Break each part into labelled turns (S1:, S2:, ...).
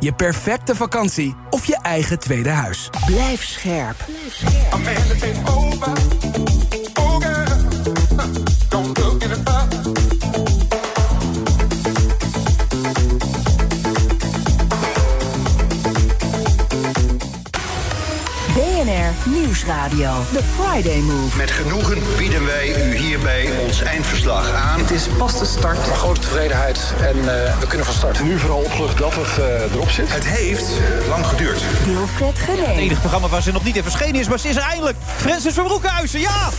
S1: je perfecte vakantie of je eigen tweede huis.
S2: Blijf scherp. BNR Nieuwsradio. The Friday Move.
S3: Met genoegen bieden wij u hierbij ons eindverslag aan.
S4: Het is pas de start.
S5: grote tevredenheid en eh, we kunnen van start. Nu vooral opgelucht dat het eh, erop zit.
S3: Het heeft eh, lang geduurd.
S2: Wilfred
S6: Het
S2: Genee.
S6: enige programma waar ze nog niet in verschenen is, maar ze is er eindelijk. Francis van Broekhuizen, ja!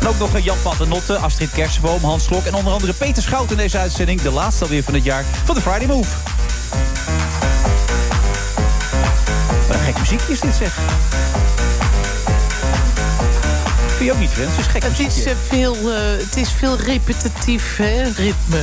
S6: En ook nog eh, Jan Paternotte, Astrid Kersenboom, Hans Slok... en onder andere Peter Schout in deze uitzending. De laatste alweer van het jaar van de Friday Move. Wat een gek muziekje is dit, zeg. Vind je ook niet, Francis? Gek
S7: Het is,
S6: muziekje.
S7: eh, veel, eh, het is veel repetitief, hè, ritme.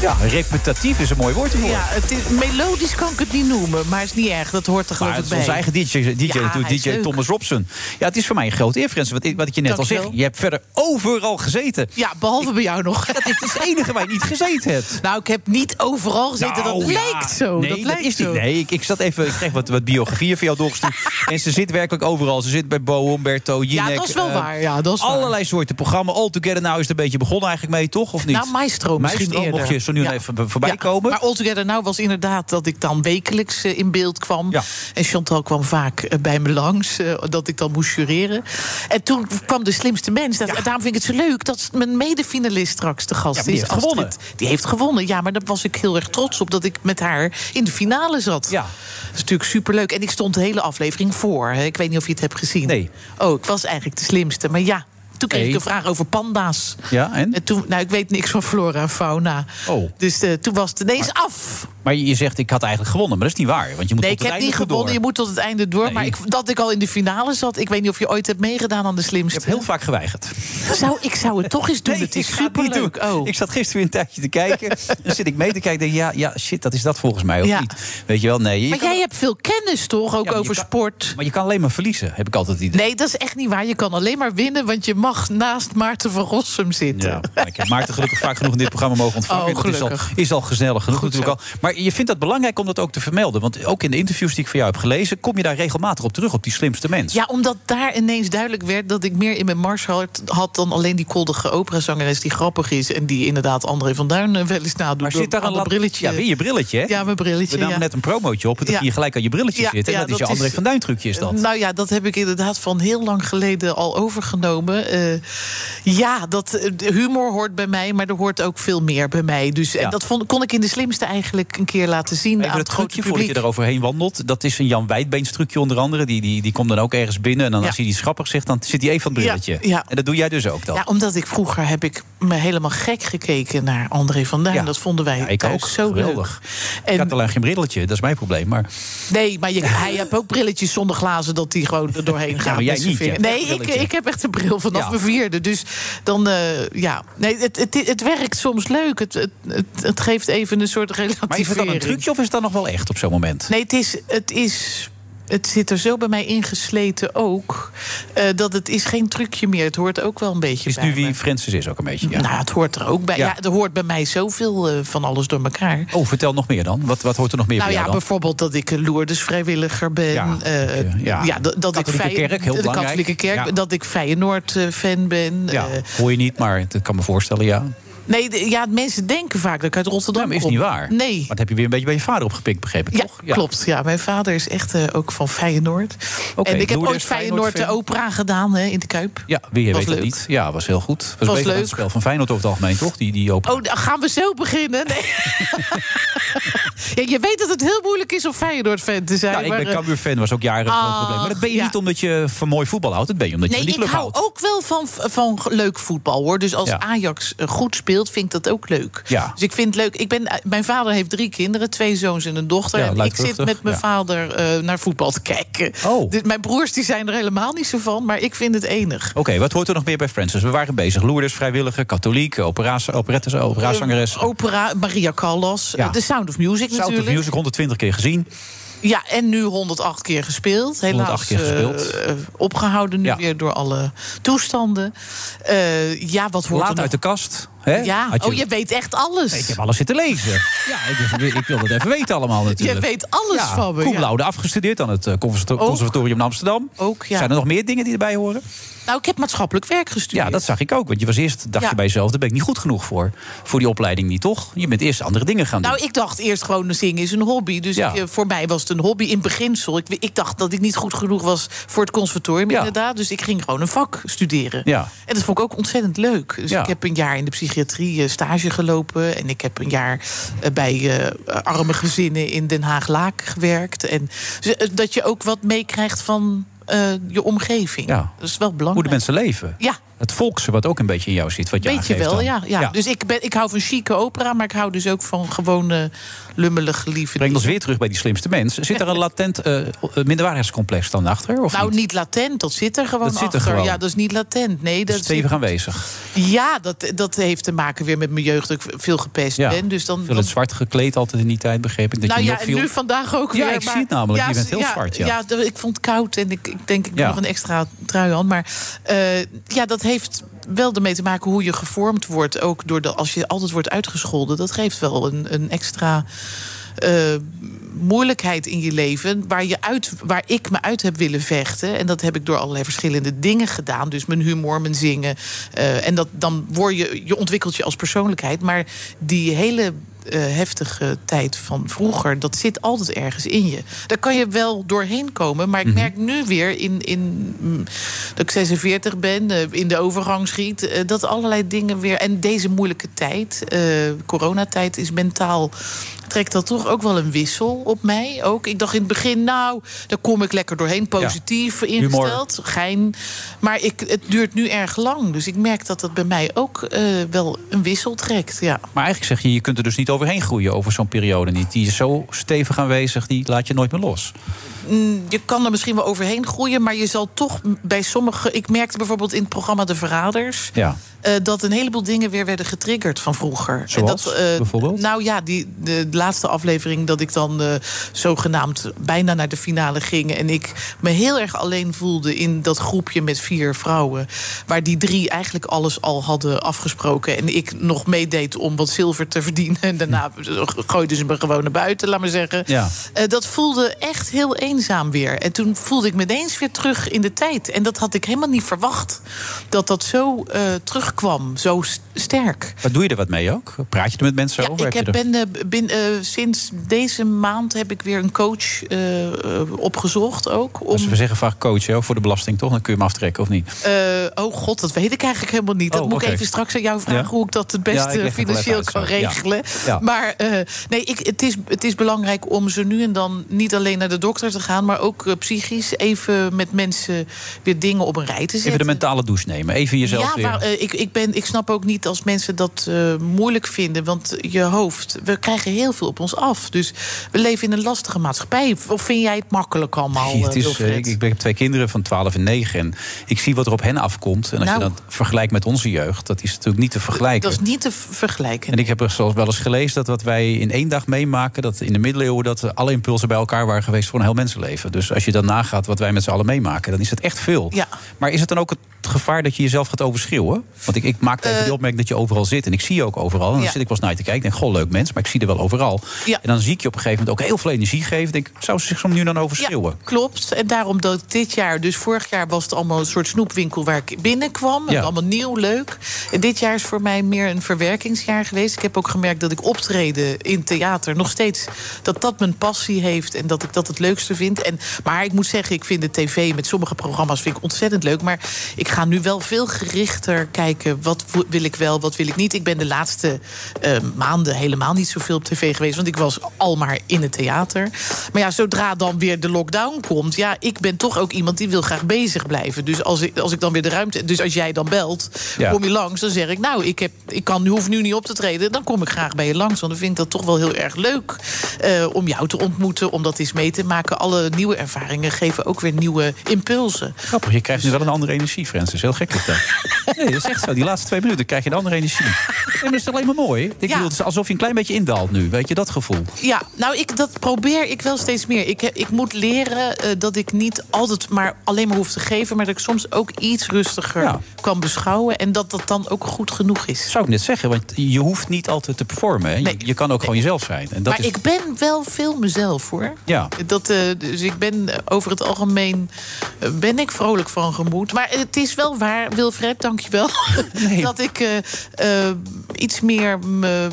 S6: Ja, reputatief is een mooi woord ervoor.
S7: Ja, het is, melodisch kan ik het niet noemen, maar is niet erg. Dat hoort er geloof
S6: Maar
S7: ik
S6: het is
S7: bij.
S6: onze eigen DJ, DJ,
S7: Ja,
S6: natuurlijk,
S7: hij is
S6: DJ
S7: leuk.
S6: Thomas Robson. Ja, het is voor mij een grote eer, Frans. Wat, ik- wat ik je net al
S7: Dankjewel.
S6: zeg. Je hebt verder overal gezeten.
S7: Ja, behalve bij jou nog.
S6: Dat is het enige waar je niet gezeten hebt.
S7: Nou, ik heb niet overal gezeten.
S6: Nou,
S7: dat
S6: ja.
S7: lijkt zo.
S6: Nee,
S7: dat, lijkt
S6: is niet.
S7: zo.
S6: Nee, ik, ik zat even. Ik kreeg wat, wat biografieën van jou doorgestuurd. en ze zit werkelijk overal. Ze zit bij Bo, Humberto, Jinek.
S7: Ja, dat is wel
S6: eh,
S7: waar. Ja, dat is waar.
S6: allerlei soorten programma. All Together Now is er een beetje begonnen eigenlijk mee, toch? Of niet?
S7: Nou, Maestro misschien
S6: Maestro
S7: eerder.
S6: mocht je zo nu en
S7: Ja.
S6: even voorbij
S7: Ja,
S6: komen.
S7: Maar Altogether Now was inderdaad dat ik dan wekelijks eh, in beeld kwam.
S6: Ja.
S7: En Chantal kwam vaak eh, bij me langs, eh, dat ik dan moest jureren. En toen kwam de slimste mens. Dat, Daarom vind ik het zo leuk dat mijn medefinalist straks de gast
S6: Ja, maar die
S7: is.
S6: heeft gewonnen.
S7: Astrid. Die heeft gewonnen, ja. Maar daar was ik heel erg trots op dat ik met haar in de finale zat.
S6: Ja.
S7: Dat is natuurlijk superleuk. En ik stond de hele aflevering voor. Hè. Ik weet niet of je het hebt gezien.
S6: Nee.
S7: Oh, ik was eigenlijk de slimste. Maar ja, toen kreeg
S6: Nee.
S7: ik een vraag over panda's.
S6: Ja, en?
S7: Toen, nou, ik weet niks van flora en fauna.
S6: Oh.
S7: Dus eh, toen was het ineens af.
S6: Maar je je zegt, ik had eigenlijk gewonnen. Maar dat is niet waar. Want je moet
S7: Nee,
S6: tot het
S7: ik heb
S6: einde
S7: niet
S6: goed
S7: gewonnen.
S6: door.
S7: Je moet tot het einde door. Maar
S6: Nee.
S7: ik, dat ik al in de finale zat. Ik weet niet of je ooit hebt meegedaan aan de
S6: Je
S7: slimste.
S6: hebt heel vaak geweigerd.
S7: zou, ik zou het toch eens doen.
S6: Nee,
S7: het is
S6: ik ga het niet
S7: superleuk.
S6: doen.
S7: Oh.
S6: Ik zat gisteren weer een tijdje te kijken. dan zit ik mee te kijken. Denk, ik, ja, ja, shit, dat is dat volgens mij ook
S7: Ja.
S6: niet. Weet je wel, nee. je
S7: maar
S6: kan-
S7: jij hebt veel kennis toch? Ook
S6: Ja, maar je
S7: over
S6: kan-
S7: sport.
S6: maar je kan alleen maar verliezen, heb ik altijd het idee.
S7: Nee, dat is echt niet waar. Je kan alleen maar winnen, want je mag naast Maarten van Rossum zitten.
S6: Ja, maar ik heb Maarten gelukkig vaak genoeg in dit programma mogen ontvangen.
S7: Oh,
S6: Dat is al,
S7: gelukkig.
S6: is al gezellig genoeg
S7: Goed
S6: natuurlijk al. Maar je vindt dat belangrijk om dat ook te vermelden. Want ook in de interviews die ik van jou heb gelezen... kom je daar regelmatig op terug, op die slimste mens.
S7: Ja, omdat daar ineens duidelijk werd dat ik meer in mijn mars had, had dan alleen die koldige operazangeres die grappig is en die inderdaad André van Duin eh, wel eens nadoet.
S6: maar zit
S7: door-
S6: daar
S7: aan
S6: een
S7: dat
S6: lat-
S7: brilletje?
S6: Ja, weer je brilletje, hè?
S7: Ja, mijn brilletje.
S6: We namen
S7: ja.
S6: net een promootje op en dan
S7: Ja.
S6: ging je gelijk aan je brilletje
S7: Ja,
S6: zitten. En
S7: ja,
S6: dat, is
S7: dat
S6: je
S7: is-
S6: André van Duin trucje, is dat.
S7: Nou ja, dat heb ik inderdaad van heel lang geleden al overgenomen. Eh, ja, dat eh, de humor hoort bij mij, maar er hoort ook veel meer bij mij. Dus en
S6: Ja.
S7: dat vond, kon ik in de slimste eigenlijk een keer laten zien aan
S6: Even
S7: het
S6: het
S7: grote
S6: trucje voordat je
S7: publiek.
S6: eroverheen wandelt. Dat is een Jan Wijdbeens trucje onder andere. Die, die, die komt dan ook ergens binnen. En dan
S7: Ja.
S6: als hij iets grappig zegt, dan zit hij even aan het
S7: Ja,
S6: brilletje.
S7: ja.
S6: En dat doe jij dus ook dan.
S7: Ja, omdat ik vroeger heb ik me helemaal gek gekeken naar André van Duin.
S6: Ja.
S7: Dat vonden wij
S6: Ja, ik
S7: thuis
S6: ook.
S7: zo
S6: Geweldig.
S7: leuk. En
S6: Ik had alleen geen brilletje, dat is mijn probleem. Maar
S7: Nee, maar je, hij heeft ook brilletjes zonder glazen dat hij gewoon er doorheen gaat.
S6: maar jij
S7: met zijn
S6: niet,
S7: vinger.
S6: je hebt
S7: Nee,
S6: echt een
S7: ik,
S6: brilletje.
S7: ik heb echt een bril vanaf
S6: Ja.
S7: mijn vierde. Dus dan, eh, ja. Nee, het, het, het werkt soms leuk. Het, het, het, het geeft even een soort relativering.
S6: Maar is het dan een trucje of is het dan nog wel echt op zo'n moment?
S7: Nee, het is... Het is het zit er zo bij mij ingesleten ook. eh, dat het is geen trucje meer. Het hoort ook wel een beetje
S6: is
S7: bij
S6: nu
S7: me.
S6: wie Francis is ook een beetje. Ja.
S7: Nou, het hoort er ook bij.
S6: Ja.
S7: Ja. er hoort bij mij zoveel eh, van alles door elkaar.
S6: Oh, vertel nog meer dan. Wat, wat hoort er nog meer
S7: Nou
S6: bij
S7: ja,
S6: jou dan?
S7: bijvoorbeeld dat ik een Lourdes vrijwilliger ben.
S6: Ja,
S7: eh,
S6: oké, ja.
S7: ja. dat, dat ik
S6: Katholieke
S7: Feye-
S6: kerk, heel
S7: de
S6: belangrijk.
S7: katholieke kerk,
S6: Ja.
S7: dat ik Feyenoord-fan ben.
S6: Ja,
S7: eh,
S6: hoor je niet, maar dat kan me voorstellen, ja. Maar
S7: nee, de- ja, mensen denken vaak dat ik uit Rotterdam
S6: dat is
S7: kom.
S6: niet waar.
S7: Nee.
S6: Nou, Maar dat heb je weer een beetje bij je vader opgepikt, begreep ik,
S7: Ja,
S6: toch?
S7: klopt. Ja, mijn vader is echt eh, ook van Feyenoord.
S6: Oké,
S7: en ik heb
S6: Lourdes,
S7: ooit Feyenoord de
S6: Feyenoord-fan.
S7: opera gedaan hè, in de Kuip.
S6: Ja, weer
S7: Was
S6: weet het
S7: leuk.
S6: niet. Ja, was heel goed. Was, beter dan
S7: leuk.
S6: het spel van Feyenoord over het algemeen, toch? Die, die open...
S7: Oh, dan gaan we zo beginnen? Nee. Ja, je weet dat het heel moeilijk is om Feyenoord-fan te zijn.
S6: Ja, ik ben
S7: maar, eh,
S6: Cambuur-fan, was ook jaren een
S7: Ach,
S6: groot probleem. Maar dat ben je
S7: ja.
S6: niet omdat je van mooi voetbal houdt. Dat ben je omdat je
S7: Nee,
S6: van die
S7: ik
S6: club
S7: hou
S6: houdt.
S7: ook wel van, van leuk voetbal hoor. Dus als
S6: Ja.
S7: Ajax eh, goed speelt, vind ik dat ook leuk.
S6: Ja.
S7: Dus ik vind het leuk. Ik ben, eh, mijn vader heeft drie kinderen, twee zoons en een dochter.
S6: Ja,
S7: en ik
S6: luidruchtig,
S7: zit met mijn
S6: ja.
S7: vader eh, naar voetbal te kijken.
S6: Oh.
S7: Dus mijn broers die zijn er helemaal niet zo van, maar ik vind het enig.
S6: Oké, wat hoort er nog meer bij Francis? We waren bezig. Loerders, vrijwilliger, katholiek, opera's, operettes, operazangeres.
S7: Eh, Opera, Maria Callas,
S6: Ja.
S7: eh, The Sound of Music
S6: Sound of
S7: natuurlijk.
S6: Music, 120 keer gezien.
S7: Ja, en nu 108 keer gespeeld. Helaas
S6: 108 keer
S7: eh,
S6: gespeeld.
S7: eh, opgehouden nu
S6: Ja.
S7: weer door alle toestanden. Eh, ja, wat hoort er
S6: Laat
S7: nog
S6: uit de kast. Hè?
S7: Ja,
S6: Had
S7: oh, je weet echt alles.
S6: Ik heb alles zitten lezen. ja, ik, ik wil dat even weten allemaal natuurlijk.
S7: Je weet alles
S6: ja,
S7: van me,
S6: Cum
S7: ja.
S6: laude afgestudeerd aan het eh, conservato-
S7: Ook.
S6: conservatorium in Amsterdam.
S7: Ook, ja.
S6: Zijn er nog meer dingen die erbij horen?
S7: Nou, ik heb maatschappelijk werk gestudeerd.
S6: Ja, dat zag ik ook. Want je was eerst, dacht
S7: Ja.
S6: je bij jezelf, daar ben ik niet goed genoeg voor. Voor die opleiding niet, toch? Je bent eerst andere dingen gaan doen.
S7: Nou, ik dacht eerst gewoon zingen is een hobby. Dus
S6: Ja.
S7: ik, eh, voor mij was het een hobby in beginsel. Ik, ik dacht dat ik niet goed genoeg was voor het conservatorium,
S6: Ja.
S7: inderdaad. Dus ik ging gewoon een vak studeren.
S6: Ja.
S7: En dat vond ik ook ontzettend leuk. Dus
S6: Ja.
S7: ik heb een jaar in de psychiatrie eh, stage gelopen. En ik heb een jaar eh, bij eh, arme gezinnen in Den Haag-Laak gewerkt. En dus, eh, dat je ook wat meekrijgt van eh, je omgeving.
S6: Ja.
S7: Dat is wel belangrijk.
S6: Hoe de mensen leven.
S7: Ja.
S6: Het volkse, wat ook een beetje in jou zit. Wat je
S7: Weet je
S6: aangeeft
S7: wel,
S6: dan.
S7: ja, ja. Dus ik, ben, ik hou van chique opera, maar ik hou dus ook van gewone lummelige lieve
S6: Breng ons
S7: dingen.
S6: weer terug bij die slimste mens. Zit er een latent eh, minderwaardigheidscomplex dan achter? Of
S7: Nou,
S6: niet?
S7: niet latent, dat zit er gewoon
S6: Dat zit er
S7: achter.
S6: gewoon.
S7: Ja, dat is niet latent. Nee, dat
S6: Stevig
S7: zit-
S6: aanwezig.
S7: Ja, dat, dat heeft te maken weer met mijn jeugd. Dat ik veel gepest
S6: Ja.
S7: ben. Dus dan,
S6: Veel
S7: dan-
S6: het zwart gekleed altijd in die tijd, begreep ik. Dat
S7: nou
S6: je niet
S7: ja, en
S6: opviel.
S7: nu vandaag ook
S6: Ja,
S7: weer.
S6: ik
S7: maar-
S6: zie het namelijk. Je
S7: Ja,
S6: bent heel
S7: ja,
S6: zwart, ja.
S7: d- ik vond het koud en ik, ik denk ik doe
S6: Ja.
S7: nog een extra trui aan. Maar eh, ja, dat heeft wel ermee te maken hoe je gevormd wordt. Ook door de, als je altijd wordt uitgescholden. Dat geeft wel een, een extra eh, moeilijkheid in je leven. Waar, je uit, waar ik me uit heb willen vechten. En dat heb ik door allerlei verschillende dingen gedaan. Dus mijn humor, mijn zingen. eh, en dat, dan word je, je ontwikkelt je als persoonlijkheid. Maar die hele eh, heftige tijd van vroeger, dat zit altijd ergens in je. Daar kan je wel doorheen komen. Maar ik merk nu weer in, in, mm, dat ik 46 ben, eh, in de overgang schiet. eh, dat allerlei dingen weer. En deze moeilijke tijd, eh, coronatijd, is mentaal trekt dat toch ook wel een wissel op mij. Ook. Ik dacht in het begin, nou, daar kom ik lekker doorheen. Positief ingesteld, gein. Maar ik, het duurt nu erg lang. Dus ik merk dat dat bij mij ook eh, wel een wissel trekt. Ja.
S6: Maar eigenlijk zeg je, je kunt er dus niet overheen groeien over zo'n periode niet. Die is zo stevig aanwezig, die laat je nooit meer los.
S7: Mm, Je kan er misschien wel overheen groeien, maar je zal toch m- bij sommige... Ik merkte bijvoorbeeld in het programma De Verraders...
S6: Ja.
S7: eh, dat een heleboel dingen weer werden getriggerd van vroeger.
S6: Zoals?
S7: En dat,
S6: Bijvoorbeeld?
S7: Nou ja, die, de, laatste aflevering dat ik dan eh, zogenaamd bijna naar de finale ging... en ik me heel erg alleen voelde in dat groepje met vier vrouwen... waar die drie eigenlijk alles al hadden afgesproken... en ik nog meedeed om wat zilver te verdienen... en daarna gooiden ze me gewoon naar buiten, laat maar zeggen.
S6: Ja.
S7: Eh, dat voelde echt heel eenzaam weer. En toen voelde ik me ineens weer terug in de tijd. En dat had ik helemaal niet verwacht. Dat dat zo eh, terugkwam, zo s- sterk.
S6: Maar doe je er wat mee ook? Praat je er met mensen over?
S7: Ja, ik
S6: je
S7: heb,
S6: er-
S7: ben, eh, bin- eh, sinds deze maand heb ik weer een coach eh, eh, opgezocht ook. Om,
S6: Als we zeggen vaak coach hè, ook voor de belasting toch, dan kun je hem aftrekken of niet?
S7: eh, oh god, dat weet ik eigenlijk helemaal niet. dat
S6: Oh,
S7: moet
S6: oké.
S7: ik even straks aan jou vragen
S6: Ja?
S7: hoe ik dat het
S6: Ja, ik
S7: beste
S6: leg het wel
S7: financieel
S6: even
S7: kan
S6: uit zo. Ja.
S7: regelen.
S6: Ja.
S7: Maar eh, nee, ik, het, is, het is belangrijk om ze nu en dan niet alleen naar de dokter te gaan, maar ook eh, psychisch even met mensen weer dingen op een rij te zetten.
S6: Even de mentale douche nemen. Even jezelf
S7: Ja,
S6: weer.
S7: maar eh, ik, ik, ben, ik snap ook niet als mensen dat eh, moeilijk vinden. Want je hoofd, we krijgen heel veel op ons af. Dus we leven in een lastige maatschappij. Of vind jij het makkelijk allemaal,
S6: Nee, het is,
S7: Wilfred?
S6: eh, ik, ik heb twee kinderen van 12 en 9 en ik zie wat er op hen afkomt. En als
S7: Nou.
S6: je dat vergelijkt met onze jeugd, dat is natuurlijk niet te vergelijken.
S7: dat is niet te v- vergelijken.
S6: En ik heb er zoals wel eens gelezen dat wat wij in één dag meemaken, dat in de middeleeuwen dat alle impulsen bij elkaar waren geweest voor een heel mensenleven. Dus als je dan nagaat wat wij met z'n allen meemaken, dan is het echt veel.
S7: Ja.
S6: Maar is het dan ook het gevaar dat je jezelf gaat overschreeuwen? Want ik, ik maak even
S7: Eh.
S6: die opmerking dat je overal zit. En ik zie je ook overal. En dan
S7: Ja.
S6: zit ik wel eens naar je te kijken. Ik denk, goh, leuk mens, maar ik zie er wel overal.
S7: Ja.
S6: En dan zie ik je op een gegeven moment ook heel veel energie geven. Ik denk, zou ze zich zo nu dan
S7: Ja,
S6: overschreeuwen?
S7: klopt. En daarom dat ik dit jaar, dus vorig jaar was het allemaal een soort snoepwinkel waar ik binnenkwam.
S6: Ja.
S7: En allemaal nieuw, leuk. En dit jaar is voor mij meer een verwerkingsjaar geweest. Ik heb ook gemerkt dat ik optreden in theater nog steeds dat dat mijn passie heeft en dat ik dat het leukste vind. En, maar ik moet zeggen, ik vind de tv met sommige programma's vind ik ontzettend leuk. Maar ik ga nu wel veel gerichter kijken kijken. Wat wo- wil ik wel, wat wil ik niet? Ik ben de laatste eh, maanden helemaal niet zoveel op tv geweest. Want ik was al maar in het theater. Maar ja, zodra dan weer de lockdown komt. Ja, ik ben toch ook iemand die wil graag bezig blijven. Dus als ik, als ik dan weer de ruimte. Dus als jij dan belt,
S6: Ja.
S7: kom je langs. Dan zeg ik, nou, ik, heb, ik kan, hoef nu niet op te treden. Dan kom ik graag bij je langs. Want dan vind ik dat toch wel heel erg leuk. eh, om jou te ontmoeten, om dat eens mee te maken. Alle nieuwe ervaringen geven ook weer nieuwe impulsen. Dus
S6: Grappig, je krijgt nu wel een andere energie, Francis. Heel gek is dat. Nee, dat is echt zo. Die laatste twee minuten krijg je een andere energie. Nee, maar dat is toch alleen maar mooi? Ik bedoel, het is alsof je een klein beetje indaalt nu. Weet je, dat gevoel.
S7: Ja, nou, ik, dat probeer ik wel steeds meer. Ik, heb- ik moet leren eh, dat ik niet altijd maar alleen maar hoef te geven... maar dat ik soms ook iets rustiger
S6: Ja.
S7: kan beschouwen... en dat dat dan ook goed genoeg is.
S6: zou ik net zeggen, want je hoeft niet altijd te performen. hè. Je,
S7: Nee.
S6: je kan ook gewoon jezelf zijn. En dat
S7: maar
S6: is,
S7: ik ben wel veel mezelf, hoor.
S6: Ja.
S7: Dat, eh, dus ik ben eh, over het algemeen... eh, ben ik vrolijk van gemoed. Maar het is wel waar, Wilfred, dankjewel...
S6: Nee.
S7: dat ik eh, eh, iets meer me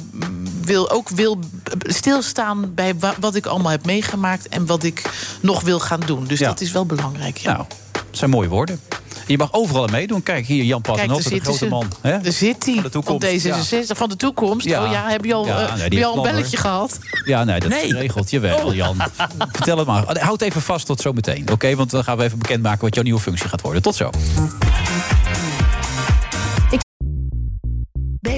S7: wil, ook wil b- stilstaan... bij wa- wat ik allemaal heb meegemaakt... en wat ik nog wil gaan doen. Dus
S6: Ja.
S7: dat is wel belangrijk, ja.
S6: Nou, het zijn mooie woorden. En je mag overal aan meedoen. Kijk, hier Jan
S7: daar
S6: Paternotte, de
S7: zitten
S6: grote
S7: ze.
S6: man. hè?
S7: Daar zit hij,
S6: Van de
S7: van
S6: toekomst,
S7: D66, van de toekomst.
S6: Ja.
S7: Oh ja, heb je al,
S6: Ja,
S7: eh,
S6: nee, die
S7: heb je
S6: heeft
S7: al een
S6: plannen,
S7: belletje gehad? Oh.
S6: Ja, nee, dat is geregeld. Jawel, Jan. Vertel het maar. Houd even vast tot zometeen, oké? Want dan gaan we even bekendmaken wat jouw nieuwe functie gaat worden. Tot zo.
S2: Bij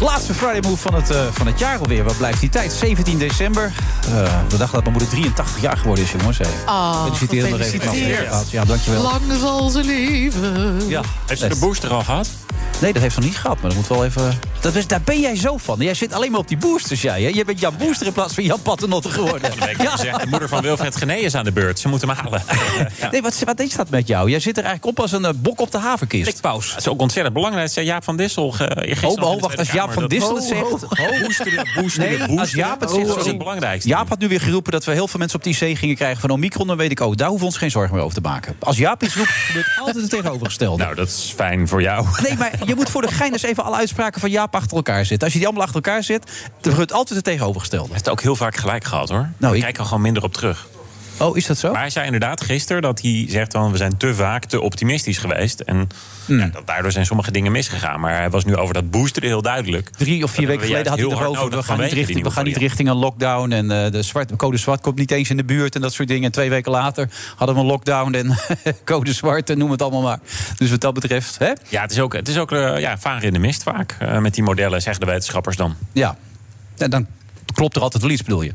S6: Laatste Friday Move van het, eh, van het jaar alweer. Wat blijft die tijd? 17 december. Eh, de dag dat mijn moeder 83 jaar geworden is, jongens. Hey.
S7: Ah,
S6: Feliciteer nog even.
S7: gefeliciteerd.
S6: Ja, dankjewel.
S7: Lang zal ze leven.
S6: Ja.
S8: Heeft ze de
S6: Nee.
S8: booster al gehad?
S6: Nee, dat heeft ze nog niet gehad, maar dat moet wel even... Dat is, daar ben jij zo van. Jij zit alleen maar op die boosters, jij. Hè? Jij bent Jan Booster in plaats van Jan Paternotte geworden.
S8: Ik heb gezegd, de moeder van Wilfred Genee is aan de beurt. Ze moeten hem halen. Ja.
S6: Nee, wat, wat is dat met jou? Jij zit er eigenlijk op als een eh, bok op de havenkist.
S8: Pauze. Dat is ook ontzettend belangrijk. Dat zei Jaap van Dissel. ge- gisteren
S6: Oh,
S8: nog in
S6: oh,
S8: de
S6: wacht, als
S8: Tweede
S6: Jaap van
S8: Kamer. Dat-
S6: Dissel het zegt... Boosteren,
S8: boosteren,
S6: Nee, als
S8: boosteren.
S6: Jaap het
S8: Oh,
S6: zegt...
S8: dat is het
S6: sorry.
S8: belangrijkste.
S6: Jaap had nu weer geroepen dat we heel veel mensen op die C gingen krijgen van Omicron. Dan weet ik, oh, daar hoeven we ons geen zorgen meer over te maken. Als Jaap iets roept, gebeurt altijd het tegenovergestelde.
S8: Nou, dat is fijn voor jou.
S6: Nee, maar je moet voor de gein eens even alle uitspraken van Jaap achter elkaar zetten. Als je die allemaal achter elkaar zet, dan gebeurt altijd het tegenovergestelde.
S8: heeft ook heel vaak gelijk gehad hoor.
S6: Nou,
S8: ik
S6: ik-
S8: kijk er gewoon minder op terug.
S6: Oh, is dat zo?
S8: Maar hij zei inderdaad gisteren dat hij zegt dan... we zijn te vaak te optimistisch geweest. En
S6: Hmm.
S8: ja, dat, daardoor zijn sommige dingen misgegaan. Maar hij was nu over dat boosteren heel duidelijk.
S6: Drie of vier weken
S8: Dat hebben
S6: geleden had hij
S8: juist heel hard
S6: erover. We
S8: nodig
S6: gaan, niet
S8: vanwege die
S6: richting, we
S8: nieuwe
S6: gaan niet
S8: variant.
S6: richting een lockdown. En eh, de zwart, code zwart komt niet eens in de buurt en dat soort dingen. En twee weken later hadden we een lockdown en code zwart en noem het allemaal maar. Dus wat dat betreft, hè?
S8: Ja, het is ook, het is ook eh, ja, varen in de mist vaak. eh, met die modellen, zeggen de wetenschappers dan.
S6: Ja. En dan klopt er altijd wel iets, bedoel je?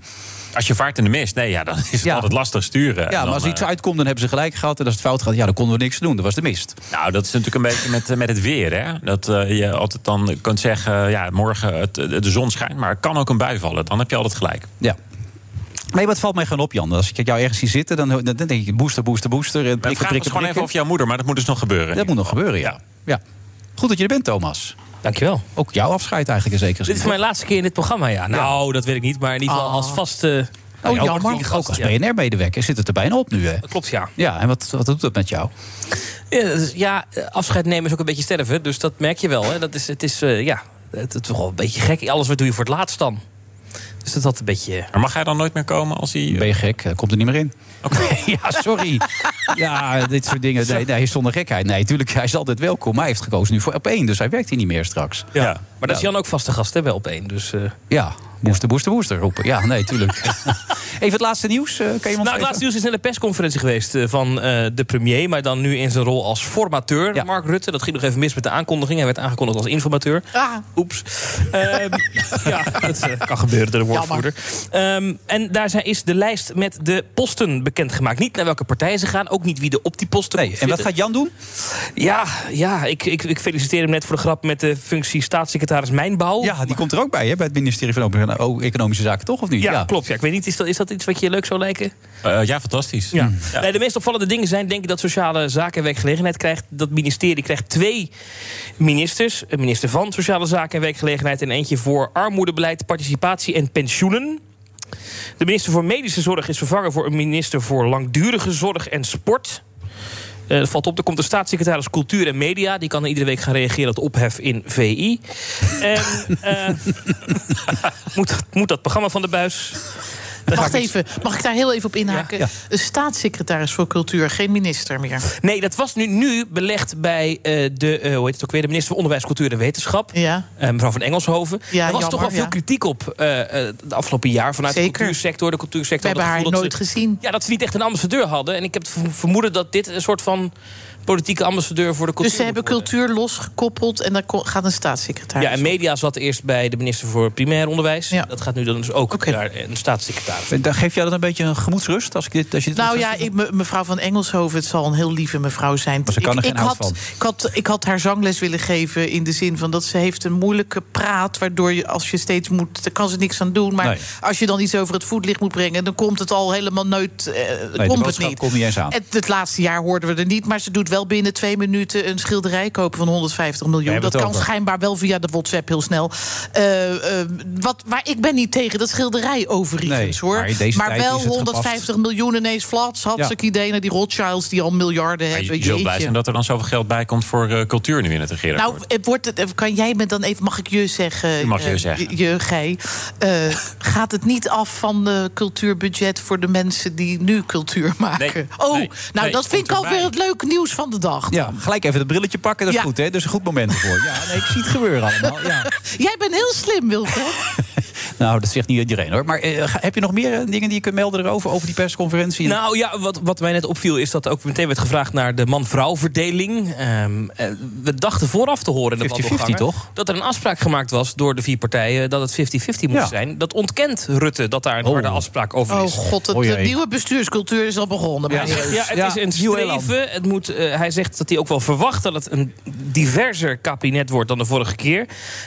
S8: Als je vaart in de mist, nee, ja, dan is het
S6: Ja.
S8: altijd lastig sturen. En
S6: Ja,
S8: dan,
S6: maar als
S8: eh,
S6: iets uitkomt, dan hebben ze gelijk gehad. En als het fout gaat, ja, dan konden we niks doen. Dat was de mist.
S8: Nou, dat is natuurlijk een beetje met, eh, met het weer. Hè? Dat eh, je altijd dan kunt zeggen, eh, ja, morgen het, eh, de zon schijnt, maar er kan ook een bui vallen. Dan heb je altijd gelijk.
S6: Ja. Nee, wat valt mij gewoon op, Jan? Als ik jou ergens zie zitten, dan, dan denk ik booster, booster, booster. En
S8: Maar
S6: prikken,
S8: vraag ons
S6: prikken,
S8: gewoon even
S6: prikken.
S8: of jouw moeder, maar dat moet dus nog gebeuren.
S6: Dat moet nog gebeuren, ja. ja. Goed dat je er bent, Thomas.
S9: Dankjewel.
S6: Ook jouw afscheid eigenlijk in zekere
S9: Dit
S6: zin.
S9: is mijn laatste keer in dit programma, ja. Nou, dat weet ik niet, maar in ieder geval als eh, vaste...
S6: Nou ja, ook-
S9: jammer.
S6: Ook als BNR-medewerker zit het er bijna op nu, hè?
S9: Klopt, ja.
S6: Ja, en wat, wat doet dat met jou?
S9: Ja, dat is- ja, eh, afscheid nemen is ook een beetje sterven. Dus dat merk je wel. Hè. Dat is, het is eh, ja, het, het is toch wel een beetje gek. Alles wat doe je voor het laatst dan. Dus dat had een beetje...
S8: Maar mag hij dan nooit meer komen als hij...
S6: Ben je gek? Eh, Komt er niet meer in. ja, sorry. Ja, dit soort dingen. Nee, nee, zonder gekheid. Nee, tuurlijk, hij is altijd welkom. Maar hij heeft gekozen nu voor op één, dus hij werkt hier niet meer straks.
S8: Ja.
S9: Maar dat is Jan ook vaste gast, hè, wel op één. Dus, eh.
S6: Ja, booster, booster, booster roepen. Ja, nee, tuurlijk. Even het laatste nieuws. eh, kan je ons
S9: Nou, het
S6: even-
S9: laatste nieuws is net een persconferentie geweest eh, van eh, de premier... maar dan nu in zijn rol als formateur,
S6: Ja.
S9: Mark Rutte. Dat ging nog even mis met de aankondiging. Hij werd aangekondigd als informateur.
S7: Ah.
S9: Oeps. Ehm, ja, dat eh, kan gebeuren door de woordvoerder. Ehm, en daar zijn, is de lijst met de posten bekendgemaakt. Niet naar welke partij ze gaan, ook niet wie er op die posten
S6: Nee,
S9: komt
S6: en wat
S9: zitten.
S6: gaat Jan doen?
S9: Ja, ja ik, ik, ik feliciteer hem net voor de grap met de functie staatssecretaris Mijnbouw.
S6: Ja, die komt er ook bij, hè, bij het ministerie van Openbare aan oh, economische zaken, toch? Of niet?
S9: Ja, klopt. Ja, ik weet niet, is dat, is dat iets wat je leuk zou lijken?
S8: Eh, ja, fantastisch. Ja.
S6: Hmm.
S9: Nee, de meest opvallende dingen zijn denk ik dat sociale zaken en werkgelegenheid krijgt. Dat ministerie krijgt twee ministers. Een minister van Sociale Zaken en Werkgelegenheid en eentje voor armoedebeleid, participatie en pensioenen. De minister voor Medische Zorg is vervangen voor een minister voor Langdurige Zorg en Sport. Eh, dat valt op, er komt een staatssecretaris Cultuur en Media. Die kan iedere week gaan reageren op ophef in VI. En eh, moet, moet dat programma van de buis. Daar ga
S7: Wacht
S9: ik niet-
S7: even, mag ik daar heel even op inhaken?
S9: Ja,
S7: Een staatssecretaris voor cultuur, geen minister meer.
S9: Nee, dat was nu, nu belegd bij eh, de, eh, hoe heet het ook weer, de minister van Onderwijs, Cultuur en Wetenschap.
S7: Ja.
S9: Eh, mevrouw van Engelshoven. er was
S7: jammer,
S9: toch wel veel
S7: ja.
S9: kritiek op eh eh, de afgelopen jaar vanuit de
S7: Zeker.
S9: cultuursector. De
S7: We
S9: cultuursector had
S7: hebben haar
S9: het gevoel
S7: nooit
S9: dat ze-
S7: gezien.
S9: Ja, dat ze niet echt een ambassadeur hadden. En ik heb het ver- vermoeden dat dit een soort van politieke ambassadeur eh, voor de cultuur
S7: Dus ze hebben
S9: moet worden.
S7: cultuur losgekoppeld en daar ko- gaat een staatssecretaris.
S9: Ja, en media zat eerst bij de minister voor primair onderwijs. Dat gaat nu dan dus ook naar een staatssecretaris.
S6: Dan geef jij dat een beetje een gemoedsrust als, ik dit, als je dit
S7: Nou
S6: moet
S7: ja, ik, me- mevrouw van Engelshoven, het zal een heel lieve mevrouw zijn.
S6: ze kan
S7: ik,
S6: er geen
S7: ik
S6: hout
S7: had,
S6: van.
S7: Ik had, ik had haar zangles willen geven in de zin van dat ze heeft een moeilijke praat... waardoor je als je steeds moet, daar kan ze niks aan doen. Maar
S6: Nee.
S7: als je dan iets over het voetlicht moet brengen... dan komt het al helemaal nooit, eh,
S6: de
S7: komt het
S6: boodschap
S7: niet.
S6: komt niet eens aan.
S7: Het, het laatste jaar hoorden we er niet, maar ze doet wel binnen twee minuten... een schilderij kopen van 150 miljoen.
S6: hebben
S7: Dat
S6: het
S7: kan
S6: over.
S7: schijnbaar wel via de WhatsApp heel snel. Eh, eh, wat, maar ik ben niet tegen dat schilderij overigens,
S6: Nee,
S7: hoor.
S6: maar in deze tijd
S7: wel
S6: is het gepast.
S7: 150 30 miljoen ineens flats. Had
S8: Ja.
S7: ik idee naar die Rothschilds die al miljarden
S8: Maar
S7: hebben.
S8: je zult blij
S7: Jeetje.
S8: zijn dat er dan zoveel geld bij komt voor eh, cultuur nu in het regeren.
S7: nou, het wordt het, kan jij me dan even, mag ik je zeggen?
S8: Je mag je
S7: eh,
S8: zeggen.
S7: Je, gij. Eh, gaat het niet af van de cultuurbudget voor de mensen die nu cultuur maken? oh,
S6: nee,
S7: nou
S6: nee,
S7: dat vind
S6: komt
S7: ik alweer
S6: erbij.
S7: het leuke nieuws van de dag.
S6: Ja, gelijk even dat brilletje pakken, dat is
S7: Ja.
S6: goed, hè? Dus een goed moment ervoor. Ja, nee, ik zie het gebeuren allemaal. Ja.
S7: Jij bent heel slim, Wilfred.
S6: Nou, dat zegt niet iedereen, hoor. Maar eh, ga- heb je nog meer eh, dingen die je kunt melden erover, over die persconferentie?
S9: Nou ja, wat, wat mij net opviel is dat er ook meteen werd gevraagd naar de man-vrouw verdeling. Ehm, eh, we dachten vooraf te horen in de
S6: 50-50
S9: wandelgangen
S6: toch?
S9: dat er een afspraak gemaakt was door de vier partijen dat het 50-50 moest
S7: Ja.
S9: zijn. Dat ontkent Rutte dat daar een harde afspraak over
S7: Oh
S9: is.
S7: god, het, de nieuwe bestuurscultuur is al begonnen.
S9: Ja,
S7: maar-
S9: hij zegt, ja, het is een streven. Het moet, eh, hij zegt dat hij ook wel verwacht dat het een diverser kabinet wordt dan de vorige keer.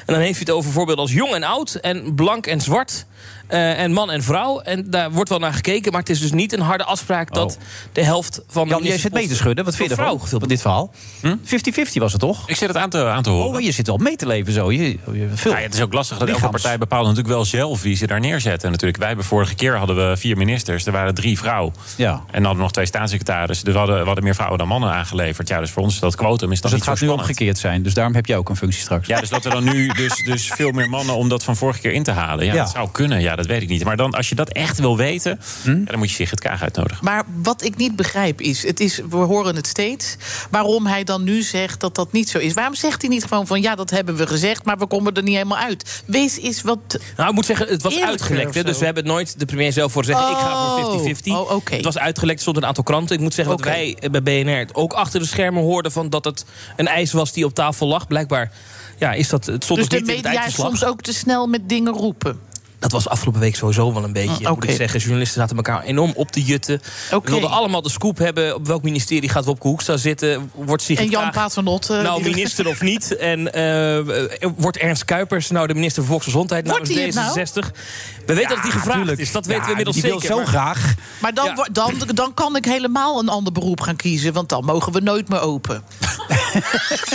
S9: En dan heeft hij het over voorbeelden als jong en oud en blank en zwart. eh, en man en vrouw. En daar wordt wel naar gekeken. Maar het is dus niet een harde afspraak dat de helft van.
S6: Oh. Jan, jij zit mee te schudden. Wat vind je ervan? Van dit verhaal? 50-50 was het toch?
S8: Hm? Ik zit het aan te, aan te horen.
S6: Oh, je zit al mee te leven zo. Je, je, veel.
S8: Ja, het is ook lastig dat elke
S6: Lichaams.
S8: partij bepaalt natuurlijk wel zelf wie ze daar neerzetten. Natuurlijk, wij hebben vorige keer hadden we vier ministers, er waren drie vrouwen.
S6: Ja.
S8: En dan hadden we nog twee staatssecretarissen. Dus we hadden, we hadden meer vrouwen dan mannen aangeleverd. Ja, dus voor ons is dat kwotum is
S6: Dus
S8: dat
S6: het
S8: niet
S6: gaat
S8: zo
S6: nu
S8: spannend.
S6: omgekeerd zijn. Dus daarom heb jij ook een functie straks.
S8: Ja, dus dat er dan nu dus, dus veel meer mannen om dat van vorige keer in te halen. Ja,
S6: Ja.
S8: dat zou kunnen. Ja, dat weet ik niet. Maar dan, als je dat echt wil weten,
S6: Hm?
S8: ja, dan moet je Sigrid Kaag uitnodigen.
S7: Maar wat ik niet begrijp is, het is, we horen het steeds, waarom hij dan nu zegt dat dat niet zo is. Waarom zegt hij niet gewoon van ja, dat hebben we gezegd, maar we komen er niet helemaal uit? Wees is wat.
S9: Nou, ik moet zeggen, het was
S7: Eerlijker
S9: uitgelekt. Hè?
S7: of zo.
S9: Dus we hebben het nooit de premier zelf voor gezegd. Ik ga voor
S7: Oh.
S9: 50-50. Het was uitgelekt, er stonden een aantal kranten. Ik moet zeggen
S7: Oké.
S9: dat wij eh, bij BNR het ook achter de schermen hoorden... Van dat het een eis was die op tafel lag. Blijkbaar ja, is dat, het stond
S7: Dus
S9: dus
S7: de
S9: niet in het
S7: media is
S9: eindverslag.
S7: soms ook te snel met dingen roepen.
S9: Dat was afgelopen week sowieso wel een beetje.
S7: Mm,
S9: Moet
S7: oké.
S9: ik zeggen, journalisten zaten elkaar enorm op te jutten. We wilden allemaal de scoop hebben. Op welk ministerie gaat Wopke Hoekstra zitten? Wordt Sigrid
S7: en Jan
S9: Kaag-
S7: Paternotte.
S9: nou,
S7: eh, die-
S9: minister of niet. En eh, eh, wordt Ernst Kuipers nou de minister van Volksgezondheid
S7: Wordt
S9: namens
S7: hij het nou?
S9: D66? We weten dat hij gevraagd is. Dat weten we inmiddels zeker. maar-
S7: Maar dan, wo- dan, dan kan ik helemaal een ander beroep gaan kiezen, want dan mogen we nooit meer open.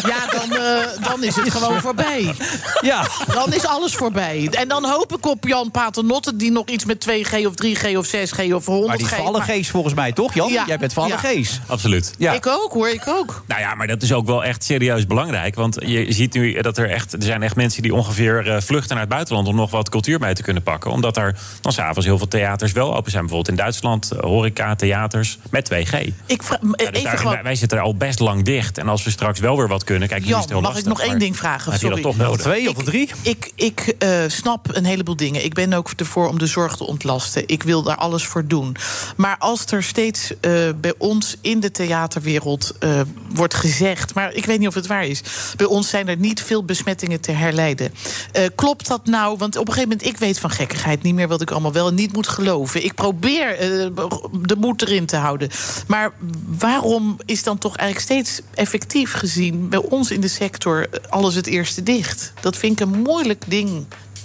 S7: ja, dan, eh, dan is het gewoon voorbij.
S6: Ja.
S7: Dan is alles voorbij. En dan hoop ik op Jan Paternotte, die nog iets met 2G of 3G of 6G of 100G.
S6: Maar die is van alle
S7: maar-
S6: geest volgens mij, toch Jan?
S7: Ja.
S6: Jij bent van alle
S7: Ja.
S6: geest.
S8: Absoluut.
S7: Ik ook hoor, ik ook.
S8: Nou ja, maar dat is ook wel echt serieus belangrijk. Want je ziet nu dat er echt... Er zijn echt mensen die ongeveer eh, vluchten naar het buitenland... om nog wat cultuur bij te kunnen pakken. Omdat er dan s'avonds heel veel theaters wel open zijn. Bijvoorbeeld in Duitsland, eh, horeca, theaters met 2G.
S7: Ik vraag,
S8: Ja, dus
S7: even
S8: daarin-
S7: gewoon-
S8: wij- Wij zitten er al best lang dicht. En als we straks wel weer wat kunnen... Kijk, nu is
S7: Jan,
S8: het heel
S7: mag
S8: lastig,
S7: ik nog één
S8: maar
S7: ding vragen?
S8: Heb je
S7: Sorry.
S8: dat toch nodig?
S6: drie?
S7: Ik, ik eh, snap een heleboel dingen. Ik ben ook ervoor om de zorg te ontlasten. Ik wil daar alles voor doen. Maar als er steeds eh, bij ons in de theaterwereld eh, wordt gezegd... maar ik weet niet of het waar is... bij ons zijn er niet veel besmettingen te herleiden. Eh, klopt dat nou? Want op een gegeven moment, ik weet van gekkigheid niet meer... wat ik allemaal wel en niet moet geloven. Ik probeer eh, de moed erin te houden. Maar waarom is dan toch eigenlijk steeds eh, effectief gezien bij ons in de sector alles het eerste dicht? Dat vind ik een moeilijk ding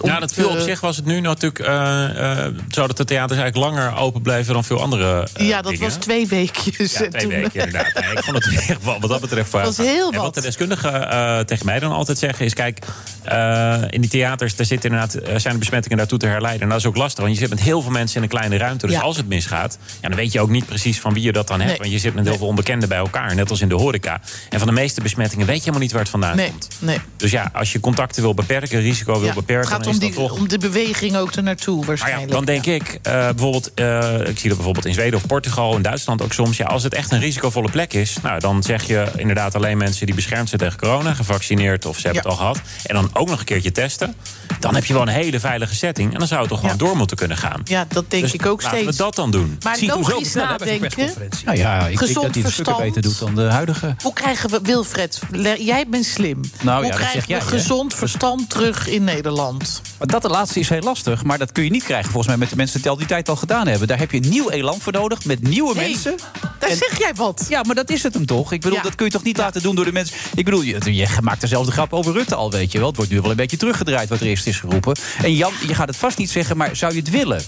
S7: om
S8: Nou, dat viel op
S7: te-
S8: zich was het nu natuurlijk eh, eh, zo dat de theaters eigenlijk langer open bleven dan veel andere. eh,
S7: ja, dat
S8: dingen.
S7: was twee weekjes.
S8: Ja,
S7: en
S8: twee
S7: toen-
S8: weken inderdaad. Nee, ik vond het echt wel- wat dat betreft... eh,
S7: Dat was heel
S8: En
S7: wat.
S8: wat de deskundigen eh, tegen mij dan altijd zeggen is... kijk, eh, in die theaters daar zitten inderdaad, eh, zijn de besmettingen daartoe te herleiden. En dat is ook lastig, want je zit met heel veel mensen in een kleine ruimte. Dus
S7: Ja.
S8: als het misgaat, ja, dan weet je ook niet precies van wie je dat dan hebt.
S7: Nee.
S8: Want je zit met heel veel onbekenden bij elkaar, net als in de horeca. En van de meeste besmettingen weet je helemaal niet waar het vandaan
S7: Nee,
S8: komt.
S7: nee.
S8: Dus ja, als je contacten wil beperken, risico wil
S7: Ja,
S8: beperken...
S7: het gaat
S8: dan
S7: om,
S8: is dat
S7: die,
S8: toch...
S7: om de beweging ook ernaartoe
S8: Maar Nou ja,
S7: waarschijnlijk.
S8: dan denk ik eh, bijvoorbeeld, eh, ik zie dat bijvoorbeeld in Zweden of Portugal, in Duitsland ook soms. Ja, als het echt een risicovolle plek is, nou, dan zeg je inderdaad alleen mensen die beschermd zijn tegen corona, gevaccineerd of ze hebben
S7: Ja.
S8: het al gehad. En dan ook nog een keertje testen. Dan heb je wel een hele veilige setting. En dan zou het toch gewoon door moeten kunnen gaan.
S7: Ja, dat denk
S8: Dus
S7: ik ook
S8: laten
S7: steeds.
S8: we dat dan doen.
S7: Maar
S8: Zie het hem zo
S7: logisch
S8: vertellen bij zo'n
S7: nadenken.
S6: Nou ja, ik denk
S7: Gezond
S6: dat hij het stukken
S7: verstand.
S6: beter doet dan de huidige. Nou
S7: Hoe krijgen we, Wilfred, le- jij bent slim.
S6: ja,
S7: Hoe
S6: dat
S7: krijgen
S6: zeg jij,
S7: we
S6: hè?
S7: gezond verstand terug in Nederland?
S6: Maar dat de laatste is heel lastig. Maar dat kun je niet krijgen volgens mij met de mensen die het al die tijd al gedaan hebben. Daar heb je een nieuw elan voor nodig met nieuwe
S7: Hey,
S6: mensen.
S7: Daar
S6: En-
S7: zeg jij wat.
S6: Ja, maar dat is het hem toch? Ik bedoel,
S7: Ja.
S6: dat kun je toch niet laten doen door de mensen. Ik bedoel, je, je maakt dezelfde grap over Rutte al, weet je wel. Het wordt nu wel een beetje teruggedraaid wat er eerst is geroepen. En Jan, je gaat het vast niet zeggen, maar zou je het willen?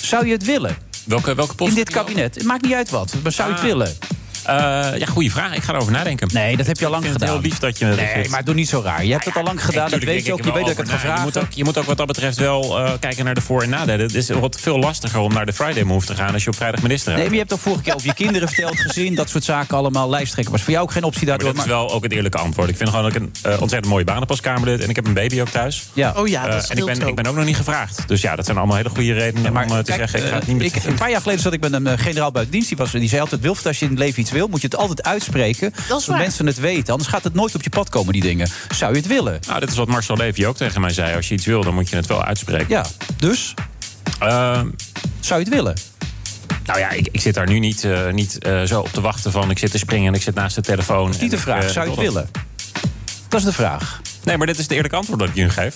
S6: Zou je het willen?
S8: Welke, welke post?
S6: In dit kabinet. Het maakt niet uit wat, maar zou je het
S8: Ah.
S6: willen?
S8: Eh, ja, goede vraag. Ik ga erover nadenken.
S6: Nee, dat heb je al
S8: Ik
S6: lang
S8: vind het
S6: gedaan.
S8: heel lief dat je het
S6: Nee,
S8: zegt.
S6: maar doe niet zo raar. Je hebt het al lang gedaan, dat
S8: Tuurlijk
S6: weet je
S8: denk
S6: ook. Je
S8: er
S6: weet dat
S8: wel
S6: ik het ga
S8: over na. Je
S6: vragen.
S8: moet, ook, je moet ook wat dat betreft wel eh, kijken naar de voor- en nadelen. Het is wat veel lastiger om naar de Friday Move te gaan als je op vrijdag minister hebt.
S6: Nee, maar je hebt toch vorige keer over je kinderen verteld, gezin, dat soort zaken allemaal, lijsttrekken. Was voor jou ook geen optie
S8: maar
S6: daardoor.
S8: dat is
S6: Maar,
S8: wel ook het eerlijke antwoord. Ik vind gewoon dat ik een eh, ontzettend mooie baan heb als Kamerlid. En ik heb een baby ook thuis.
S6: ja.
S7: Oh ja, dat
S8: Eh, en ik
S7: scheelt
S8: ben, ik
S7: ook.
S8: ben ook nog niet gevraagd. Dus ja, dat zijn allemaal hele goede redenen om eh, te
S6: kijk,
S8: zeggen... ik ga het
S6: eh,
S8: niet meer
S6: ik- een paar jaar geleden zat ik met een eh, generaal buitendienst. Die, was, die zei altijd, Wilfred, als je in het leven iets wil... moet je het altijd uitspreken,
S7: waar.
S6: zodat mensen het weten. Anders gaat het nooit op je pad komen, die dingen. Zou je het willen?
S8: Nou, dit is wat Marcel Levy ook tegen mij zei. Als je iets wil, dan moet je het wel uitspreken.
S6: Ja, dus
S8: Ehm,
S6: zou je het willen?
S8: Nou ja, ik, ik zit daar nu niet, eh, niet eh, zo op te wachten van... ik zit te springen en ik zit naast de telefoon.
S6: Niet de
S8: en ik,
S6: vraag,
S8: eh,
S6: zou je het
S8: wil
S6: willen? Dat is de vraag.
S8: dat. Nee, maar dit is het eerlijke antwoord dat ik je nu geef.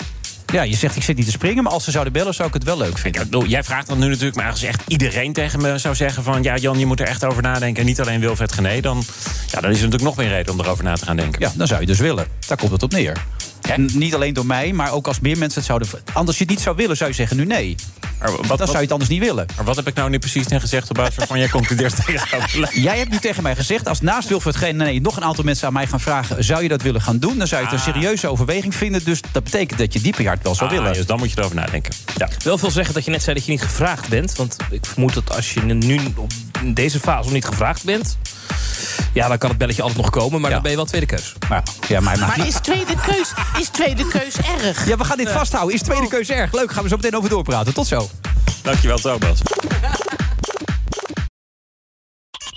S6: Ja, je zegt, ik zit niet te springen, maar als ze zouden bellen... zou ik het wel leuk
S8: Ik
S6: vinden.
S8: bedoel, jij vraagt dat nu natuurlijk, maar als echt iedereen tegen me zou zeggen van... ja, Jan, je moet er echt over nadenken en niet alleen Wilfred Gené... dan, ja, dan is er natuurlijk nog meer reden om erover na te gaan denken.
S6: Ja, dan zou je dus willen. Daar komt het op neer. En niet alleen door mij, maar ook als meer mensen het zouden... Anders je het niet zou willen, zou je zeggen nu nee.
S8: Maar wat,
S6: Dan
S8: wat,
S6: zou je het anders niet willen.
S8: maar wat heb ik nou nu precies net gezegd op basis waarvan jij concludeert dat je zou willen?
S6: Jij hebt nu tegen mij gezegd, als naast Wilfred geen nee, nog een aantal mensen aan mij gaan vragen... zou je dat willen gaan doen? Dan zou je het een serieuze overweging vinden. Dus dat betekent dat je dieper je hart wel zou
S8: Ah,
S6: willen.
S8: Dus dan moet je erover nadenken. Ja.
S9: Wel veel zeggen dat je net zei dat je niet gevraagd bent. Want ik vermoed dat als je nu op in deze fase nog niet gevraagd bent... Ja, dan kan het belletje altijd nog komen, maar
S6: Ja.
S9: dan ben je wel tweede keus.
S6: Maar, ja, maar, maar,
S7: Maar is tweede keus, is tweede keus erg? Eh,
S6: ja, we gaan dit vasthouden. Is tweede keuze erg? Leuk, gaan we zo meteen over doorpraten. Tot zo.
S8: Oh. Dankjewel, Thomas.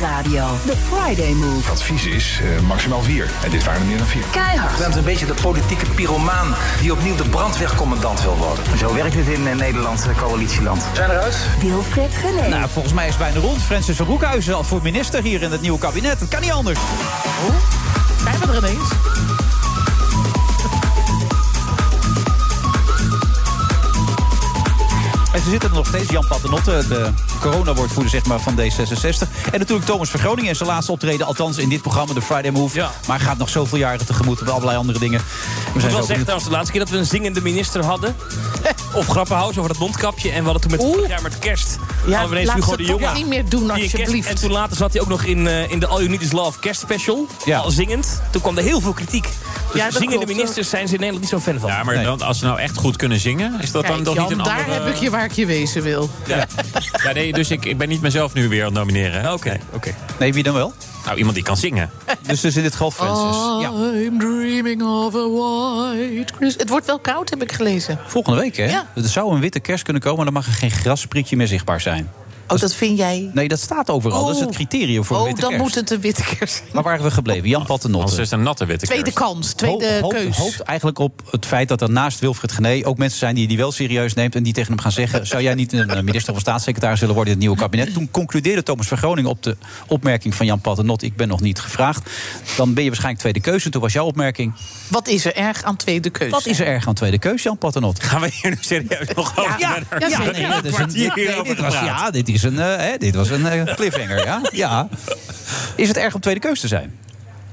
S2: Radio, The Friday Move.
S5: Advies is eh, maximaal vier. En dit waren er meer dan vier.
S2: Keihard.
S10: bent een beetje de politieke pyromaan die opnieuw de brandweercommandant wil worden. Zo werkt het in eh, Nederland, eh, coalitieland. Zijn eruit?
S2: Wilfred Gené.
S6: Nou, volgens mij is het bijna rond. Francis van Broekhuizen al voor minister hier in het nieuwe kabinet. Het kan niet anders.
S7: Zijn we er ineens?
S6: En ze zitten er nog steeds. Jan Paternotte, de corona-woordvoerder zeg maar, van D66. En natuurlijk Thomas van Groningen en zijn laatste optreden. Althans in dit programma, de Friday Move.
S9: Ja.
S6: Maar hij gaat nog zoveel jaren tegemoet op allerlei andere dingen. We
S9: Het
S6: zo
S9: was echt
S6: benieuwd.
S9: trouwens de laatste keer dat we een zingende minister hadden. of grappenhuis over dat mondkapje. En we hadden toen met vorig jaar met kerst.
S7: Ja,
S9: hadden we ineens
S7: laat
S9: Hugo
S7: ze
S9: de
S7: toch
S9: Jonge.
S7: niet meer doen,
S9: die een kerst-
S7: alsjeblieft.
S9: En toen later zat hij ook nog in, eh, in de All You Need Is Love kerstspecial.
S6: Ja.
S9: Al zingend. Toen kwam er heel veel kritiek. Dus
S7: Ja, dat
S9: zingende
S7: klopt
S9: ministers zijn ze in Nederland niet zo'n fan van.
S8: Ja, maar
S6: Nee.
S8: dan, als ze nou echt goed kunnen zingen, is dat dan
S7: Kijk,
S8: toch
S7: Jan,
S8: niet een
S7: daar
S8: andere...
S7: heb
S6: eh,
S7: ik je waar ik je wezen wil.
S8: Ja. Ja, nee, dus ik, ik ben niet mezelf nu weer aan het nomineren. hè?
S9: Oké, oké.
S6: Nee, wie dan wel?
S8: Nou, iemand die kan zingen.
S6: Dus, dus in dit geval Francis. Ja,
S7: I'm dreaming of a white Christmas. Het wordt wel koud, heb ik gelezen.
S6: volgende week, hè?
S7: Ja.
S6: Er zou een witte kerst kunnen komen... maar dan mag er geen grassprietje meer zichtbaar zijn.
S7: Oh, dat vind jij?
S6: Nee, dat staat overal. dat is het
S7: Oh.
S6: criterium voor een
S7: Oh,
S6: witte
S7: dan
S6: kerst.
S7: moet het een witte kerst zijn.
S6: Waar waren we gebleven? Jan Pattenotte.
S8: Anders is het een natte witte
S7: Tweede kans, tweede eh, keus.
S6: hoopt eigenlijk op het feit dat er naast Wilfried Gené ook mensen zijn die die wel serieus neemt en die tegen hem gaan zeggen: zou jij niet een eh, minister of staatssecretaris willen worden in het nieuwe kabinet? Toen concludeerde Thomas van Groningen op de opmerking van Jan Pattenot: ik ben nog niet gevraagd. Dan ben je waarschijnlijk tweede keuze. Toen was jouw opmerking:
S7: Wat is er erg aan tweede keus?
S6: wat is er erg aan tweede keuze, Jan Pattenot?
S8: Gaan we hier nu serieus nog
S7: over?
S6: Ja,
S7: Ja, ja,
S6: nee,
S7: zeker.
S6: dit is een,
S7: Kwartier
S6: nee,
S7: hierover
S6: dit was,
S7: gepraat.
S6: ja, dit is een, eh, hè, dit was een eh, cliffhanger. Ja? ja. Is het erg om tweede keuze te zijn?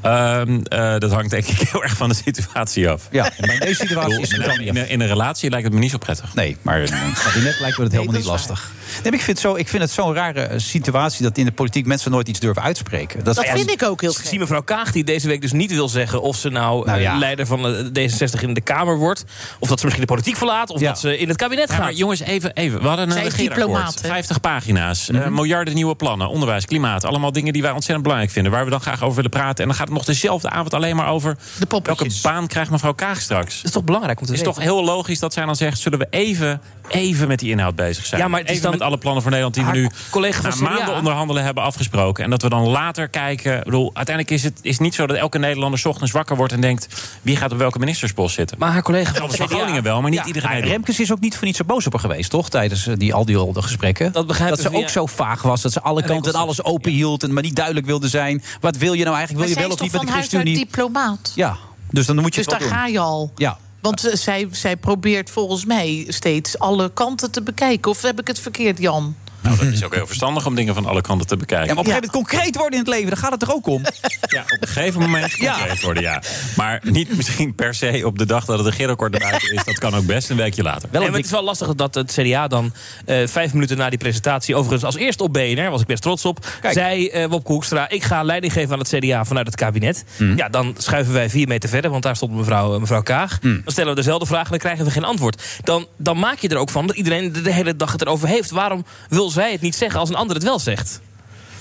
S8: Ehm, eh, dat hangt denk ik heel erg van de situatie af.
S6: Ja, maar in deze situatie
S8: Ik bedoel,
S6: is het
S8: in, in, in een relatie lijkt het me niet zo prettig.
S6: Nee, maar in een kabinet lijkt me dat helemaal niet lastig. Nee, maar ik vind, zo, ik vind het zo'n rare eh, situatie dat in de politiek mensen nooit iets durven uitspreken.
S9: Nou ja,
S7: ik ook heel
S9: Ik zie mevrouw Kaag die deze week dus niet wil zeggen of ze nou,
S6: Nou
S9: eh,
S6: ja.
S9: leider van eh, D66 in de Kamer wordt. Of dat ze misschien de politiek verlaat. Of dat ze in het kabinet
S8: Ja,
S9: gaat.
S8: maar jongens, even, even. We hadden een regeerakkoord. 50 pagina's,
S9: Mhm.
S8: eh, miljarden nieuwe plannen, onderwijs, klimaat. Allemaal dingen die wij ontzettend belangrijk vinden. Waar we dan graag over willen praten. En dan gaat het nog dezelfde avond alleen maar over... welke baan krijgt mevrouw Kaag straks? Dat
S9: is toch belangrijk om te
S8: Het is
S9: weten.
S8: toch heel logisch dat zij dan zegt... zullen we even, even met die inhoud bezig zijn.
S9: Ja, maar het is
S8: even
S9: dan-
S8: met alle plannen voor Nederland die we nu...
S9: collega van
S8: na
S9: CDA.
S8: maanden onderhandelen hebben afgesproken. En dat we dan later kijken... Ik bedoel, uiteindelijk is het is niet zo dat elke Nederlander... 's ochtends wakker wordt en denkt... wie gaat op welke ministerspost zitten?
S9: Maar haar collega
S8: van
S9: CDA
S8: Groningen wel, maar niet
S9: Ja,
S8: iedereen.
S9: maar
S6: Remkes is ook niet voor niets zo boos op haar geweest, toch? Tijdens eh, die, al die ronde gesprekken.
S9: Dat begrijp ik
S6: ze
S9: niet,
S6: ook
S9: ja.
S6: zo vaag was. Dat ze alle
S9: En
S6: kanten en alles open hield. En maar niet duidelijk wilde zijn. Wat wil je nou
S7: Maar
S6: eigenlijk? Wil
S7: zij
S6: je wel
S7: is
S6: of niet met
S7: toch van
S6: de
S7: huis uit
S6: ChristenUnie?
S7: diplomaat?
S6: Ja, dus dan moet je
S7: Dus
S6: het wel
S7: daar
S6: doen.
S7: ga je al.
S6: Ja.
S7: Want eh, zij, zij probeert volgens mij steeds alle kanten te bekijken. Of heb ik het verkeerd, Jan?
S8: Nou, dat is ook heel verstandig om dingen van alle kanten te bekijken.
S6: Ja, maar op een gegeven moment concreet worden in het leven, daar gaat het er ook om.
S8: Ja, op een gegeven moment concreet worden, ja. Maar niet misschien per se op de dag dat het regeerakkoord naar buiten is. Dat kan ook best een weekje later.
S9: Nee, maar het is wel lastig dat het CDA dan eh, vijf minuten na die presentatie... overigens als eerste op BNR, was ik best trots op... zei eh Wopke Hoekstra, ik ga leiding geven aan het CDA vanuit het kabinet. Ja, dan schuiven wij vier meter verder, want daar stond mevrouw, eh, mevrouw Kaag. Dan stellen we dezelfde vraag en dan krijgen we geen antwoord. Dan, dan maak je er ook van dat iedereen de de hele dag het erover heeft. Waarom wil zij het niet zeggen als een ander het wel zegt?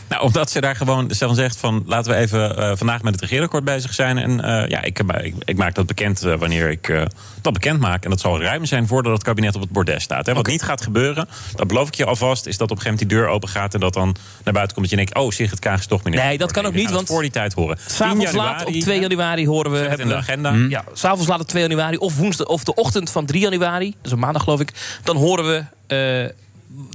S8: Nou, omdat ze daar gewoon zelf zegt van... laten we even eh, vandaag met het regeerakkoord bezig zijn. En eh, ja, ik, heb- ik, ik maak dat bekend eh, wanneer ik eh, dat bekend maak. En dat zal ruim zijn voordat het kabinet op het bordes staat. Hè. Wat niet gaat gebeuren, dat beloof ik je alvast... is dat op een gegeven moment die deur open gaat... en dat dan naar buiten komt dat je denkt... oh, Sigrid Kaag is toch minister.
S9: Nee, dat kan ook
S8: We gaan
S9: niet,
S8: het
S9: want
S8: voor die tijd horen. 10
S9: S'avonds
S8: januari,
S9: laat op 2 januari horen we...
S8: in de agenda.
S9: Mm. Ja, s'avonds laat op 2 januari of woensdag of de ochtend van 3 januari. Dat is een maandag geloof ik. Dan horen we eh,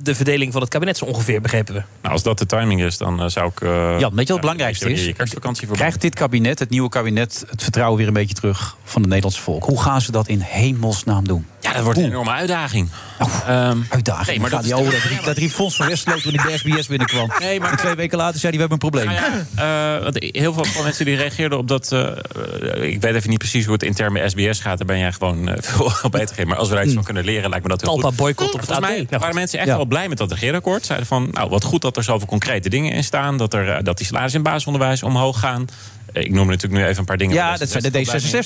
S9: de verdeling van het kabinet zo ongeveer, begrepen we.
S8: Nou, als dat de timing is, dan eh, zou ik... eh,
S6: Jan, weet je wat het
S8: ja,
S6: belangrijkste
S8: je-
S6: is?
S8: Je kerstvakantie voor
S6: Krijgt dit kabinet, het nieuwe kabinet, het vertrouwen weer een beetje terug van het Nederlandse volk? Hoe gaan ze dat in hemelsnaam doen?
S8: Ja, dat wordt een enorme uitdaging.
S6: Oh,
S8: Ehm,
S6: uitdaging.
S8: nee, maar
S6: Gaat
S8: dat
S6: die
S8: is-
S6: oude- dat, riep, dat riep Fons van Westloot toen ik bij SBS binnenkwam.
S8: Nee, maar-
S6: En twee weken later zei hij, we hebben een probleem.
S8: Eh, want heel veel van mensen die reageerden op dat... eh, eh, ik weet even niet precies hoe het in termen SBS gaat. Daar ben jij gewoon eh, veel beter in. Maar als we daar iets
S6: Hmm.
S8: van kunnen leren, lijkt me dat heel
S9: Talpa
S8: goed.
S9: boycott op het
S8: Volgens
S9: AD.
S8: mij
S9: Nou, goed.
S8: waren mensen echt
S9: Ja.
S8: wel blij met dat regeerakkoord. Zeiden van, nou, wat goed dat er zoveel concrete dingen in staan. Dat, er, eh, dat die salarissen in basisonderwijs omhoog gaan. Eh, ik noem natuurlijk nu even een paar dingen.
S6: Ja, dat zijn de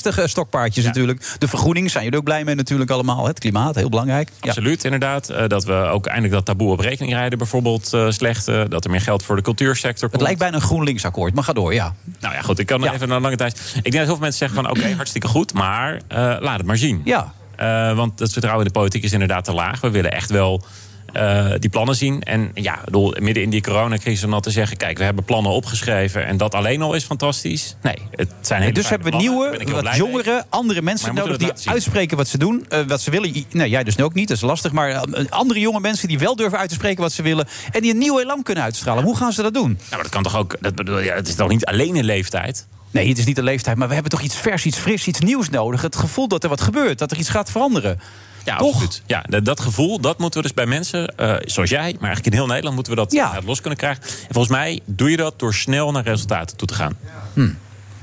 S6: D66-stokpaardjes natuurlijk. De vergroening zijn jullie ook blij mee natuurlijk allemaal. hè? Het klimaat, heel belangrijk.
S8: Absoluut, inderdaad. Eh, dat we ook eindelijk dat taboe op rekening rijden bijvoorbeeld eh, slecht. eh, dat er meer geld voor de cultuursector komt.
S6: Het lijkt bijna een GroenLinks-akkoord, maar ga door, ja.
S8: Nou ja, goed, ik kan nog even naar lange tijd. Ik denk dat heel veel mensen zeggen van oké, hartstikke goed, maar eh, laat het maar zien.
S6: Ja.
S8: Eh, want het vertrouwen in de politiek is inderdaad te laag. We willen echt wel eh, die plannen zien. En ja, ik bedoel, midden in die coronacrisis om dan te zeggen... kijk, we hebben plannen opgeschreven en dat alleen al is fantastisch. Nee, het zijn hele
S6: dus
S8: fijne
S6: hebben we
S8: plannen. Daar
S6: nieuwe,
S8: ben ik heel
S6: wat
S8: blij mee.
S6: jongere, andere mensen
S8: Maar moeten
S6: nodig die
S8: we het laten zien?
S6: uitspreken wat ze doen, eh, wat ze willen. I- Nee, jij dus ook niet, dat is lastig. Maar eh, andere jonge mensen die wel durven uit te spreken wat ze willen en die een nieuw elan kunnen uitstralen. Hoe gaan ze dat doen?
S8: Nou, maar dat kan toch ook... Dat bedoel, ja, het is toch niet alleen een leeftijd?
S6: Nee, het is niet de leeftijd, maar we hebben toch iets vers, iets fris, iets nieuws nodig. Het gevoel dat er wat gebeurt, dat er iets gaat veranderen.
S8: Ja, absoluut. Ja, d- dat, gevoel, dat moeten we dus bij mensen, eh, zoals jij... maar eigenlijk in heel Nederland moeten we dat eh, los kunnen krijgen. En volgens mij doe je dat door snel naar resultaten toe te gaan.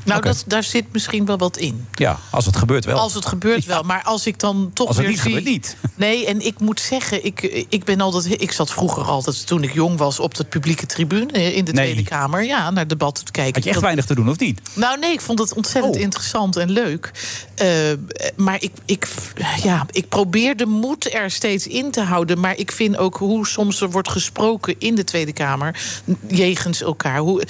S7: Nou, dat, daar zit misschien wel wat in.
S6: Ja, als het gebeurt wel.
S7: Als het gebeurt wel. Maar als ik dan toch
S6: Als het
S7: weer
S6: niet
S7: zie...
S6: gebeurt, niet.
S7: Nee, en ik moet zeggen, ik, ik, ben altijd, ik zat vroeger altijd, toen ik jong was... op de publieke tribune eh, in de
S6: Nee.
S7: Tweede Kamer... ja, naar debatten te kijken.
S6: Had je echt
S7: Dat-
S6: weinig te doen, of niet?
S7: Nou, nee, ik vond het ontzettend interessant en leuk. Eh, maar ik, ik, ja, ik probeer de moed er steeds in te houden. Maar ik vind ook hoe soms er wordt gesproken in de Tweede Kamer... n- jegens elkaar. Hoe,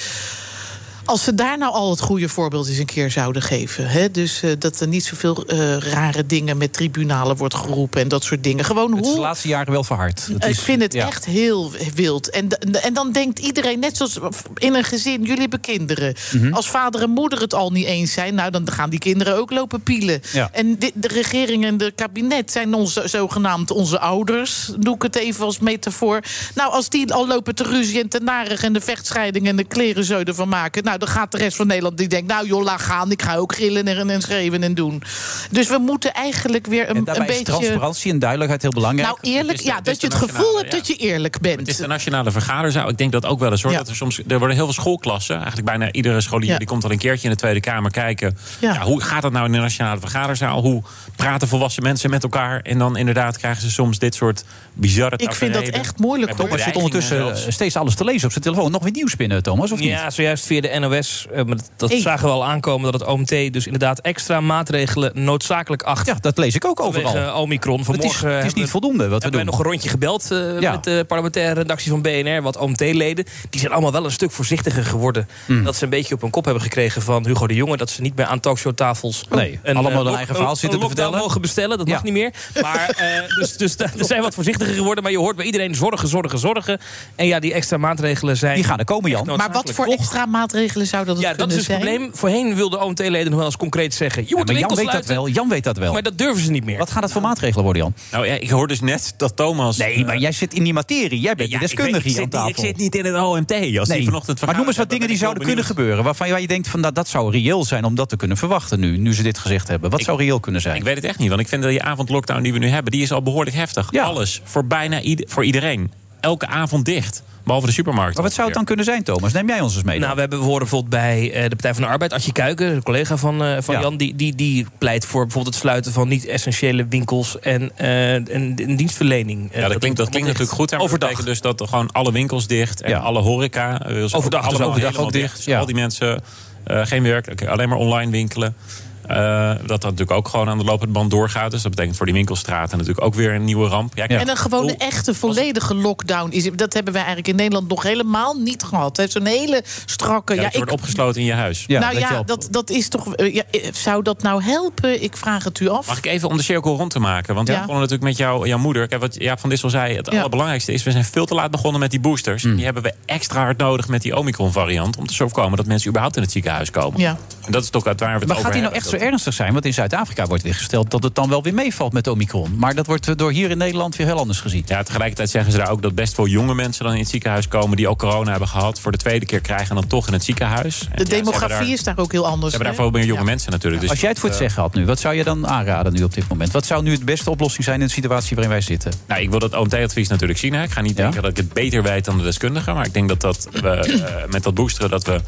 S7: als ze daar nou al het goede voorbeeld eens een keer zouden geven. Hè? Dus eh, dat er niet zoveel eh, rare dingen met tribunalen wordt geroepen en dat soort dingen. Gewoon
S6: Het is de
S7: hoe
S6: laatste jaren wel verhard. Dat
S7: ik
S6: is-
S7: vind het
S6: ja.
S7: echt heel wild. En, da- en dan denkt iedereen, net zoals in een gezin, jullie hebben kinderen.
S6: Mhm.
S7: Als vader en moeder het al niet eens zijn, nou dan gaan die kinderen ook lopen pielen.
S6: Ja.
S7: En di- de regering en de kabinet zijn onze, zogenaamd onze ouders. Doe ik het even als metafoor. Nou, als die al lopen te ruzie en te narig en de vechtscheiding en de kleren zo ervan maken. Nou, dan gaat de rest van Nederland die denkt, nou joh, laat gaan. Ik ga ook grillen en, en schreeuwen en doen. Dus we moeten eigenlijk weer een,
S6: En
S7: een
S6: daarbij is
S7: beetje.
S6: transparantie en duidelijkheid heel belangrijk.
S7: Nou, eerlijk, ja, dat je het gevoel hebt dat je eerlijk bent.
S8: Het is de nationale vergaderzaal. Ik denk dat ook wel eens hoor. Dat er, soms, er worden heel veel schoolklassen. Eigenlijk bijna iedere scholier
S7: Ja.
S8: die komt al een keertje in de Tweede Kamer kijken. Ja.
S7: Ja.
S8: hoe gaat dat nou in de nationale vergaderzaal? Hoe praten volwassen mensen met elkaar? En dan inderdaad krijgen ze soms dit soort bizarre
S7: Ik vind dat
S8: taferelen.
S7: echt moeilijk, hoor.
S6: Thomas zit ondertussen eh, steeds alles te lezen op zijn telefoon. Nog weer nieuws binnen, Thomas, of niet?
S9: Ja, zojuist via de NOS. eh, maar dat dat
S6: Hey.
S9: zagen we al aankomen dat het OMT dus inderdaad extra maatregelen noodzakelijk acht. Ja,
S6: dat lees ik ook overal.
S9: Omicron.
S6: Het is,
S9: Vanmorgen
S6: het is
S9: hebben
S6: niet voldoende wat we
S9: hebben
S6: doen.
S9: wij nog een rondje gebeld eh,
S6: Ja.
S9: met de parlementaire redactie van BNR. Wat OMT-leden. Die zijn allemaal wel een stuk voorzichtiger geworden.
S6: Mm.
S9: Dat ze een beetje op hun kop hebben gekregen van Hugo de Jonge. Dat ze niet meer aan talkshowtafels.
S6: Nee, allemaal
S9: eh,
S6: hun
S9: lock-
S6: eigen verhaal
S9: een-
S6: zitten
S9: een
S6: te
S9: lockdown
S6: vertellen.
S9: mogen bestellen. Dat mag niet meer. Maar eh, dus, dus daar- er zijn wat voorzichtiger geworden. Maar je hoort bij iedereen zorgen, zorgen, zorgen. En ja, die extra maatregelen zijn. Die gaan er komen, Jan.
S7: Maar wat voor extra maatregelen zou dat
S9: Ja, dat is dus
S7: kunnen
S9: het
S7: zijn?
S9: probleem. Voorheen wilden OMT-leden nog wel eens concreet zeggen. Je
S6: Ja,
S9: moet
S6: maar
S9: de
S6: Jan
S9: winkels
S6: weet, dat
S9: sluiten.
S6: wel, Jan weet dat wel.
S9: Maar dat durven ze niet meer.
S6: Wat gaat het voor maatregelen worden, Jan?
S8: Nou ja, ik hoor dus net dat Thomas... eh,
S6: Nee, maar jij zit in die materie. Jij bent de deskundige
S8: ik
S6: hier aan
S8: zit niet-
S6: tafel.
S8: ik zit niet in het OMT. Als die vanochtend
S6: maar noem eens wat dingen die zouden kunnen gebeuren... waarvan jij denkt, van, nou, dat zou reëel zijn om dat te kunnen verwachten nu... nu ze dit gezegd hebben. Wat zou reëel kunnen zijn?
S8: Ik weet het echt niet, want ik vind dat die avondlockdown die we nu hebben... die is al behoorlijk heftig. Alles, voor bijna ieder- voor iedereen. Elke avond dicht, behalve de supermarkt.
S6: Maar wat zou het dan kunnen zijn, Thomas? Neem jij ons eens mee. dan.
S9: Nou, we hebben we horen bijvoorbeeld bij eh, de Partij van de Arbeid, Adje Kuiken, een collega van, eh, van
S6: Ja.
S9: Jan, die, die, die pleit voor bijvoorbeeld het sluiten van niet-essentiële winkels en, eh, en, en dienstverlening. Eh,
S8: Ja, dat klinkt, dat
S9: allemaal
S8: klinkt
S9: dicht.
S8: natuurlijk goed. hè, Maar dat
S9: Overdag.
S8: betekent dus dat gewoon alle winkels dicht en
S9: Ja.
S8: alle horeca. eh, dus
S9: Overdag
S8: allemaal
S9: dus overdag
S8: helemaal
S9: ook dicht,
S8: Dus al die mensen eh, geen werk, oké, alleen maar online winkelen. Eh, dat dat natuurlijk ook gewoon aan de lopende band doorgaat. Dus dat betekent voor die winkelstraten natuurlijk ook weer een nieuwe ramp. Ja, kijk,
S7: En een gewone, echte, volledige lockdown. Is, dat hebben wij eigenlijk in Nederland nog helemaal niet gehad. hè. Zo'n hele strakke...
S8: ja,
S7: Ja,
S8: dat je
S7: ik,
S8: wordt opgesloten in je huis.
S7: nou ja, dat, dat is toch... eh, Ja, eh, zou dat nou helpen? Ik vraag het u af.
S8: Mag ik even om de cirkel rond te maken? Want we
S7: Ja.
S8: begonnen natuurlijk met jou, jouw moeder. Kijk, wat Jaap van Dissel zei, het
S7: Ja.
S8: allerbelangrijkste is... we zijn veel te laat begonnen met die boosters. Die hebben we extra hard nodig met die Omicron-variant... om te voorkomen dat mensen überhaupt in het ziekenhuis komen.
S7: Ja.
S8: En dat is toch uit waar we het
S6: Maar
S8: over
S6: gaat die nou echt
S8: hebben.
S6: zo ernstig zijn? Want in Zuid-Afrika wordt weer gesteld dat het dan wel weer meevalt met Omicron. Maar dat wordt eh, door hier in Nederland weer heel anders gezien.
S8: Ja, tegelijkertijd zeggen ze daar ook dat best veel jonge mensen dan in het ziekenhuis komen... die al corona hebben gehad, voor de tweede keer krijgen en dan toch in het ziekenhuis. En ja,
S7: De
S8: ze hebben
S7: demografie
S8: daar-
S7: is daar ook heel
S8: Ze
S7: anders.
S8: hebben daar
S7: hè?
S8: veel meer jonge mensen natuurlijk. Dus
S6: Als jij het voor het
S8: eh,
S6: zeggen had nu, wat zou je dan aanraden nu op dit moment? Wat zou nu het beste oplossing zijn in de situatie waarin wij zitten?
S8: Nou, ik wil dat OMT-advies natuurlijk zien. Hè. Ik ga niet denken dat ik het beter weet dan de deskundigen. Maar ik denk dat, dat we eh, met dat boosteren... dat we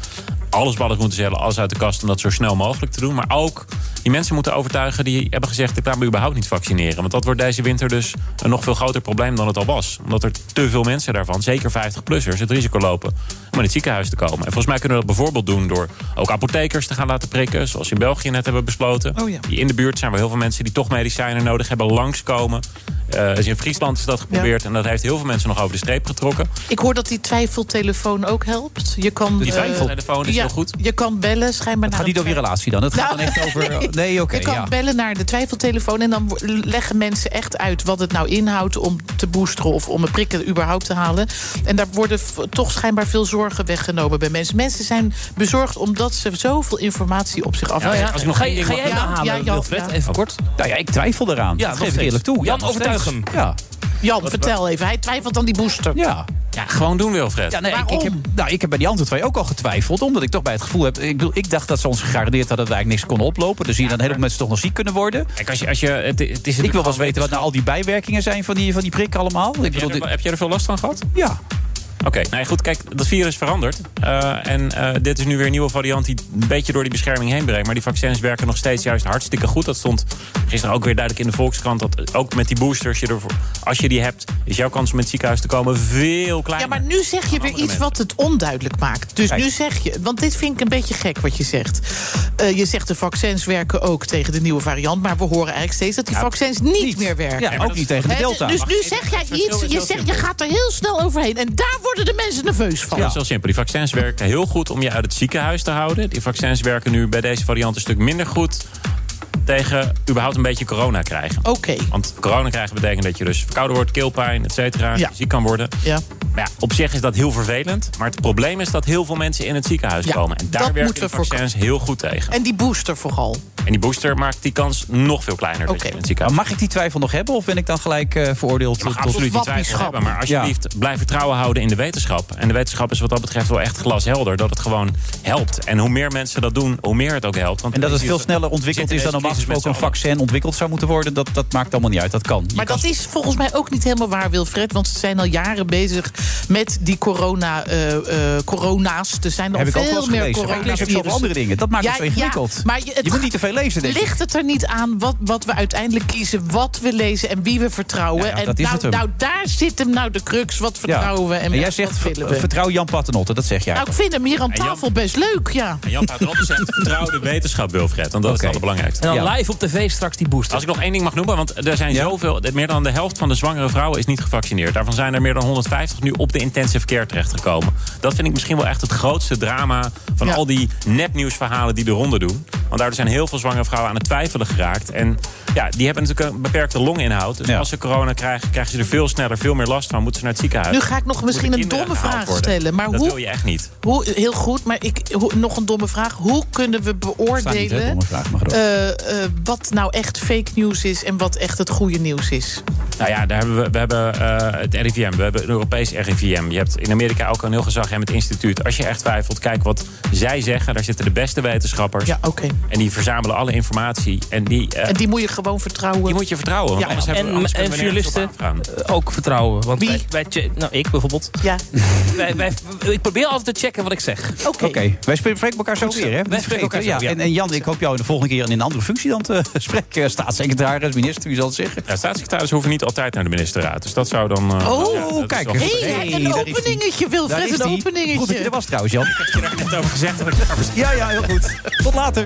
S8: alles ballen moeten zetten, alles uit de kast... om dat zo snel mogelijk te doen. Maar ook die mensen moeten overtuigen die hebben gezegd... ik laat me überhaupt niet vaccineren. Want dat wordt deze winter dus een nog veel groter probleem dan het al was. Omdat er te veel mensen daarvan, zeker 50-plussers... het risico lopen om in het ziekenhuis te komen. En volgens mij kunnen we dat bijvoorbeeld doen... door ook apothekers te gaan laten prikken. Zoals in België net hebben besloten. Hier in de buurt zijn wel heel veel mensen die toch medicijnen nodig hebben... langskomen. Eh, dus in Friesland is dat geprobeerd. En dat heeft heel veel mensen nog over de streep getrokken.
S7: Ik hoor dat die twijfeltelefoon ook helpt. Je kan,
S8: Die
S7: eh,
S8: twijfeltelefoon is
S7: ja,
S8: heel goed.
S7: Je kan bellen, schijnbaar
S6: Het gaat
S7: naar
S6: niet
S7: een
S6: over je relatie dan. Het gaat
S7: Nou,
S6: dan echt over... Nee, oké,
S7: je kan
S6: ja.
S7: bellen naar de twijfeltelefoon en dan wo- leggen mensen echt uit wat het nou inhoudt om te boosteren of om een prikken überhaupt te halen. En daar worden v- toch schijnbaar veel zorgen weggenomen bij mensen. Mensen zijn bezorgd omdat ze zoveel informatie op zich af
S6: Oh
S9: Nou ja, ga, je- ga jij hem halen,
S6: eh,
S7: ja, Jan,
S9: Wilfred?
S7: ja.
S9: Even kort.
S6: Nou ja, ik twijfel eraan.
S9: Ja,
S6: dat
S9: nog
S6: geef ik eerlijk
S9: steeds.
S6: toe.
S9: Jan,
S6: nog
S9: overtuig
S6: steeds.
S9: hem.
S6: Ja.
S7: Jan, vertel even. Hij twijfelt aan die booster.
S6: Ja.
S8: Ja, gewoon doen, Wilfred.
S6: Ja, nee, ik, ik, heb, nou, ik heb bij die andere twee ook al getwijfeld. Omdat ik toch bij het gevoel heb... Ik, bedoel, ik dacht dat ze ons gegarandeerd hadden dat we eigenlijk niks konden oplopen. Dus hier dan een heleboel mensen toch nog ziek kunnen worden.
S8: Kijk, als je, als je, het, het is
S6: ik wil wel eens weten wat nou al die bijwerkingen zijn van die, van die prik allemaal. Ik
S8: Heb jij,
S6: bedoel,
S8: er, heb jij er veel last van gehad?
S6: Ja.
S8: Oké, nou ja, goed, kijk, dat virus verandert. Eh, en eh, dit is nu weer een nieuwe variant die een beetje door die bescherming heen breekt. Maar die vaccins werken nog steeds juist hartstikke goed. Dat stond gisteren ook weer duidelijk in de Volkskrant. Dat ook met die boosters, je ervoor, als je die hebt, is jouw kans om in het ziekenhuis te komen veel kleiner.
S7: Ja, maar nu zeg je weer iets wat het onduidelijk maakt. Dus
S8: Kijk.
S7: nu zeg je, want dit vind ik een beetje gek wat je zegt. Eh, je zegt de vaccins werken ook tegen de nieuwe variant, maar we horen eigenlijk steeds dat die vaccins niet, meer werken.
S6: Ja, ook niet tegen de
S7: Hè,
S6: delta.
S7: Dus
S6: Mag
S7: nu
S6: ik-
S7: zeg jij
S6: verschil is
S7: iets, je,
S6: heel
S7: zegt, je
S6: simpel.
S7: gaat er heel snel overheen en daar word worden de mensen nerveus van.
S8: Ja, dat is heel simpel. Die vaccins werken heel goed om je uit het ziekenhuis te houden. Die vaccins werken nu bij deze variant een stuk minder goed tegen überhaupt een beetje corona krijgen.
S7: Oké.
S8: Want corona krijgen betekent dat je dus verkouden wordt, keelpijn, et cetera,
S7: Ja.
S8: ziek kan worden.
S7: Ja.
S8: Maar ja, op zich is dat heel vervelend. Maar het probleem is dat heel veel mensen in het ziekenhuis
S7: Ja,
S8: komen. En daar
S7: dat
S8: werken
S7: moeten
S8: de
S7: we
S8: vaccins heel goed tegen.
S7: En die booster vooral.
S8: En die booster maakt die kans nog veel kleiner dat je in het ziekenhuis
S6: Mag ik die twijfel nog hebben of ben ik dan gelijk eh, veroordeeld
S8: Je mag absoluut die twijfel hebben, maar alsjeblieft blijf vertrouwen houden in de wetenschap. En de wetenschap is wat dat betreft wel echt glashelder, dat het gewoon helpt. En hoe meer mensen dat doen, hoe meer het ook helpt. Want
S6: En dat het
S8: deze-
S6: veel sneller ontwikkeld
S8: zitten
S6: is dan
S8: eh, deze
S6: normaal
S8: crisis met
S6: gesproken een
S8: z'n allen.
S6: vaccin ontwikkeld zou moeten worden, dat, dat maakt allemaal niet uit. Dat kan.
S7: Maar dat is volgens mij ook niet helemaal waar, Wilfred. Want ze zijn al jaren bezig met die corona, eh, eh, corona's. Er zijn al
S6: Heb ik ook
S7: veel
S6: wel eens
S7: meer
S6: gelezen. Maar ik lees ook zoveel
S7: coronavirussen.
S6: andere dingen. Dat maakt het zo ingewikkeld.
S7: maar
S6: Je moet niet te veel lezen, denk ik.
S7: Ligt het er niet aan wat, wat we uiteindelijk kiezen, wat we lezen en wie we vertrouwen?
S6: Ja, ja,
S7: en
S6: dat is
S7: nou,
S6: het hem.
S7: nou, daar zit hem nou de crux. Wat
S6: Ja.
S7: vertrouwen we en,
S6: jij
S7: wat
S6: zegt eh,
S7: willen
S6: ver-
S7: we?
S6: vertrouw Jan Paternotte, dat zeg jij.
S7: Nou, ik vind hem hier aan
S8: En Jan-
S7: tafel best leuk, ja.
S8: En Jan Paternotte zegt vertrouw de wetenschap, Wilfred. Want dat is het allerbelangrijkste.
S9: En dan live op tv straks die booster.
S8: Als ik nog één ding mag noemen, want er zijn zoveel... meer dan de helft van de zwangere vrouwen is niet gevaccineerd. Daarvan zijn er meer dan 150 nu op de intensive care terechtgekomen. Dat vind ik misschien wel echt het grootste drama... van al die nepnieuwsverhalen die de ronde doen. Want daardoor zijn heel veel zwangere vrouwen aan het twijfelen geraakt. En ja, die hebben natuurlijk een beperkte longinhoud. Dus als ze corona krijgen, krijgen ze er veel sneller, veel meer last van. Moeten ze naar het ziekenhuis.
S7: Nu ga ik nog
S8: Moeten
S7: misschien een
S8: kinderen
S7: domme
S8: gehaald
S7: vraag
S8: worden.
S7: stellen, maar
S8: dat
S7: hoe-
S8: wil je echt niet.
S7: Hoe, heel goed, maar ik, hoe- nog een domme vraag. Hoe kunnen we
S8: Staat niet, hè,
S7: beoordelen
S8: domme vraag, maar goed.
S7: eh, eh, wat nou echt fake nieuws is en wat echt het goede nieuws is?
S8: Nou ja, daar hebben we, we hebben eh, het RIVM, we hebben een Europees RIVM. Je hebt in Amerika ook een heel gezaghebbend instituut. Als je echt twijfelt, kijk wat zij zeggen. Daar zitten de beste wetenschappers.
S7: Ja, oké.
S8: En die verzamelen alle informatie. En die, eh,
S7: En die moet je gewoon vertrouwen. Die
S8: moet je vertrouwen. want anders hebben we-
S9: en
S8: anders
S9: en
S8: kunnen we nergens op
S9: journalisten eh, ook vertrouwen. Want Wij, wij che- nou, ik bijvoorbeeld.
S7: Ja.
S9: wij, wij, ik probeer altijd te checken wat ik zeg.
S7: Oké.
S6: Wij spreken spreken elkaar zo
S9: Goed zo.
S6: weer, hè?
S9: Wij
S6: Niet
S9: spreken elkaar
S6: vergeten.
S9: zo, ja.
S6: En, en Jan, ik hoop jou de volgende keer in een andere functie dan te spreken. eh, Staatssecretaris, minister, wie zal het zeggen?
S8: Ja, staatssecretaris hoeven niet altijd naar de ministerraad. Dus dat zou dan... eh,
S7: Oh,
S8: ja, dat is
S6: kijk
S8: wel
S6: eens.
S8: goed.
S6: Hey,
S7: Hey, een
S6: daar is die.
S7: openingetje,
S6: Daar
S7: Wilfred,
S6: is
S7: een
S6: die.
S7: openingetje.
S6: Goed dat je er was trouwens, Jan.
S8: Ik heb je net over gezegd dat ik daar was.
S6: Ja, ja, heel goed. Tot later.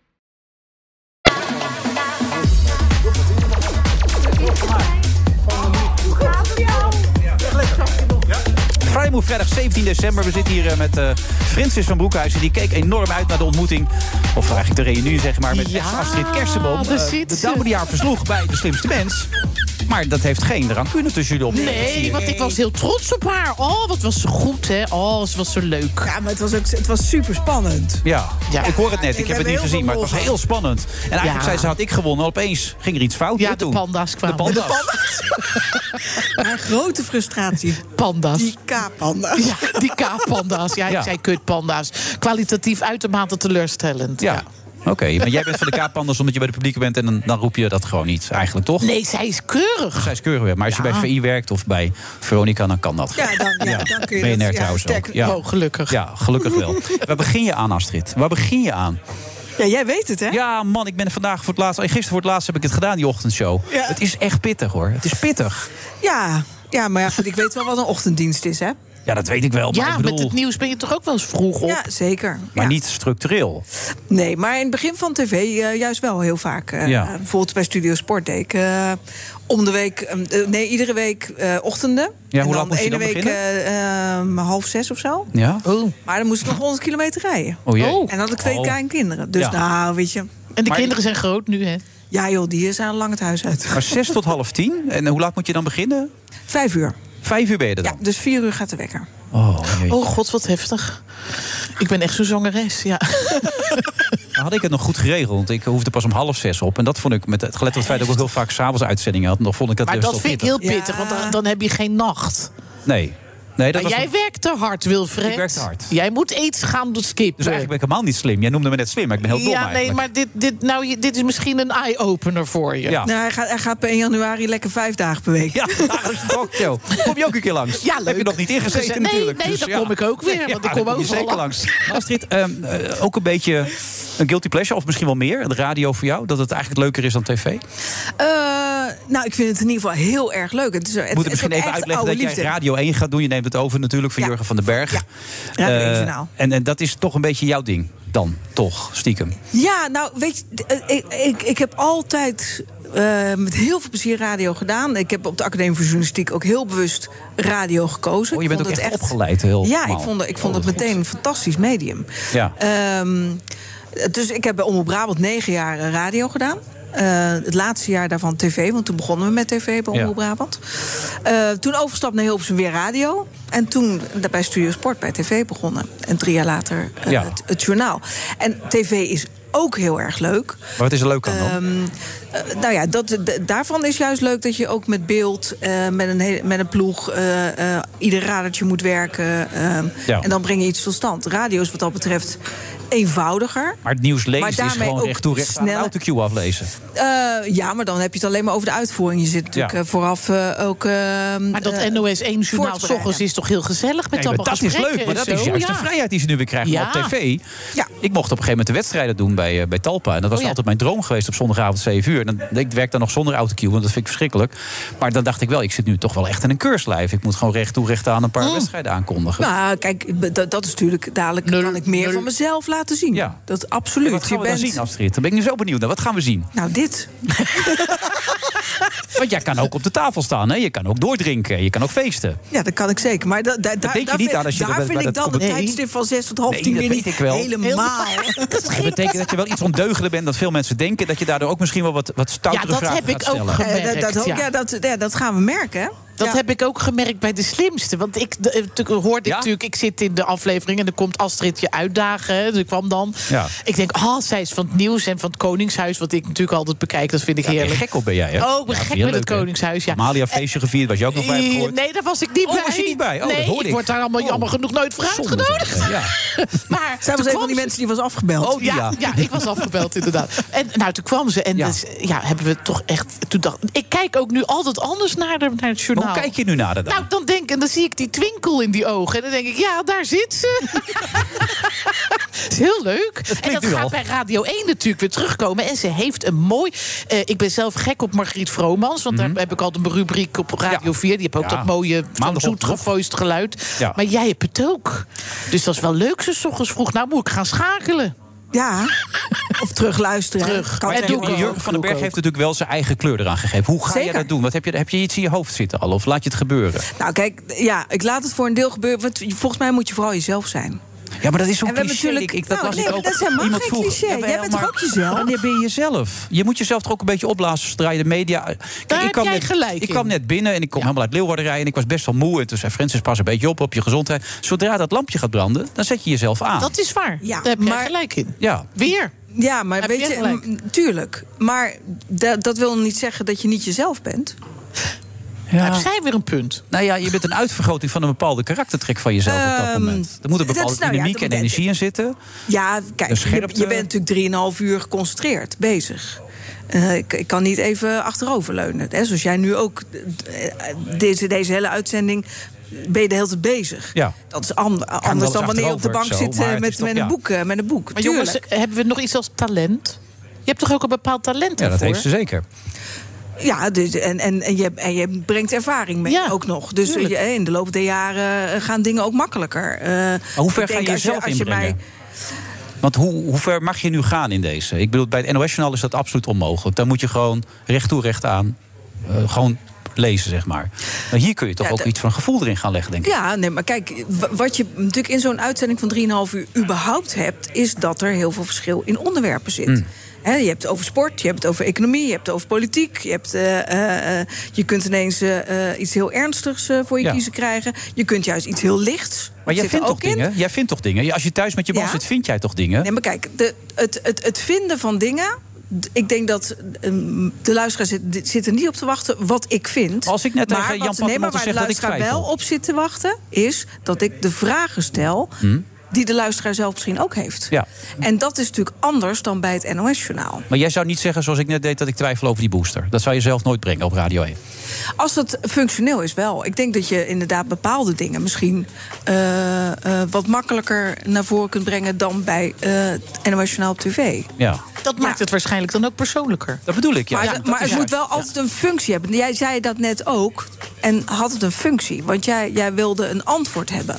S6: Vrijmoed vrijdag 17 december. We zitten hier eh, met eh Francis van Broekhuizen. Die keek enorm uit naar de ontmoeting. Of eigenlijk de reunie, zeg maar. Met
S7: Ja,
S6: ex Astrid Kersenboom.
S7: daar
S6: Eh,
S7: zit
S6: de
S7: ze.
S6: dame die haar versloeg bij de slimste mens. Maar dat heeft geen rancune tussen jullie op.
S7: Nee, want ik was heel trots op haar. Oh, wat was ze goed, hè? Oh, ze was zo leuk. Ja, maar het was, ook, het was super spannend.
S6: Ja.
S7: Ja.
S6: ik hoor het net. Ik heb het
S7: We hebben
S6: niet
S7: heel
S6: gezien,
S7: veel
S6: maar het was
S7: lol
S6: heel spannend. En eigenlijk
S7: Ja.
S6: zei ze, had ik gewonnen. Opeens ging er iets fout.
S7: Ja,
S6: hè,
S7: de
S6: toen.
S7: panda's kwamen.
S6: De panda's.
S11: Haar grote frustratie.
S7: Panda's.
S11: Die K-panda's.
S7: Ja, die K-panda's. Ja,
S6: Ja.
S7: ik zei kutpanda's. Kwalitatief uitermate teleurstellend.
S6: Ja. Oké, maar jij bent van de K-panders omdat je bij de publiek bent... en dan, dan roep je dat gewoon niet, eigenlijk, toch?
S7: Nee, zij is keurig.
S6: Zij is keurig weer. Maar als je
S7: Ja.
S6: bij VI werkt of bij Veronica, dan kan dat.
S11: Ja, dan, ja, dan kun je
S6: BNR
S11: dat- ja,
S6: trouwens ook.
S11: sterker-
S6: Ja.
S11: oh,
S7: gelukkig.
S6: Ja, gelukkig wel. Waar begin je aan, Astrid? Waar begin je aan?
S11: Ja, jij weet het, hè?
S6: Ja, man, ik ben vandaag voor het laatst... eh, Gisteren voor het laatst heb ik het gedaan, die ochtendshow.
S11: Ja.
S6: Het is echt pittig, hoor. Het is pittig.
S11: Ja, ja, maar ja, goed, ik weet wel wat een ochtenddienst is, hè?
S6: Ja, dat weet ik wel, Oh, maar
S11: Ja,
S6: ik bedoel...
S11: met het
S7: nieuws ben je toch ook wel eens vroeg op?
S11: Ja, zeker.
S6: Maar niet structureel.
S11: Nee, maar in het begin van tv eh, juist wel heel vaak. eh,
S6: Ja.
S11: Bijvoorbeeld bij Studio Sport deed ik eh, om de week... eh, nee, iedere week eh, ochtenden.
S6: Ja, hoe
S11: en
S6: laat
S11: dan
S6: moest je
S11: ene
S6: dan
S11: week eh, eh, half zes of zo.
S6: Ja?
S7: Oh.
S11: Maar dan moest ik nog 100 kilometer rijden.
S6: Oh jee.
S11: En dan had ik twee
S6: Oh.
S11: kleine kinderen. Dus
S6: Ja.
S11: nou, weet je...
S7: En de kinderen zijn groot nu, hè?
S11: Ja joh, die zijn al lang het huis uit.
S6: Maar zes tot half tien? En hoe laat moet je dan beginnen?
S11: Vijf uur.
S6: Vijf uur ben je er dan?
S11: Dus vier uur gaat de wekker.
S6: Oh, jee.
S7: Oh god, wat heftig. Ik ben echt zo'n zangeres, ja.
S6: Dan had ik het nog goed geregeld. Want ik hoefde pas om half zes op. En dat vond ik, met het gelet op het feit dat ik ook heel vaak s'avonds uitzendingen had... nog vond ik dat
S7: maar
S6: best
S7: dat
S6: wel
S7: vind ik heel
S6: pittig.
S7: pittig, want dan, dan heb je geen nacht.
S6: Nee. nee dat
S7: maar
S6: was
S7: jij werkt te hard, Wilfred.
S6: Ik werk te hard.
S7: Jij moet iets gaan doen skippen.
S6: Dus eigenlijk ben ik helemaal niet slim. Jij noemde me net slim, maar ik ben heel dom
S7: ja,
S6: eigenlijk.
S7: nee, maar dit, dit, nou, je- dit is misschien een eye-opener voor je.
S6: Ja.
S11: Nou, hij, gaat, hij gaat per 1 januari lekker vijf dagen per week.
S6: Ja, dat is toch, joh. Kom je ook een keer langs?
S11: Ja,
S6: Heb je
S11: leuk.
S6: nog niet ingezeten
S11: Nee,
S6: natuurlijk.
S11: nee,
S6: Dus
S11: dan
S6: ja.
S11: kom ik ook weer, want ik kom
S6: dan kom je
S11: overal
S6: zeker langs.
S11: langs.
S6: Astrid, ehm, eh, ook een beetje Een guilty pleasure of misschien wel meer? De radio voor jou? Dat het eigenlijk leuker is dan tv?
S11: Eh, nou, ik vind het in ieder geval heel erg leuk. Het is, het,
S6: Moet
S11: het
S6: ik
S11: is
S6: misschien
S11: ook
S6: even
S11: echt
S6: uitleggen dat
S11: oude
S6: jij
S11: liefde.
S6: Radio 1 gaat doen. Je neemt het over natuurlijk van Jurgen van den Berg. Ja,
S11: Radio 1 journaal.
S6: en, en dat is toch een beetje jouw ding dan, toch, stiekem.
S11: Ja, nou, weet je, d- eh, ik, ik, ik heb altijd eh, met heel veel plezier radio gedaan. Ik heb op de Academie voor Journalistiek ook heel bewust radio gekozen.
S6: Oh, je
S11: Ik
S6: bent
S11: vond
S6: ook
S11: het
S6: echt opgeleid, heel
S11: Ja, ik
S6: normaal.
S11: vond, ik vond
S6: Oh,
S11: het meteen een fantastisch medium.
S6: Ja.
S11: Ehm, dus ik heb bij Omroep Brabant negen jaar eh, radio gedaan. Eh, het laatste jaar daarvan tv, want toen begonnen we met tv bij
S6: Ja.
S11: Omroep Brabant. Eh, toen overstap naar Hilversum weer radio. En toen bij Studio Sport bij tv begonnen. En drie jaar later eh,
S6: Ja.
S11: het, het journaal. En tv is ook heel erg leuk.
S6: Maar wat is er leuk aan dan?
S11: Ehm, eh, nou ja, dat, d- daarvan is juist leuk dat je ook met beeld, eh, met, een hele- met een ploeg, eh, eh, ieder radertje moet werken. ehm,
S6: Ja.
S11: En dan breng je iets tot stand. Radio is wat dat betreft eenvoudiger.
S6: Maar het nieuws
S11: Maar
S6: lezen is
S11: daarmee
S6: gewoon
S11: ook
S6: echt toe recht aan de
S11: sneller.
S6: autocue aflezen.
S11: Eh, ja, maar dan heb je het alleen maar over de uitvoering. Je zit natuurlijk
S6: Ja.
S11: eh, vooraf eh, ook. eh, maar
S7: dat NOS 1 journaal s ochtends is toch heel gezellig met
S6: Nee, maar
S7: allemaal
S6: dat is
S7: gesprekken
S6: leuk, maar
S7: en
S6: dat is
S7: zo,
S6: juist
S7: ja.
S6: de vrijheid die ze nu weer krijgen
S7: Ja.
S6: op tv. Ik mocht op een gegeven moment de wedstrijden doen bij, eh, bij Talpa. En dat was
S7: Oh ja.
S6: altijd mijn droom geweest op zondagavond 7 uur. En dan, ik werk dan nog zonder autocue, want dat vind ik verschrikkelijk. Maar dan dacht ik wel, ik zit nu toch wel echt in een keurslijf. Ik moet gewoon recht toe recht aan een
S7: Oh.
S6: paar wedstrijden aankondigen.
S11: Nou, kijk, b- dat, dat is natuurlijk dadelijk kan ik meer van mezelf laten zien. Dat absoluut.
S6: Wat gaan
S11: je
S6: we dan
S11: bent-
S6: zien, Astrid? Dan ben ik nu zo benieuwd naar. Wat gaan we zien?
S11: Nou, dit.
S6: Want jij kan ook op de tafel staan, hè? Je kan ook doordrinken, je kan ook feesten.
S11: Ja, dat kan ik zeker. Maar da, da, daar-
S6: denk je
S11: daar
S6: niet
S11: vind-
S6: aan als je
S11: daar
S6: dat- bij
S11: vind ik
S6: dat
S11: dan het
S6: commentaar-
S11: tijdstip van 6 tot half
S6: Nee,
S11: 10
S6: dat
S11: weer
S6: weet
S11: niet
S6: ik wel.
S11: helemaal.
S6: Dat betekent dat je wel iets ondeugender bent dat veel mensen denken. Dat je daardoor ook misschien wel wat, wat stoutere
S7: Ja, dat
S6: vragen
S7: heb ik
S6: gaat
S7: ook
S6: stellen.
S7: gemerkt.
S11: Eh, dat, dat,
S7: Ja.
S11: ja, dat, ja, dat gaan we merken. hè?
S7: Dat
S11: Ja.
S7: heb ik ook gemerkt bij de slimste. Want ik de- eh, tu- hoorde ik natuurlijk, ik zit in de aflevering en dan komt Astrid je uitdagen. hè, Ze kwam dan.
S6: Ja.
S7: Ik denk, ah, zij is van het nieuws en van het Koningshuis, wat ik natuurlijk altijd bekijk. Dat vind ik
S6: Ja, ben je
S7: heerlijk.
S6: gek op ben jij, hè?
S7: Oh, ik ben
S6: Ja,
S7: gek
S6: heel
S7: met het
S6: leuk, hè?
S7: Koningshuis, ja.
S6: Amalia feestje gevierd, was je ook nog bij hebt
S7: Eh,
S6: gehoord.
S7: Nee, daar was ik niet
S6: Oh,
S7: bij.
S6: was je niet bij? Oh, dat
S7: nee,
S6: hoorde ik.
S7: word daar allemaal jammer genoeg nooit voor uitgenodigd.
S6: Ja.
S7: Maar
S11: Zij was
S7: toen
S11: een van
S7: kwam
S11: die mensen die was afgebeld.
S7: Oh, ja, ja. ik was afgebeld inderdaad. En nou, toen kwam ze en ja. ja, hebben we toch echt... Toen dacht, ik kijk ook nu altijd anders naar, de, naar het journaal.
S6: Maar hoe kijk je nu naar dat dan?
S7: Nou, dan denk ik, en dan zie ik die twinkel in die ogen. En dan denk ik, ja, daar zit ze. is heel leuk. En dat
S6: u
S7: gaat
S6: al.
S7: bij Radio 1 natuurlijk weer terugkomen. En ze heeft een mooi... eh, ik ben zelf gek op Margriet Vromans. Want daar heb ik altijd een rubriek op Radio 4. Die heeft ook
S6: Mhm. Ja.
S7: dat mooie, zo'n
S6: Maandagochtend.
S7: zoet gevoiced geluid.
S6: Ja.
S7: Maar jij hebt het ook. Dus dat is wel leuk, ze 's ochtends vroeg. Nou moet ik gaan schakelen.
S11: Ja, of terugluisteren.
S7: Terug.
S11: Kan
S7: En
S11: het
S7: doe
S11: ook.
S7: ik ook.
S6: Jurgen van den Berg heeft natuurlijk wel zijn eigen kleur eraan gegeven. Hoe ga je
S11: Zeker.
S6: dat doen? Wat heb, je, heb je iets in je hoofd zitten al? Of laat je het gebeuren?
S11: Nou, kijk, ja, ik laat het voor een deel gebeuren. Want volgens mij moet je vooral jezelf zijn.
S6: Ja, maar dat is zo'n
S11: En we hebben
S6: cliché.
S11: natuurlijk-
S6: Ik- ik- dat
S11: Nou,
S6: las
S11: nee,
S6: ik
S11: maar
S6: ook.
S11: dat is helemaal
S6: Iemand
S11: geen
S6: vroeg-
S11: cliché. Jij
S6: Jawel,
S11: bent toch
S6: maar
S11: ook jezelf?
S6: Wanneer ben je jezelf? Je moet jezelf toch ook een beetje opblazen zodra je de media... Kijk, ik kwam
S7: jij
S6: net,
S7: gelijk
S6: Ik kwam net binnen en ik kom helemaal uit Leeuwarden rijden... en ik was best wel moe. En toen zei Francis, pas een beetje op op je gezondheid. Zodra dat lampje gaat branden, dan zet je jezelf aan.
S7: Dat is waar.
S11: Ja,
S7: Daar heb jij
S11: maar-
S7: gelijk in.
S6: Ja.
S7: Weer.
S11: Ja, maar
S7: Heb
S11: weet
S7: je
S11: je,
S7: gelijk.
S11: m, tuurlijk. Maar da- dat wil niet zeggen dat je niet jezelf bent.
S6: Ja.
S7: Heb zij weer een punt?
S6: Nou ja, je bent een uitvergroting van een bepaalde karaktertrek van jezelf op dat
S11: Ehm,
S6: moment. Er moet een
S11: dat
S6: bepaalde
S11: is- nou ja,
S6: dynamiek
S11: dat-
S6: en energie in zitten.
S11: Ja,
S6: De
S11: kijk, je,
S6: scherpte.
S11: je bent natuurlijk drieënhalf uur geconcentreerd bezig. Eh, ik, ik kan niet even achteroverleunen. Hè? Zoals jij nu ook, eh, deze, deze hele uitzending, ben je de hele tijd bezig.
S6: Ja.
S11: Dat is an-
S6: wel
S11: anders
S6: eens
S11: dan wanneer je op de bank
S6: achterover
S11: zit
S6: zo, maar
S11: eh,
S6: het
S11: met,
S6: is toch-
S11: met, een
S6: ja.
S11: boek, eh, met een boek.
S7: Maar
S11: Tuurlijk.
S7: jongens, hebben we nog iets als talent? Je hebt toch ook een bepaald talent
S6: Ja, dat
S7: daarvoor?
S6: heeft ze zeker.
S11: Ja, dus, en, en, en, je, en je brengt ervaring mee ook nog. Dus
S6: tuurlijk.
S11: je, in de loop der jaren eh, gaan dingen ook makkelijker. Eh,
S6: hoe ver
S11: ik
S6: ga je
S11: denk als
S6: jezelf
S11: als je mij-
S6: inbrengen? Want hoe, hoe ver mag je nu gaan in deze? Ik bedoel, bij het NOS-journaal is dat absoluut onmogelijk. Dan moet je gewoon recht toe, recht aan. eh, gewoon lezen, zeg maar. Maar hier kun je toch
S11: Ja,
S6: ook
S11: dat-
S6: iets van gevoel erin gaan leggen, denk ik.
S11: Ja, nee, maar kijk, w- wat je natuurlijk in zo'n uitzending van 3,5 uur überhaupt hebt, is dat er heel veel verschil in onderwerpen zit.
S6: Mm.
S11: Hè, je hebt het over sport, je hebt het over economie, je hebt het over politiek. Je, hebt, eh, eh, eh, je kunt ineens eh, eh, iets heel ernstigs eh, voor je
S6: Ja.
S11: kiezen krijgen. Je kunt juist iets heel lichts.
S6: Maar
S11: Dat
S6: jij
S11: zit er
S6: vindt, toch
S11: ook in.
S6: dingen? jij vindt toch dingen? Als je thuis met je man
S11: Ja.
S6: zit, vind jij toch dingen?
S11: Nee, maar kijk, de, het, het, het vinden van dingen. d- Ik denk dat ehm, de luisteraar zit, dit- zit er niet op te wachten wat ik vind.
S6: Als ik net
S11: maar
S6: tegen Jan
S11: wat, nee, maar
S6: Pattenmotte
S11: waar
S6: zeg
S11: de
S6: dat ik
S11: luisteraar
S6: twijfel.
S11: wel op zit te wachten, is dat ik de vragen stel. die de luisteraar zelf misschien ook heeft.
S6: Hm? Ja.
S11: En dat is natuurlijk anders dan bij het NOS-journaal.
S6: Maar jij zou niet zeggen, zoals ik net deed, dat ik twijfel over die booster. Dat zou je zelf nooit brengen op Radio 1.
S11: Als dat functioneel is, wel. Ik denk dat je inderdaad bepaalde dingen misschien eh, eh, wat makkelijker naar voren kunt brengen dan bij eh het NOS Journaal op tv.
S6: Ja.
S7: Dat maakt het waarschijnlijk dan ook persoonlijker.
S6: Dat bedoel ik, ja.
S11: Maar,
S6: Ja,
S11: dat-
S6: dat
S11: maar
S6: is
S11: het moet
S6: juist.
S11: wel altijd een functie hebben. Jij zei dat net ook. En had het een functie? Want jij, jij wilde een antwoord hebben.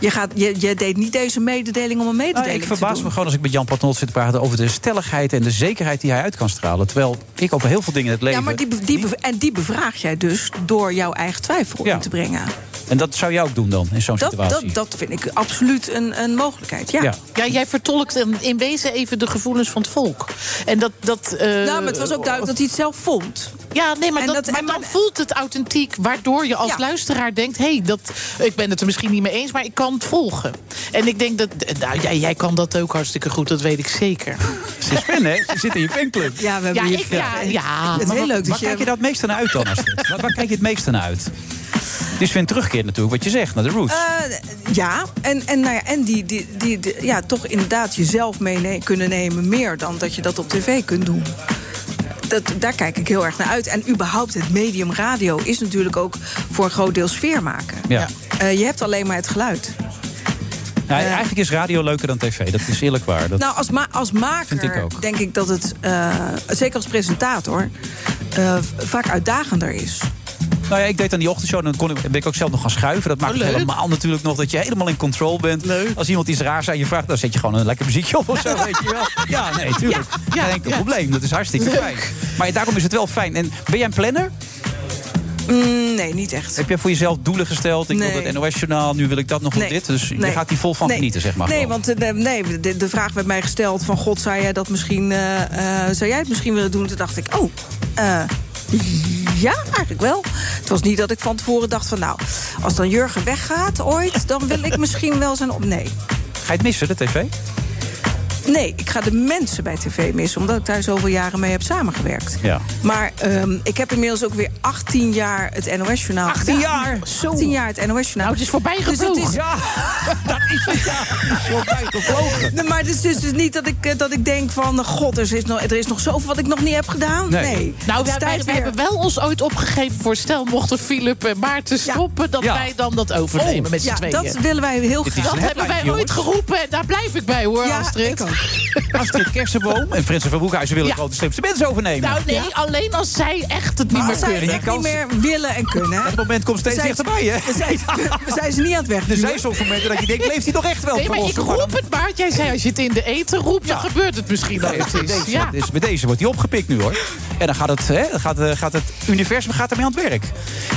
S11: Je, gaat, je, je deed niet deze mededeling om een
S6: Nou,
S11: mededeling
S6: ik
S11: te
S6: verbaas
S11: doen.
S6: me gewoon als ik met Jan Patnot zit te praten over de stelligheid en de zekerheid die hij uit kan stralen. Terwijl ik over heel veel dingen in het leven.
S11: Ja, maar die, be- die, be- en die bevraag jij dus door jouw eigen twijfel in te brengen.
S6: En dat zou jij ook doen dan in zo'n
S11: Dat, dat,
S6: situatie.
S11: dat vind ik absoluut een, een mogelijkheid. Ja.
S6: Ja.
S7: Ja, jij vertolkt in- in wezen even de gevoelens van het volk. En dat... dat eh,
S11: Nou, maar het was ook duidelijk dat hij het zelf vond.
S7: Ja, nee, maar,
S11: En
S7: dat,
S11: dat-
S7: maar
S11: en
S7: dan voelt het authentiek. Waardoor je als luisteraar denkt... hé, hey, dat- ik ben het er misschien niet mee eens, maar ik kan het volgen. En ik denk dat... Nou, jij, jij kan dat ook hartstikke goed, dat weet ik zeker.
S6: Ze is fan, hè? Ze zit in je fanclub.
S11: Ja, we hebben
S7: Ja,
S11: hier-
S7: ik- ja, ja.
S11: Het
S7: Maar
S11: is
S7: wat-
S11: heel leuk
S6: Waar
S11: dat
S6: kijk je
S11: je...
S6: dat het meeste naar uit dan? Astrid? waar, waar kijk je het meeste naar uit? Het is weer een terugkeer natuurlijk, wat je zegt, naar de roots.
S11: Eh, ja, en, en, nou ja, en die, die, die, die- ja, toch inderdaad jezelf mee ne- kunnen nemen... meer dan dat je dat op tv kunt doen. Dat, daar kijk ik heel erg naar uit. En überhaupt het medium radio is natuurlijk ook voor een groot deel sfeer maken.
S6: ja.
S11: Eh, je hebt alleen maar het geluid.
S6: Nou, eigenlijk is radio leuker dan tv, dat is eerlijk waar. Dat...
S11: Nou, als, ma- als maker
S6: Vind ik ook.
S11: denk ik dat het, eh, zeker als presentator, eh, vaak uitdagender is.
S6: Nou ja, ik deed aan die ochtendshow en dan kon ik, ben ik ook zelf nog gaan schuiven. Dat maakt
S11: Oh,
S6: het
S11: leuk.
S6: helemaal natuurlijk nog dat je helemaal in control bent. Als iemand iets raars aan je vraagt, dan zet je gewoon een lekker muziekje op of Oh, zo. weet je wel. Ja, nee, tuurlijk. Geen enkel probleem, dat is hartstikke fijn. Maar daarom is het wel fijn. En ben jij een planner?
S11: Mm, nee, niet echt.
S6: Heb jij voor jezelf doelen gesteld? Ik wil
S11: Nee.
S6: het NOS-journaal, nu wil ik dat nog wel dit. Dus
S11: Nee.
S6: je gaat die vol van
S11: Nee.
S6: genieten, zeg maar.
S11: Nee,
S6: gewoon.
S11: want eh, de- nee, de, de vraag werd mij gesteld van... God, zou jij, dat misschien, eh, eh, zou jij het misschien willen doen? Toen dacht ik, oh, eh, ja, eigenlijk wel. Het was niet dat ik van tevoren dacht van... nou, als dan Jurgen weggaat ooit, dan wil ik misschien wel zijn op... Nee,
S6: Ga je het missen, de tv?
S11: nee, ik ga de mensen bij tv missen... omdat ik daar zoveel jaren mee heb samengewerkt.
S6: Ja.
S11: Maar ehm, ik heb inmiddels ook weer 18 jaar het NOS-journaal.
S6: 18
S11: gedaan.
S6: jaar?
S11: 18 jaar het NOS-journaal.
S7: Nou,
S11: Dus het is voorbij
S6: gevlogen.
S11: ja,
S6: dat is het, ja. voorbij gevlogen.
S11: Nee, maar het is dus, dus niet dat ik, eh, dat ik denk van... eh, god, er is, nog, er is nog zoveel wat ik nog niet heb gedaan. Nee.
S7: Nou,
S11: Het is
S7: wij, wij-
S11: tijd
S7: wij
S11: weer.
S7: hebben wel ons ooit opgegeven voor... stel, mochten Philip en Maarten stoppen... dat
S11: Ja.
S7: wij dan dat overnemen
S11: Oh,
S7: met z'n
S11: ja,
S7: tweeën.
S11: dat willen wij heel
S6: Dit is
S11: graag.
S6: een
S7: Dat hebben wij
S6: headline,
S7: ooit
S6: jongens.
S7: geroepen en daar blijf ik bij, hoor,
S11: Ja,
S7: Astrid.
S11: ik ook.
S6: Astrid Kersenboom en Frits van Broekhuizen willen
S7: Ja.
S6: gewoon de slimste mensen overnemen.
S7: Nou, nee,
S6: Ja.
S7: alleen als zij echt het niet
S11: Maar
S7: meer
S11: zij
S7: kunnen.
S11: het echt niet meer willen en kunnen. hè?
S6: Dat moment komt steeds
S11: We zijn-
S6: dichterbij, hè?
S11: We zijn, we zijn ze niet aan het weg.
S6: Er zijn soms momenten dat je denkt, leeft hij nog echt wel?
S7: Nee, maar ik
S6: Verlost, maar
S7: roep
S6: dan-
S7: het maar. Jij zei, als je het in de eten roept, dan gebeurt het misschien wel
S6: Nee, het is-
S7: eens.
S6: deze-
S7: Ja.
S6: Dus bij deze wordt hij opgepikt nu hoor. En dan gaat het, hè, dan gaat, eh, gaat het universum gaat ermee aan het werk.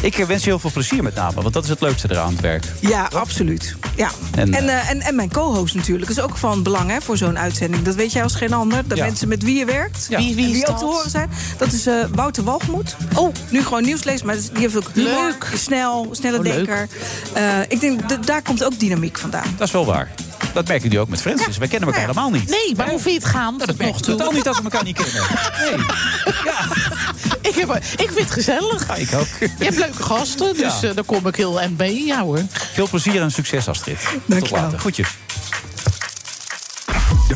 S6: Ik eh, wens je heel veel plezier met name, want dat is het leukste eraan aan het werk.
S11: Ja, absoluut. Ja.
S6: En,
S11: En, eh, en, en mijn co-host natuurlijk is ook van belang hè, voor zo'n uitzending. Dat weet jij als geen ander. De
S6: Ja.
S11: mensen met wie je werkt,
S6: Ja. Wie-
S11: die
S6: wie is
S11: ook te
S6: dat?
S11: horen zijn. Dat is eh, Wouter Walgemoed. Oh, nu gewoon nieuws lezen, maar die heeft ook humor,
S7: Leuk.
S11: is snel, snelle
S6: Oh, leuk.
S11: denker. Eh, ik denk, d- daar komt ook dynamiek vandaan. Nou
S6: Dat is wel waar. Dat merken jullie ook met Francis. Wij kennen elkaar helemaal niet.
S7: Nee, maar hoe vind je het gaan?
S6: Dat merk
S7: nog
S6: ik
S7: toe.
S6: totaal niet dat we elkaar niet kennen. Nee,
S7: Ik, heb, ik vind het gezellig.
S6: ja, ik ook.
S7: Je hebt leuke gasten, dus
S6: Ja.
S7: eh, daar kom ik heel en mee. Ja hoor.
S6: Veel plezier en succes, Astrid. Tot later. Goedjes.
S1: De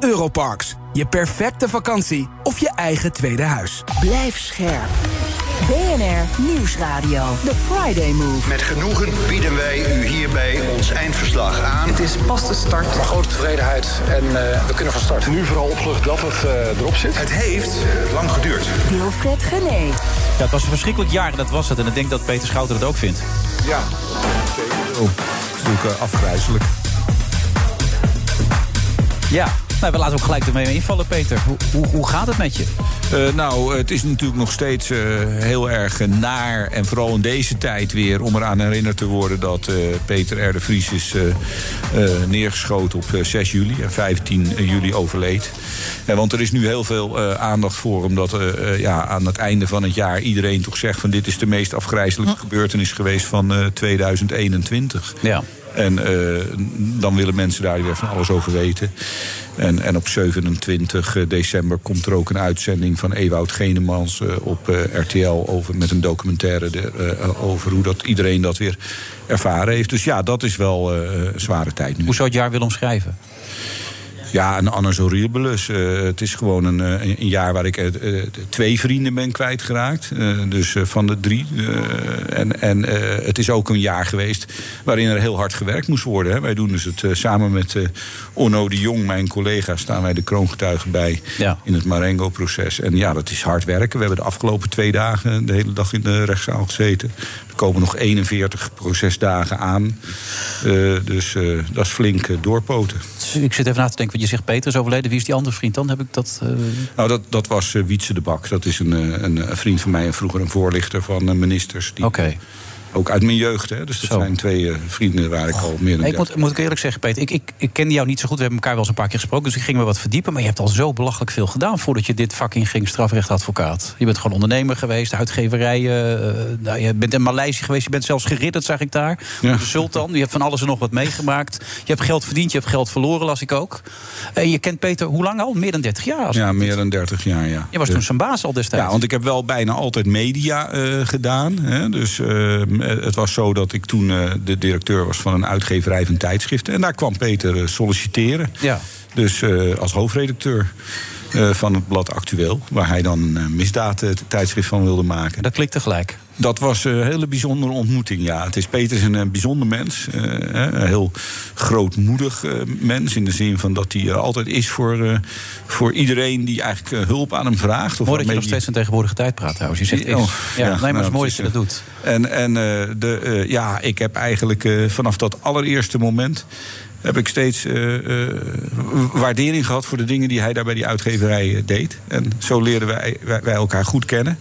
S1: Europarks, je perfecte vakantie of je eigen tweede huis.
S2: Blijf scherp. BNR Nieuwsradio. The Friday Move.
S3: Met genoegen bieden wij u hierbij ons eindverslag aan.
S5: Het is pas de start. Maar grote tevredenheid en eh, we kunnen van start. Nu vooral opgelucht dat het eh, erop zit.
S3: Het heeft lang geduurd.
S2: Wilfred Gené.
S6: Ja, het was een verschrikkelijk jaar, dat was het. En ik denk dat Peter Schouten dat ook vindt.
S12: Ja. Oh, natuurlijk eh, afgrijzelijk.
S6: Ja, Nou, we laten ook gelijk ermee invallen, Peter. Hoe, hoe, hoe gaat het met je?
S12: Eh, nou, het is natuurlijk nog steeds eh, heel erg eh, naar. En vooral in deze tijd weer om eraan herinnerd te worden dat eh, Peter R. de Vries is eh, eh, neergeschoten op eh, 6 juli. En 15 juli overleed. En want er is nu heel veel eh, aandacht voor. Omdat eh, eh, ja, aan het einde van het jaar iedereen toch zegt van dit is de meest afgrijzelijke gebeurtenis geweest van eh, 2021.
S6: Ja.
S12: En eh, dan willen mensen daar weer van alles over weten. En, en op 27 december komt er ook een uitzending van Ewout Genemans eh, op eh, RTL over, met een documentaire de- eh, over hoe dat iedereen dat weer ervaren heeft. Dus ja, dat is wel eh, een zware tijd nu. Hoe
S6: zou je het jaar willen omschrijven?
S12: Ja, een annus horribilis. Eh, het is gewoon een, eh, een jaar waar ik eh, eh, twee vrienden ben kwijtgeraakt. Eh, dus eh, van de drie. Eh, en en eh, het is ook een jaar geweest waarin er heel hard gewerkt moest worden. Hè. Wij doen dus het eh, samen met eh, Onno de Jong, mijn collega, staan wij de kroongetuigen bij in het Marengo-proces. En ja, dat is hard werken. We hebben de afgelopen twee dagen de hele dag in de rechtszaal gezeten. Er komen nog 41 procesdagen aan. Eh, dus eh, dat is flink eh, doorpoten.
S6: Ik zit even na te denken, want je zegt Peter is overleden. Wie is die andere vriend dan? Heb ik dat... eh,
S12: Nou, dat, dat was eh, Wietse de Bak. Dat is een, eh, een, een vriend van mij en vroeger een voorlichter van eh, ministers. Die, Ook uit mijn jeugd, hè. Dus dat zijn twee eh, vrienden waar ik al meer dan
S6: Nee, ik
S12: 30
S6: moet, moet ik eerlijk zeggen, Peter, ik, ik, ik kende jou niet zo goed. We hebben elkaar wel eens een paar keer gesproken, dus ik ging me wat verdiepen. Maar je hebt al zo belachelijk veel gedaan voordat je dit vak inging, strafrechtadvocaat. Je bent gewoon ondernemer geweest, uitgeverijen. eh, nou, je bent in Maleisië geweest, je bent zelfs geridderd, zag ik daar. Door De sultan, je hebt van alles en nog wat meegemaakt. Je hebt geld verdiend, je hebt geld verloren, las ik ook. En je kent Peter hoe lang al? Meer dan 30 jaar. als-
S12: Ja, meer dan 30 jaar, ja. Dus-
S6: Je was toen zijn baas al destijds.
S12: Ja, want ik heb wel bijna altijd media eh, gedaan. Hè. Dus eh, het was zo dat ik toen eh, de directeur was van een uitgeverij van tijdschriften. En daar kwam Peter eh, solliciteren.
S6: Ja.
S12: Dus eh, als hoofdredacteur eh, van het blad Actueel. Waar hij dan een eh, misdaad eh, tijdschrift van wilde maken.
S6: Dat klikte gelijk.
S12: Dat was eh, een hele bijzondere ontmoeting, ja. Het is Peter is een eh, bijzonder mens. eh, hè, een heel grootmoedig eh, mens. In de zin van dat hij er altijd is voor, eh, voor iedereen die eigenlijk eh, hulp aan hem vraagt. Of
S6: Mooi dat je
S12: waarmee
S6: nog
S12: die-
S6: steeds een tegenwoordige tijd praat trouwens. Je zegt is.
S12: Oh,
S6: ja, nee, maar het is
S12: nou,
S6: mooi
S12: precies,
S6: dat je dat
S12: ja.
S6: doet.
S12: En, en eh, de, eh, ja, ik heb eigenlijk eh, vanaf dat allereerste moment. Heb ik steeds eh, eh, waardering gehad voor de dingen die hij daar bij die uitgeverij eh, deed. En zo leren wij, wij, wij elkaar goed kennen.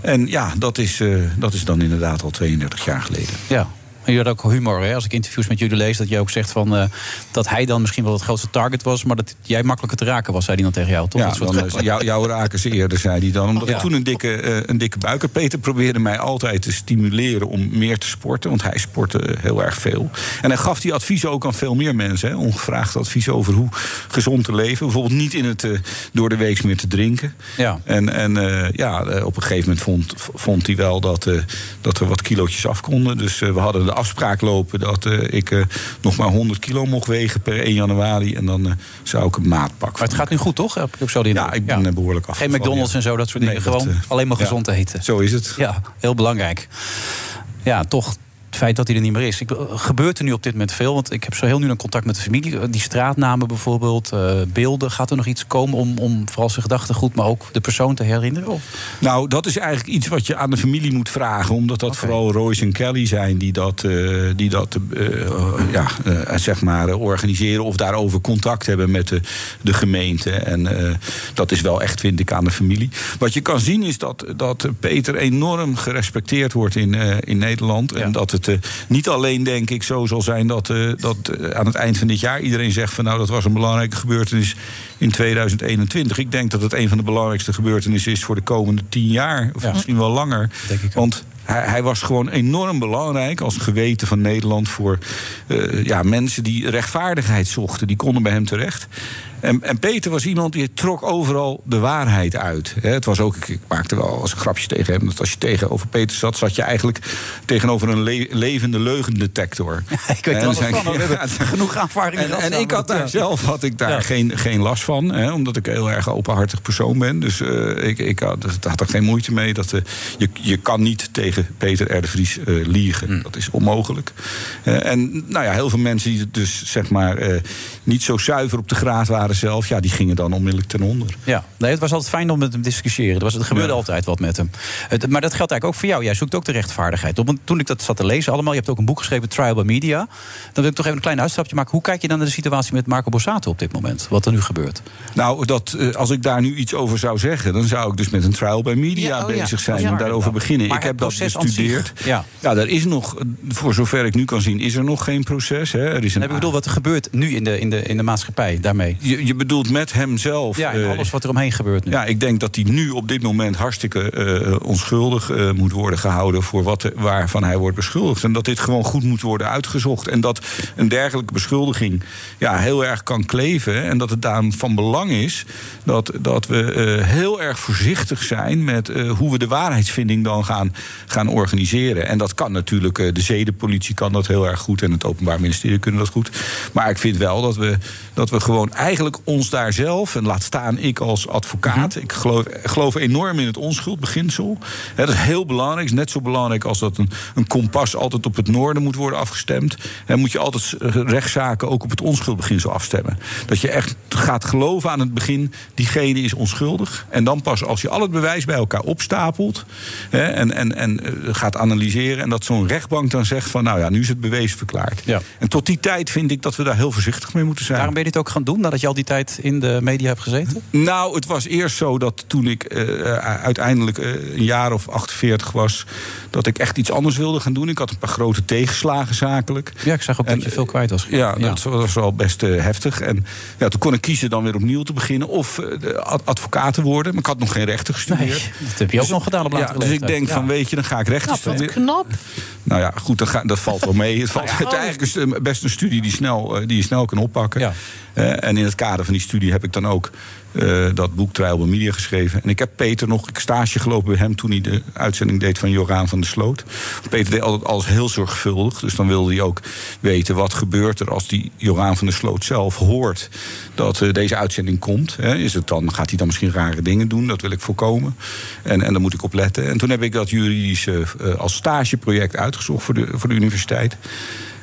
S12: En ja, dat is, eh, dat is dan inderdaad al 32 jaar geleden.
S6: Ja. En je had ook humor, hè? Als ik interviews met jullie lees, dat jij ook zegt van, eh, dat hij dan misschien wel het grootste target was, maar dat jij makkelijker te raken was, zei hij dan tegen jou, toch?
S12: Ja,
S6: Dat soort
S12: dan,
S6: ge-
S12: eh, jou, jou raken ze eerder, zei hij dan. Omdat
S6: Ja.
S12: ik toen een dikke, eh, een dikke buik had. Peter probeerde mij altijd te stimuleren om meer te sporten. Want hij sportte eh, heel erg veel. En hij gaf die adviezen ook aan veel meer mensen. Hè, ongevraagd advies over hoe gezond te leven. Bijvoorbeeld niet in het eh, door de week meer te drinken.
S6: Ja.
S12: En, en eh, ja, eh, op een gegeven moment vond, vond hij wel dat, eh, dat er wat kilootjes af konden. Dus eh, we hadden de afspraak lopen dat eh, ik eh, nog maar 100 kilo mocht wegen per 1 januari. En dan eh, zou ik een maatpak
S6: Maar het gaat nu goed, toch? Heb ik ook zo die
S12: ja, ik ben eh, behoorlijk af.
S6: Geen McDonald's en zo, dat soort dingen. Gewoon alleen maar gezond eten.
S12: eh, Zo is het.
S6: Ja, heel belangrijk. Ja, toch het feit dat hij er niet meer is. Ik, eh, gebeurt er nu op dit moment veel? Want ik heb zo heel nu een contact met de familie. Eh, Die straatnamen bijvoorbeeld, eh, beelden. Gaat er nog iets komen om, om vooral zijn gedachtegoed, maar ook de persoon te herinneren? Of?
S12: Nou, dat is eigenlijk iets wat je aan de familie moet vragen. Omdat dat vooral Royce en Kelly zijn die dat, eh, die dat eh, ja, eh, zeg maar, eh, organiseren. Of daarover contact hebben met de, de gemeente. En eh, dat is wel echt, vind ik, aan de familie. Wat je kan zien is dat, dat Peter enorm gerespecteerd wordt in, eh, in Nederland. En dat het eh, niet alleen, denk ik, zo zal zijn dat, eh, dat eh, aan het eind van dit jaar iedereen zegt van nou, dat was een belangrijke gebeurtenis in 2021. Ik denk dat het een van de belangrijkste gebeurtenissen is voor de komende tien jaar, of misschien wel langer. Want hij, hij was gewoon enorm belangrijk als geweten van Nederland voor eh, ja, mensen die rechtvaardigheid zochten. Die konden bij hem terecht. En, en Peter was iemand die trok overal de waarheid uit. Hè, het was ook, ik, ik maakte wel als een grapje tegen hem. Dat als je tegenover Peter zat, zat je eigenlijk tegenover een le- levende leugendetector.
S6: Ik weet er
S12: En
S6: alles
S12: zijn-
S6: van. hoor. We hebben
S12: Ja,
S6: genoeg ervaring in
S12: en, en
S6: rassen.
S12: ik had daar
S6: Ja.
S12: zelf had ik daar geen, geen last van. Hè, omdat ik een heel erg openhartig persoon ben. Dus eh, ik, ik had, dat had er geen moeite mee. Dat, eh, je, je kan niet tegen Peter R. de Vries eh, liegen.
S6: Hmm.
S12: Dat is onmogelijk. Eh, en nou ja, heel veel mensen die het dus zeg maar eh, niet zo zuiver op de graad waren waren zelf, ja, die gingen dan onmiddellijk ten onder.
S6: Ja, nee, het was altijd fijn om met hem te discussiëren. Er, was, er gebeurde altijd wat met hem. Het, maar dat geldt eigenlijk ook voor jou. Jij zoekt ook de rechtvaardigheid op. Want toen ik dat zat te lezen allemaal, je hebt ook een boek geschreven, Trial by Media. Dan wil ik toch even een klein uitstapje maken. Hoe kijk je dan naar de situatie met Marco Borsato op dit moment? Wat er nu gebeurt?
S12: Nou, dat, eh, als ik daar nu iets over zou zeggen, dan zou ik dus met een trial bij media
S6: Ja, oh ja.
S12: bezig
S6: Dat
S12: zijn
S6: is
S12: en
S6: waar.
S12: daarover beginnen.
S6: Maar
S12: ik
S6: het
S12: heb dat
S6: proces aan zich,
S12: bestudeerd.
S6: ja.
S12: ja, er is nog, eh, voor zover ik nu kan zien, is er nog geen proces. Hè. Er is een
S6: Nee, ik bedoel, wat er gebeurt nu in de, in de, in de maatschappij daarmee?
S12: Je, je bedoelt met hemzelf.
S6: Ja, en
S12: eh,
S6: alles wat er omheen gebeurt nu.
S12: Ja, ik denk dat hij nu op dit moment hartstikke eh, onschuldig eh, moet worden gehouden voor wat, waarvan hij wordt beschuldigd. En dat dit gewoon goed moet worden uitgezocht. En dat een dergelijke beschuldiging ja, heel erg kan kleven. hè. En dat het daarom van belang is dat, dat we eh, heel erg voorzichtig zijn met eh, hoe we de waarheidsvinding dan gaan, gaan organiseren. En dat kan natuurlijk, eh, de zedenpolitie kan dat heel erg goed en het Openbaar Ministerie kunnen dat goed. Maar ik vind wel dat we, dat we gewoon eigenlijk ons daar zelf, en laat staan ik als advocaat, ik geloof, geloof enorm in het onschuldbeginsel. Hè, dat is heel belangrijk, is net zo belangrijk als dat een, een kompas altijd op het noorden moet worden afgestemd. En moet je altijd eh, rechtszaken ook op het onschuldbeginsel afstemmen. Dat je echt gaat geloven aan het begin, diegene is onschuldig. En dan pas als je al het bewijs bij elkaar opstapelt hè, en, en, en eh, gaat analyseren. En dat zo'n rechtbank dan zegt van nou ja, nu is het bewezen verklaard. En tot die tijd vind ik dat we daar heel voorzichtig mee moeten zijn.
S6: Daarom ben je dit ook gaan doen, nadat je al die tijd in de media hebt gezeten?
S12: Nou, het was eerst zo dat toen ik eh, eh, uiteindelijk eh, een jaar of 48 was, dat ik echt iets anders wilde gaan doen. Ik had een paar grote tegenslagen zakelijk. eh,
S6: Ja, ik zag ook dat je veel kwijt was.
S12: Ja, dat was wel best eh, heftig. En ja, toen kon ik kiezen dan weer opnieuw te beginnen of eh, de ad- advocaat te worden. Maar ik had nog geen rechten gestudeerd.
S6: dat heb je ook nog gedaan op latere
S12: ja, Dus ik
S6: leeftijd.
S12: denk van,
S6: Ja.
S12: weet je, dan ga ik rechten
S7: Knap, wat
S12: studeren.
S7: knap.
S12: Nou ja, goed, dat, ga- dat valt wel mee. Het, valt, het is eigenlijk is, eh, best een studie die, snel, eh, die je snel kan oppakken. Eh, en in het kader van die studie heb ik dan ook eh, dat boek Trial by Media geschreven. En ik heb Peter nog ik stage gelopen bij hem toen hij de uitzending deed van Joraan van der Sloot. Peter deed altijd alles heel zorgvuldig. Dus dan wilde hij ook weten wat gebeurt er als die Joraan van der Sloot zelf hoort dat eh, deze uitzending komt. Hè? Is het dan, gaat hij dan misschien rare dingen doen? Dat wil ik voorkomen. En, en daar moet ik op letten. En toen heb ik dat juridisch eh, eh, als stageproject uitgezocht voor de, voor de universiteit.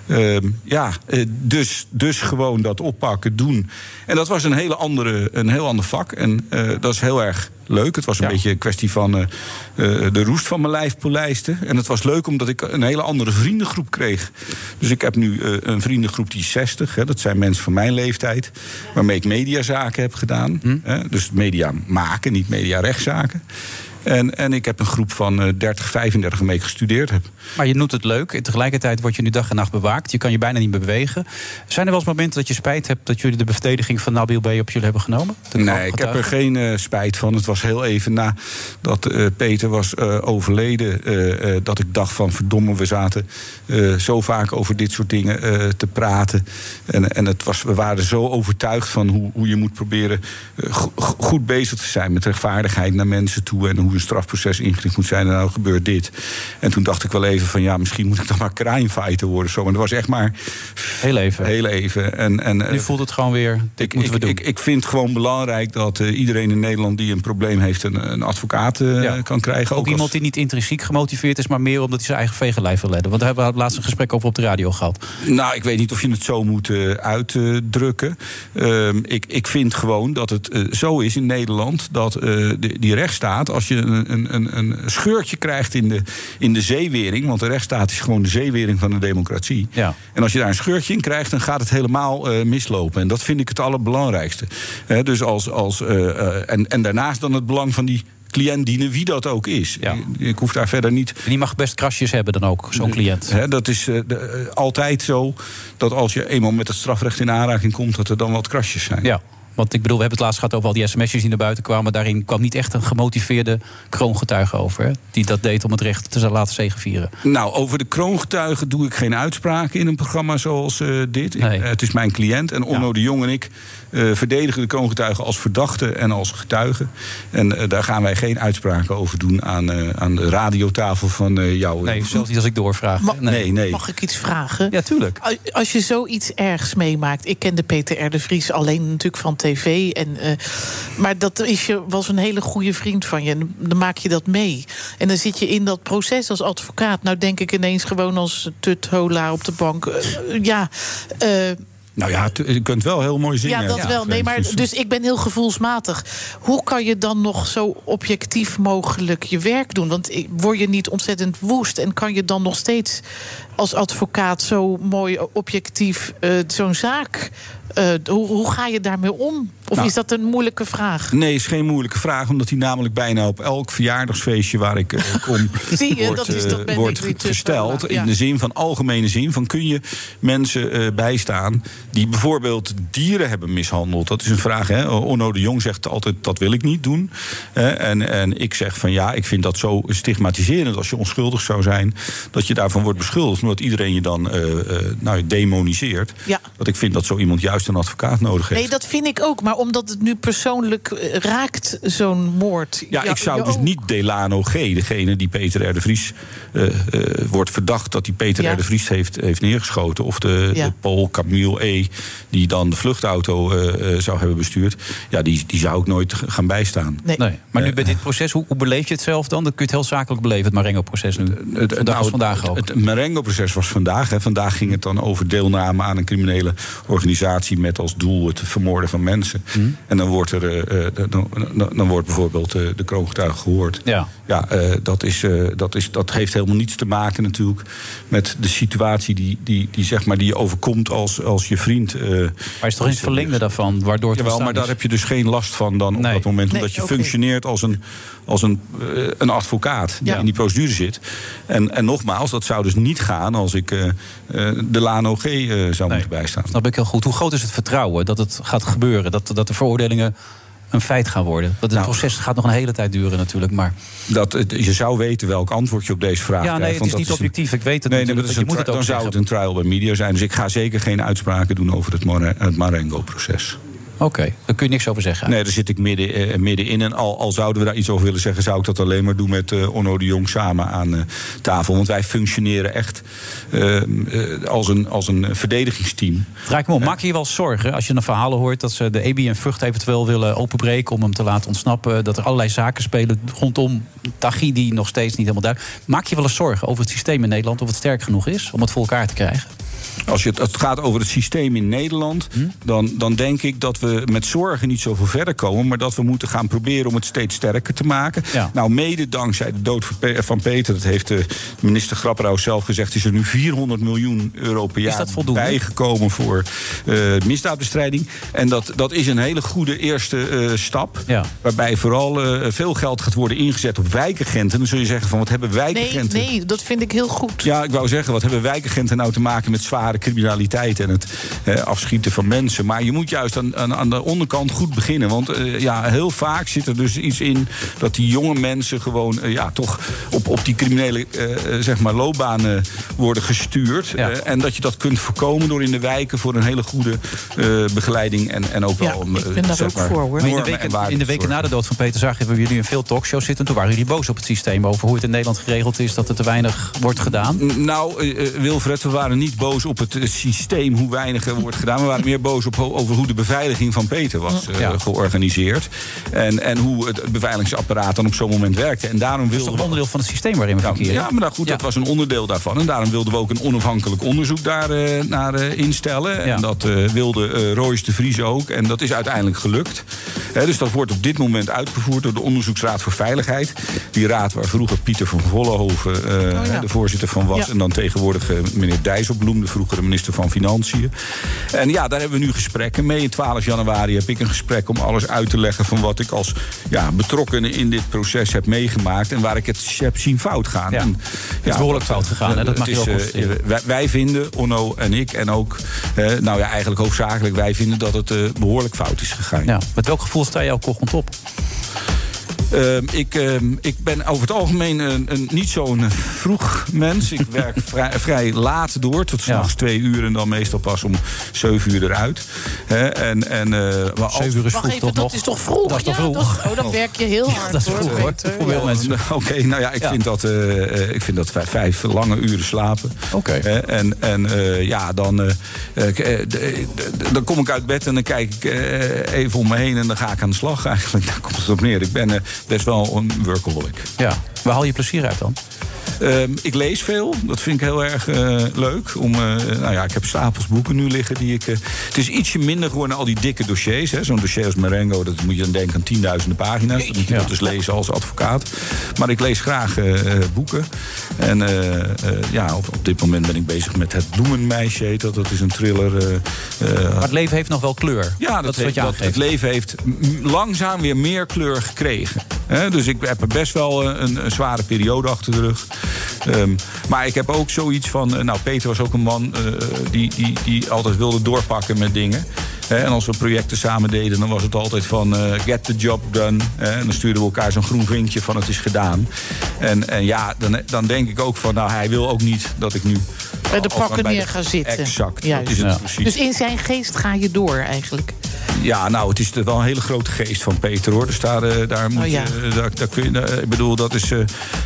S12: Ehm, ja, eh, dus, dus gewoon dat oppakken, doen. En dat was een, hele andere, een heel ander vak. En eh, dat is heel erg leuk. Het was een beetje een kwestie van eh, eh, de roest van mijn lijf polijsten. En het was leuk omdat ik een hele andere vriendengroep kreeg. Dus ik heb nu eh, een vriendengroep die is 60. Hè, dat zijn mensen van mijn leeftijd. Waarmee ik mediazaken heb gedaan.
S6: Hm.
S12: Hè, dus media maken, niet mediarechtszaken. En, en ik heb een groep van eh, 30, 35 waarmee ik gestudeerd heb.
S6: Maar je noemt het leuk. En tegelijkertijd word je nu dag en nacht bewaakt. Je kan je bijna niet meer bewegen. Zijn er wel eens momenten dat je spijt hebt dat jullie de verdediging van Nabil B op jullie hebben genomen?
S12: Nee, ik heb er geen eh, spijt van. Het was heel even na dat eh, Peter was eh, overleden... eh, eh, dat ik dacht van verdomme, we zaten eh, zo vaak over dit soort dingen eh, te praten. En, en het was, we waren zo overtuigd van hoe, hoe je moet proberen... eh, go- go- goed bezig te zijn met rechtvaardigheid naar mensen toe... en hoe een strafproces ingericht moet zijn. En nou gebeurt dit. En toen dacht ik wel even van ja, misschien moet ik dan maar crimefighter worden. of Zo. Maar dat was echt maar...
S6: Heel even.
S12: Heel even. En, en,
S6: Nu voelt het gewoon weer, dit
S12: ik,
S6: moeten we
S12: ik,
S6: doen.
S12: Ik, ik vind het gewoon belangrijk dat eh, iedereen in Nederland die een probleem heeft een, een advocaat eh, kan krijgen.
S6: ook
S12: als-
S6: iemand die niet intrinsiek gemotiveerd is, maar meer omdat hij zijn eigen vegenlijf wil leiden. Want daar hebben we het laatste gesprek over op de radio gehad.
S12: Nou, ik weet niet of je het zo moet eh, uitdrukken. Ehm, ik, ik vind gewoon dat het eh, zo is in Nederland dat eh, de- die rechtsstaat, als je een, een- een, een scheurtje krijgt in de, in de zeewering, want de rechtsstaat is gewoon de zeewering van de democratie. En als je daar een scheurtje in krijgt, dan gaat het helemaal eh, mislopen. En dat vind ik het allerbelangrijkste. Hè, dus als, als, eh, eh, en, en daarnaast dan het belang van die cliënt dienen, wie dat ook is. Eh, Ik, ik hoef daar verder niet...
S6: En die mag best krasjes hebben dan ook, zo'n cliënt.
S12: Dus, Hè, dat is eh, de- eh, altijd zo dat als je eenmaal met het strafrecht in aanraking komt, dat er dan wat krasjes zijn.
S6: Ja. Want ik bedoel, we hebben het laatst gehad over al die sms'jes die naar buiten kwamen. Daarin kwam niet echt een gemotiveerde kroongetuige over. Hè, die dat deed om het recht te laten zegevieren.
S12: Nou, over de kroongetuigen doe ik geen uitspraken in een programma zoals eh, dit. Ik- eh, het is mijn cliënt. En Onno de Jong en ik eh, verdedigen de kroongetuigen als verdachten en als getuigen. En eh, daar gaan wij geen uitspraken over doen aan, eh, aan de radiotafel van eh jou. Nee,
S6: zelfs niet als ik doorvraag.
S12: nee, nee.
S7: Mag ik iets vragen?
S6: Ja, tuurlijk.
S7: Als- Als je zoiets ergs meemaakt. Ik kende Peter R. de Vries alleen natuurlijk van tv. En, eh, maar dat is je, was een hele goede vriend van je. En dan maak je dat mee. En dan zit je in dat proces als advocaat. Nou denk ik ineens gewoon als tut hola op de bank. eh, ja, eh,
S12: Nou ja, t- je kunt wel heel mooi zingen.
S7: Ja, dat wel. Nee, maar dus ik ben heel gevoelsmatig. Hoe kan je dan nog zo objectief mogelijk je werk doen? Want i- word je niet ontzettend woest en kan je dan nog steeds als advocaat zo mooi objectief eh, zo'n zaak? eh, hoe, hoe ga je daarmee om? Of
S12: Nou.
S7: is dat een moeilijke vraag?
S12: Nee, is geen moeilijke vraag, omdat die namelijk bijna op elk verjaardagsfeestje waar ik eh, kom
S7: Zie je,
S12: wordt,
S7: dat is-
S12: eh,
S7: dat ben ik
S12: wordt
S7: nu te
S12: gesteld.
S7: verlaat,
S12: In
S7: ja.
S12: de zin van algemene zin van kun je mensen eh, bijstaan die bijvoorbeeld dieren hebben mishandeld. Dat is een vraag. Hè? Onno de Jong zegt altijd dat wil ik niet doen. Hè? en, en ik zeg van ja, ik vind dat zo stigmatiserend als je onschuldig zou zijn, dat je daarvan wordt beschuldigd, omdat iedereen je dan eh, eh, nou, demoniseert.
S7: Ja.
S12: Dat ik vind dat zo iemand juist een advocaat nodig heeft.
S7: Nee, dat vind ik ook. Maar omdat het nu persoonlijk eh, raakt, zo'n moord. oh,
S12: Ja, ik zou dus niet Delano G., degene die Peter R. de Vries eh, eh, wordt verdacht dat die Peter
S7: Ja.
S12: R. de Vries heeft, heeft neergeschoten. Of de,
S7: Ja.
S12: de Pool Camille E., die dan de vluchtauto eh, eh, zou hebben bestuurd. Ja, die, die zou ik nooit g- gaan bijstaan.
S7: Nee.
S6: Maar nu bij dit proces, hoe, hoe beleef je het zelf dan? Dat kun je het heel zakelijk beleven, het Marengo-proces nu.
S12: Eh, nou, Het,
S6: Dat was vandaag ook.
S12: Het, het Marengo-proces was vandaag. Hè. Vandaag ging het dan over deelname aan een criminele organisatie met als doel het vermoorden van mensen.
S6: Mhm.
S12: En dan wordt er eh, eh, dan, dan, dan wordt bijvoorbeeld eh, de kroongetuige gehoord.
S6: Ja.
S12: Ja, eh, dat, is, eh, dat, is, dat heeft helemaal niets te maken natuurlijk met de situatie die, die, die, zeg maar, die je overkomt als, als je vriend. maar
S6: is toch in het verlengde daarvan, waardoor het
S12: Jawel,
S6: ontstaan
S12: maar daar
S6: is?
S12: heb je dus geen last van dan op dat moment.
S6: Nee,
S12: Omdat je
S6: oké.
S12: functioneert als een, als een, eh, een advocaat die
S6: Ja.
S12: in die procedure zit. En, en nogmaals, dat zou dus niet gaan als ik eh, eh, de Lano G eh, zou moeten bijstaan.
S6: Snap ik heel goed. Hoe groot is het vertrouwen dat het gaat gebeuren? Dat, dat de veroordelingen een feit gaan worden? Dat
S12: Nou.
S6: het proces gaat nog een hele tijd duren natuurlijk, maar...
S12: Dat, het- je zou weten welk antwoord je op deze vraag
S6: Ja, nee,
S12: krijgt.
S6: het
S12: want
S6: is
S12: dat
S6: niet objectief, ik weet het
S12: nee, nee,
S6: natuurlijk,
S12: maar dat is
S6: want je
S12: een
S6: moet het
S12: tri-
S6: ook
S12: Dan zou het
S6: zeggen.
S12: een trial bij media zijn. Dus ik ga zeker geen uitspraken doen over het, Mor- het Marengo-proces.
S6: Oké, daar kun je niks over zeggen.
S12: Nee, daar zit ik midden, eh, middenin. En al, al zouden we daar iets over willen zeggen, zou ik dat alleen maar doen met eh, Onno de Jong samen aan eh, tafel. Want wij functioneren echt eh, eh, als, een, als een eh, verdedigingsteam.
S6: Draai ik me om. Maak je je wel zorgen als je dan verhalen hoort dat ze de EBI en Vught eventueel willen openbreken om hem te laten ontsnappen? Dat er allerlei zaken spelen rondom Tachi die nog steeds niet helemaal duidelijk. Maak je wel eens zorgen over het systeem in Nederland of het sterk genoeg is om het voor elkaar te krijgen?
S12: Als je het, het gaat over het systeem in Nederland, dan, dan denk ik dat we met zorgen niet zoveel verder komen. Maar dat we moeten gaan proberen om het steeds sterker te maken. Nou, mede dankzij de dood van Pe- van Peter, dat heeft eh, minister Grapperhaus zelf gezegd, is er nu 400 miljoen euro per jaar bijgekomen voor eh, misdaadbestrijding. En dat, dat is een hele goede eerste eh, stap. Waarbij vooral eh, veel geld gaat worden ingezet op wijkagenten. Dan zul je zeggen van wat hebben
S7: Nee,
S12: wijkagenten
S7: nee, dat vind ik heel goed.
S12: ja, ik wou zeggen, wat hebben wijkagenten nou te maken met zware criminaliteit en het eh, afschieten van mensen? Maar je moet juist aan, aan, aan de onderkant goed beginnen. Want eh, ja, heel vaak zit er dus iets in dat die jonge mensen gewoon eh, ja, toch op, op die criminele eh, eh, zeg maar loopbanen worden gestuurd. Eh, en dat je dat kunt voorkomen door in de wijken voor een hele goede eh, begeleiding en, en ook wel. eh, zeg maar,
S6: Maar In de
S12: normen en
S6: weken,
S12: waarden
S6: in de
S12: te
S6: weken na de dood van Peter Zag hebben we jullie in veel talkshows zitten. Toen waren jullie boos op het systeem over hoe het in Nederland geregeld is, dat er te weinig wordt gedaan.
S12: N- Nou, eh, eh, Wilfred, we waren niet boos op het eh, systeem, hoe weinig er wordt gedaan. We waren meer boos op, ho- over hoe de beveiliging van Peter was eh, georganiseerd. En, en hoe het beveiligingsapparaat dan op zo'n moment werkte. En daarom
S6: Dat is
S12: wilden
S6: toch
S12: we.
S6: onderdeel van het systeem waarin we
S12: Ja,
S6: verkeren?
S12: ja, maar nou goed, dat was een onderdeel daarvan. En daarom wilden we ook een onafhankelijk onderzoek daar, eh, naar eh, instellen. En dat eh, wilde eh Royce de Vries ook. En dat is uiteindelijk gelukt. Hè, dus dat wordt op dit moment uitgevoerd door de Onderzoeksraad voor Veiligheid. Die raad waar vroeger Pieter van Vollenhoven eh, hè, de voorzitter van was.
S6: Oh, Ja.
S12: En dan tegenwoordig eh, meneer Dijsselbloem, de vroegere minister van Financiën. En ja, daar hebben we nu gesprekken mee. 12 januari heb ik een gesprek om alles uit te leggen van wat ik als ja, betrokkenen in dit proces heb meegemaakt. En waar ik het heb zien fout gaan. En, Ja.
S6: Het is behoorlijk fout gegaan, hè? Dat mag je
S12: is,
S6: wel
S12: eh,
S6: constateren.
S12: wij, wij vinden, Onno en ik, en ook, eh, nou ja, eigenlijk hoofdzakelijk, wij vinden dat het eh, behoorlijk fout is gegaan.
S6: Ja. Met welk gevoel sta je elke ochtend op?
S12: Ehm, ik, ehm, ik ben over het algemeen een, een, niet zo'n vroeg mens. Ik werk vrij, vrij laat door, tot s'nachts twee uur en dan meestal pas om zeven uur eruit. Hè, en, en, eh, maar als-
S7: Wacht even, dat is toch vroeg? Ja, dat is- oh, dan werk je heel hard, hoor. Peter. Ja.
S12: Oké, nou ja, ik, vind dat, eh, eh, ik vind dat vijf, vijf lange uren slapen. Oké. en en eh, ja, dan, eh, eh, k- eh, d- d- dan kom ik uit bed en dan kijk ik eh, even om me heen en dan ga ik aan de slag eigenlijk. Daar komt het op neer. Ik ben eh, best wel een workaholic.
S6: Ja. Waar haal je plezier uit dan?
S12: Ehm, ik lees veel. Dat vind ik heel erg eh, leuk. Om, eh, nou ja, ik heb stapels boeken nu liggen die ik. eh, het is ietsje minder geworden al die dikke dossiers. hè. Zo'n dossier als Marengo, dat moet je dan denken aan tienduizenden pagina's. Dat moet je dus lezen als advocaat. Maar ik lees graag eh, eh, boeken. En eh, eh, ja, op, op dit moment ben ik bezig met Het Bloemenmeisje. heet Dat, dat is een thriller. eh, eh,
S6: Maar het leven heeft nog wel kleur.
S12: ja, dat,
S6: is wat
S12: heeft-
S6: je
S12: dat-
S6: aangeeft.
S12: Het leven heeft m- langzaam weer meer kleur gekregen. Hè, dus ik heb best wel eh, een, een zware periode achter de rug. Ehm, maar ik heb ook zoiets van... eh, Nou, Peter was ook een man eh, die, die, die altijd wilde doorpakken met dingen. Hè, en als we projecten samen deden, dan was het altijd van... eh, get the job done. hè, en dan stuurden we elkaar zo'n groen vinkje van het is gedaan. En, en ja, dan, dan denk ik ook van... Nou, hij wil ook niet dat ik nu...
S7: Bij de
S12: als- als-
S7: pakken
S12: bij de-
S7: neer gaan zitten.
S12: Exact,
S7: Juist.
S12: dat is het precies.
S7: Dus in zijn geest ga je door eigenlijk.
S12: Ja, nou, het is wel een hele grote geest van Peter, hoor. Dus daar, eh, daar moet
S7: Oh, ja.
S12: je... eh, Daar, daar kun je daar- ik bedoel, dat is... eh,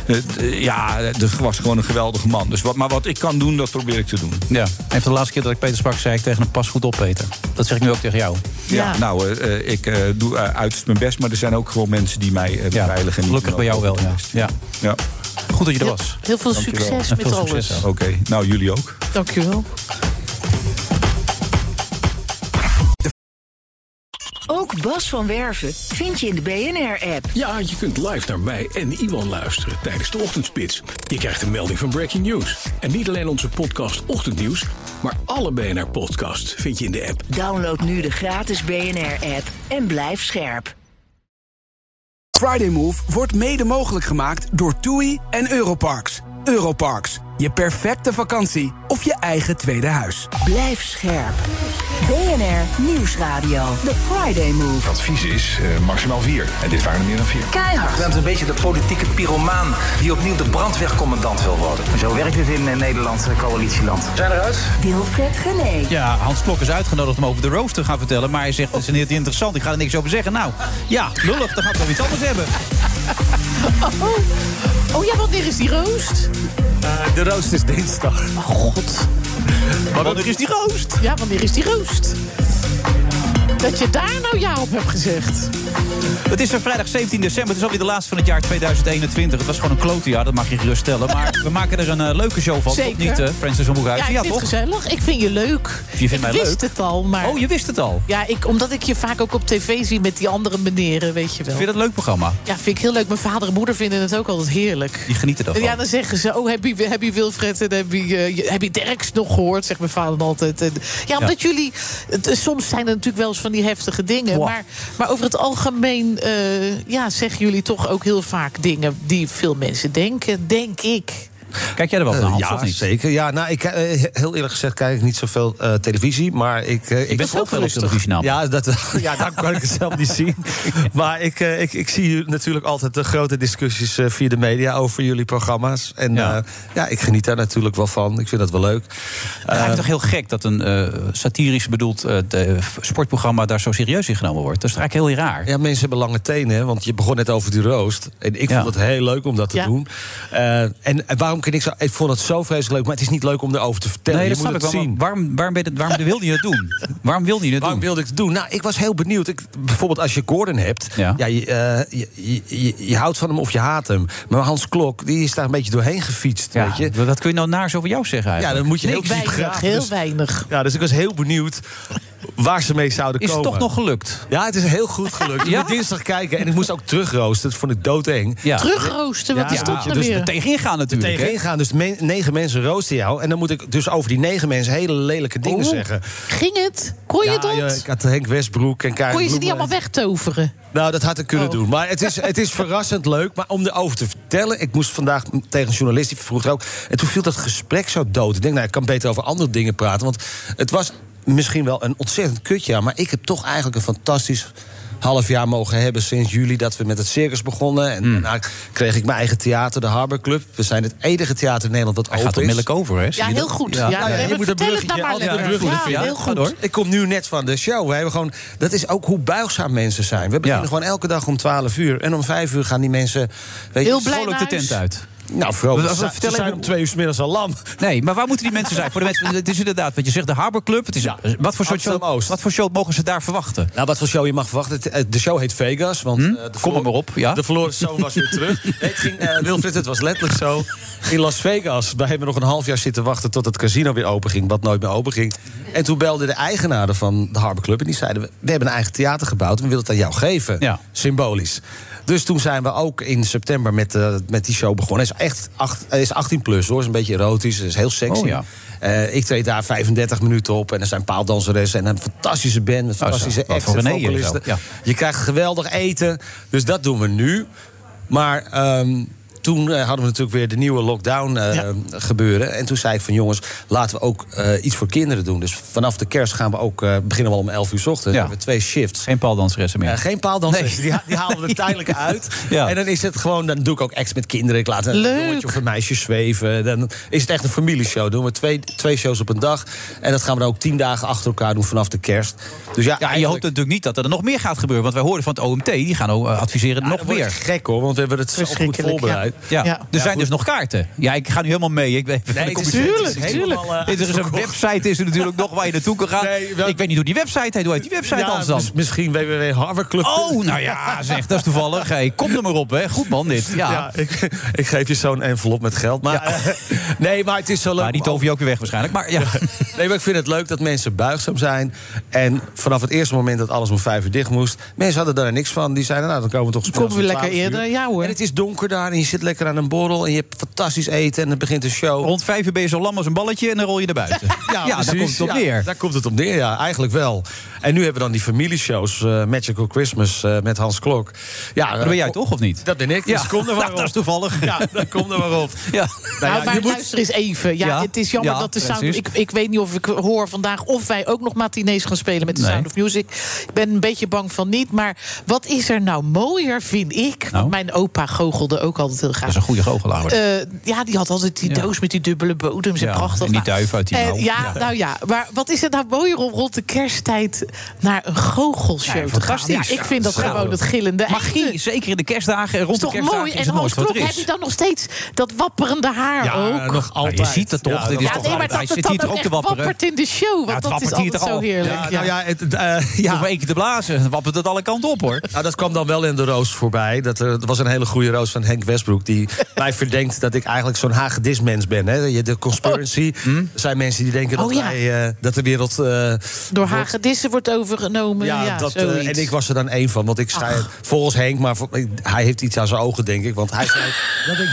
S12: het, eh, ja, dat was gewoon een geweldige man. Dus wat, maar wat ik kan doen, dat probeer ik te doen.
S6: Ja. En voor de laatste keer dat ik Peter sprak, zei ik tegen hem: Pas goed op, Peter. Dat zeg ik nu ook tegen jou.
S12: Ja, nou, eh, eh, ik eh, doe eh, uiterst mijn best... maar er zijn ook gewoon mensen die mij eh, beveiligen.
S6: gelukkig bij jou wel, ja.
S12: ja. ja.
S6: Goed dat je er was.
S7: Heel veel
S12: Dankjewel.
S7: succes met alles.
S12: Oké, nou, jullie ook.
S7: Dankjewel.
S2: Ook Bas van Werven vind je in de BNR-app.
S13: Ja, je kunt live naar mij en Iwan luisteren tijdens de ochtendspits. Je krijgt een melding van Breaking News. En niet alleen onze podcast Ochtendnieuws, maar alle BNR-podcasts vind je in de app.
S2: Download nu de gratis BNR-app en blijf scherp.
S1: Friday Move wordt mede mogelijk gemaakt door TUI en Europarks. Europarks, je perfecte vakantie of je eigen tweede huis.
S2: Blijf scherp. BNR Nieuwsradio. The Friday Move.
S10: Advies is eh, maximaal vier. En dit waren er meer dan vier.
S2: Keihard.
S10: Je bent een beetje de politieke pyromaan die opnieuw de brandweercommandant wil worden. Zo werkt het in eh, Nederland, eh, coalitieland. Zijn eruit?
S2: Wilfred Genee.
S6: Ja, Hans Klok is uitgenodigd om over de roof te gaan vertellen. Maar hij zegt, dat is niet interessant, ik ga er niks over zeggen. Nou, ja, lullig, dan gaan we wel iets anders hebben.
S7: Oh, oh ja, wanneer is die roost?
S14: Eh, de roost is dinsdag.
S6: Oh,
S7: god.
S14: Wanneer is die roost?
S7: Ja, wanneer is die roost? Dat je daar nou ja op hebt gezegd.
S6: Het is er vrijdag 17 december, het is alweer de laatste van het jaar 2021. Het was gewoon een klote jaar, dat mag je gerust stellen. Maar we maken er een eh, leuke show van,
S7: Zeker.
S6: toch niet, eh, Francis van
S7: Ja, ik
S6: Boekhuizen?
S7: vind het gezellig. Ik vind je leuk.
S6: Je vindt
S7: ik
S6: mij
S7: wist
S6: leuk?
S7: het al, maar...
S6: Oh, je wist het al?
S7: Ja, ik, omdat ik je vaak ook op tv zie met die andere meneren, weet je wel.
S6: Vind je dat een leuk programma?
S7: Ja, vind ik heel leuk. Mijn vader en moeder vinden het ook altijd heerlijk.
S6: Die genieten daarvan.
S7: Ja, dan zeggen ze, oh, heb je, heb je Wilfred en heb je, eh, je- heb je Derks nog gehoord? Zegt mijn vader dan altijd. En ja, omdat jullie... het- soms zijn er natuurlijk wel eens van die heftige dingen.
S6: Wow.
S7: Maar, maar over het algemeen eh, ja, zeggen jullie toch ook heel vaak dingen... die veel mensen denken, denk ik.
S6: Kijk jij er wel naar, Hans,
S14: Eh, ja,
S6: of niet?
S14: zeker. Ja, nou, ik, eh, he- heel eerlijk gezegd kijk ik niet zoveel eh, televisie. Maar ik, eh, ik
S6: bent ook wel op televisie, nou. namelijk.
S14: Ja, dat, ja, daarom kan ik het zelf niet zien. Maar ik, eh, ik, ik zie natuurlijk altijd de grote discussies eh, via de media over jullie programma's. En ja. ja, ik geniet daar natuurlijk wel van. Ik vind dat wel leuk.
S6: Eh, Het lijkt toch heel gek dat een eh, satirisch bedoeld eh, de- sportprogramma daar zo serieus in genomen wordt. Dat is eigenlijk heel raar.
S14: Ja, mensen hebben lange tenen, hè, want je begon net over die roost. En ik vond het heel leuk om dat te doen. Eh, en, en waarom kan ik zo... Ik vond het zo vreselijk leuk, maar het is niet leuk om erover te vertellen.
S6: Nee,
S14: je
S6: dat
S14: moet
S6: snap
S14: het
S6: ik wel.
S14: zien.
S6: maar Waarom, waarom, ben je dat- waarom wilde je het doen? Waarom wilde je het
S14: Waarom
S6: doen?
S14: wilde ik het doen? Nou, ik was heel benieuwd. Ik, bijvoorbeeld als je Gordon hebt, ja. je, eh, je, je, je- je houdt van hem of je haat hem. Maar Hans Klok, die is daar een beetje doorheen gefietst, weet je.
S6: Wat kun je nou naars over jou zeggen
S14: Ja,
S6: eigenlijk?
S14: dan moet je heel
S7: Niks.
S14: diep
S7: Weinig,
S14: graven,
S7: heel
S14: dus-
S7: weinig.
S14: Ja, dus ik was heel benieuwd waar ze mee zouden
S6: Is het
S14: komen.
S6: toch nog gelukt?
S14: Ja, het is heel goed gelukt. Ik
S6: Ja?
S14: moet dinsdag kijken en ik moest ook terugroosten. Dat vond ik doodeng.
S6: Ja.
S7: Terugroosten, wat is dat nou
S14: dus
S7: weer?
S14: er
S6: tegenin gaan natuurlijk,
S14: er Tegenin
S6: hè?
S14: gaan, dus me- negen mensen roosten jou. En dan moet ik dus over die negen mensen hele lelijke dingen
S7: Oh,
S14: zeggen.
S7: Ging het? Kon je
S14: ja,
S7: dat?
S14: joh, ik had Henk Westbroek en Karin
S7: Kon je ze niet
S14: Bloemen.
S7: allemaal wegtoveren?
S14: Nou, dat had ik kunnen doen. Maar het is, het is verrassend leuk. Maar om erover te vertellen... Ik moest vandaag tegen een journalist, die vroeg er ook... En toen viel dat gesprek zo dood. Ik denk, nou, ik kan beter over andere dingen praten. Want het was misschien wel een ontzettend kutjaar... maar ik heb toch eigenlijk een fantastisch half jaar mogen hebben sinds juli dat we met het circus begonnen. En daarna kreeg ik mijn eigen theater, de Harbor Club. We zijn het enige theater in Nederland dat open
S6: gaat onmiddellijk over, hè? Zie
S7: Ja, je heel dat? goed. Ja, nee, maar vertel het nou maar lekker. Ja, heel goed.
S14: Ik kom nu net van de show. We hebben gewoon, dat is ook hoe buigzaam mensen zijn. We beginnen gewoon elke dag om 12 uur. En om 5 uur gaan die mensen weet je,
S7: Heel blij
S14: vrolijk
S7: naar huis.
S14: Nou, vooral,
S6: Maar
S14: ze,
S6: vertel
S14: ze
S6: even-
S14: zijn om twee uur 's middags al lam.
S6: Nee, maar waar moeten die mensen zijn? Voor de mensen, het is inderdaad, wat je zegt, de Haberclub. Het is, wat, voor soort show, wat voor show mogen ze daar verwachten? Hm?
S14: Nou, wat voor show je mag verwachten. Het- het- De show heet Vegas. Want, Kom er maar
S6: op, ja.
S14: De verloren zoon was weer terug. Nee, het ging, eh, Wilfried, het was letterlijk zo. In Las Vegas, daar hebben we nog een half jaar zitten wachten... tot het casino weer open ging, wat nooit meer open ging. En toen belden de eigenaren van de Harbor Club... en die zeiden, we, we hebben een eigen theater gebouwd... en we willen het aan jou geven, symbolisch. Dus toen zijn we ook in september met, eh, met die show begonnen. Hij is echt acht, hij is 18 plus, hoor. is een beetje erotisch, is heel sexy.
S6: Oh, ja.
S14: Eh, ik treed daar 35 minuten op. En er zijn paaldanseressen en een fantastische band... met
S6: Oh, zo.
S14: fantastische
S6: Wat
S14: acts
S6: voor
S14: en
S6: René en zo,
S14: vocalisten.
S6: ja.
S14: Je krijgt geweldig eten. Dus dat doen we nu. Maar ehm, toen eh, hadden we natuurlijk weer de nieuwe lockdown eh, gebeuren. En toen zei ik van jongens, laten we ook eh, iets voor kinderen doen. Dus vanaf de kerst gaan we ook, eh, beginnen we al om 11 uur 's ochtends. We hebben twee shifts.
S6: Geen paaldanseressen meer.
S14: Eh, geen paaldanseres.
S6: Nee.
S14: Die, ha- die halen we er tijdelijk uit. En dan is het gewoon, dan doe ik ook acts met kinderen. Ik laat een
S6: Leuk.
S14: jongetje of een meisje zweven. Dan is het echt een familieshow. Doen we twee, twee shows op een dag. En dat gaan we dan ook tien dagen achter elkaar doen vanaf de kerst. Dus ja,
S6: en je hoopt natuurlijk niet dat er nog meer gaat gebeuren. Want wij horen van het OMT, die gaan ook eh, adviseren nog
S14: wordt
S6: meer.
S14: het gek hoor, want we hebben het zo goed voorbereid. Ja.
S6: Ja. Er
S14: Ja,
S6: zijn
S14: goed.
S6: dus nog kaarten. Ja, ik ga nu helemaal mee. Ik ben even
S14: Nee,
S6: van de
S14: het is-
S6: computer.
S14: tuurlijk,
S6: Het is helemaal,
S14: tuurlijk.
S6: eh, Er is een
S14: uitverkocht.
S6: website is er natuurlijk nog waar je naartoe kan gaan. ik weet niet hoe die website heet. Hoe heet die website
S14: Ja,
S6: anders dan?
S14: mis- misschien www.harvardclub.
S6: Oh, nou ja, zeg, dat is toevallig. Hey, kom er maar op, hè. Goed man, dit. Ja.
S14: ik, ik geef je zo'n envelop met geld. Maar, eh, nee, maar het is zo leuk. Maar die tover
S6: je ook weer weg waarschijnlijk. Maar, ja.
S14: nee, maar ik vind het leuk dat mensen buigzaam zijn. En vanaf het eerste moment dat alles om vijf uur dicht moest... mensen hadden daar niks van. Die zeiden, nou, dan komen we toch...
S7: Komen we
S14: om
S7: lekker
S14: 12 uur.
S7: eerder? Ja hoor.
S14: En het is donker daar en je zit lekker aan een borrel... en je hebt fantastisch eten en dan begint de show.
S6: Rond vijf uur ben je zo lam als een balletje en dan rol je naar buiten. Ja, daar
S14: precies.
S6: komt het op
S14: Ja,
S6: neer.
S14: daar komt het op neer, ja, eigenlijk wel. En nu hebben we dan die familieshows, eh, Magical Christmas eh, met Hans Klok. Ja, eh,
S6: Dat ben jij toch, of niet?
S14: Dat ben ik, dus
S6: Ja, Nou,
S14: kom er maar op.
S6: dat is toevallig.
S14: Ja, dat komt er maar op.
S6: Ja.
S7: Nou, maar luister eens even. Ja,
S14: Ja.
S7: Het is jammer
S14: Ja,
S7: dat de Sound...
S14: precies.
S7: Ik, ik weet niet of ik hoor vandaag of wij ook nog matinees gaan spelen met de
S6: Nee.
S7: Sound of Music. Ik ben een beetje bang van niet. Maar wat is er nou mooier, vind ik? Want Nou. mijn opa goochelde ook altijd heel graag.
S6: Dat is een goede goochelaar. hoor.
S7: Eh, ja, die had altijd die doos met die dubbele bodems en
S6: Ja,
S7: prachtig.
S6: en die
S7: Nou,
S6: duif uit die
S7: eh,
S6: mouw.
S7: ja,
S6: Ja.
S7: nou ja. Maar wat is het nou mooier om rond de kersttijd naar een goochelshow te gaan? Ja,
S6: Fantastisch.
S7: ik vind dat
S6: Ja,
S7: gewoon het gillende
S6: Magie, zeker in de kerstdagen. en Rond
S7: is
S6: de
S7: toch
S6: kerstdagen
S7: mooi?
S6: is
S7: En
S6: het
S7: Hans
S6: mooiste wat
S7: Klok,
S6: er
S7: heb
S6: is.
S7: je dan nog steeds dat wapperende haar ook?
S6: Nou, je ziet het toch?
S14: Ja,
S6: dit is
S14: nog
S6: toch
S14: altijd.
S7: maar
S6: hij
S7: dat
S6: zit
S7: het dan
S6: hier toch
S7: ook
S6: ook te
S7: echt
S6: wapperen.
S7: wappert in de show.
S6: Ja,
S7: Want
S6: het
S7: dat is
S6: wappert hier
S7: altijd
S6: toch al.
S7: zo heerlijk.
S14: Ja, nou ja, het, het, eh, ja.
S6: Hoef maar één keer te blazen. Dan wappert het alle kanten op, hoor.
S14: Nou, dat kwam dan wel in de roos voorbij. Dat er, er was een hele goede roos van Henk Westbroek... die mij verdenkt dat ik eigenlijk zo'n hagedismens ben. Hè. Je- De conspiracy
S6: Oh. Hm?
S14: Er zijn mensen die denken dat,
S7: Oh, ja.
S14: wij, eh, dat de wereld... eh,
S7: Door
S14: wordt-
S7: hagedissen wordt overgenomen. Ja,
S14: Ja, dat, eh,
S7: zoiets.
S14: en ik was er dan één van. Want ik schrijf volgens Henk, maar vol- ik- hij heeft iets aan zijn ogen, denk ik. Want hij schrijft dat, ik,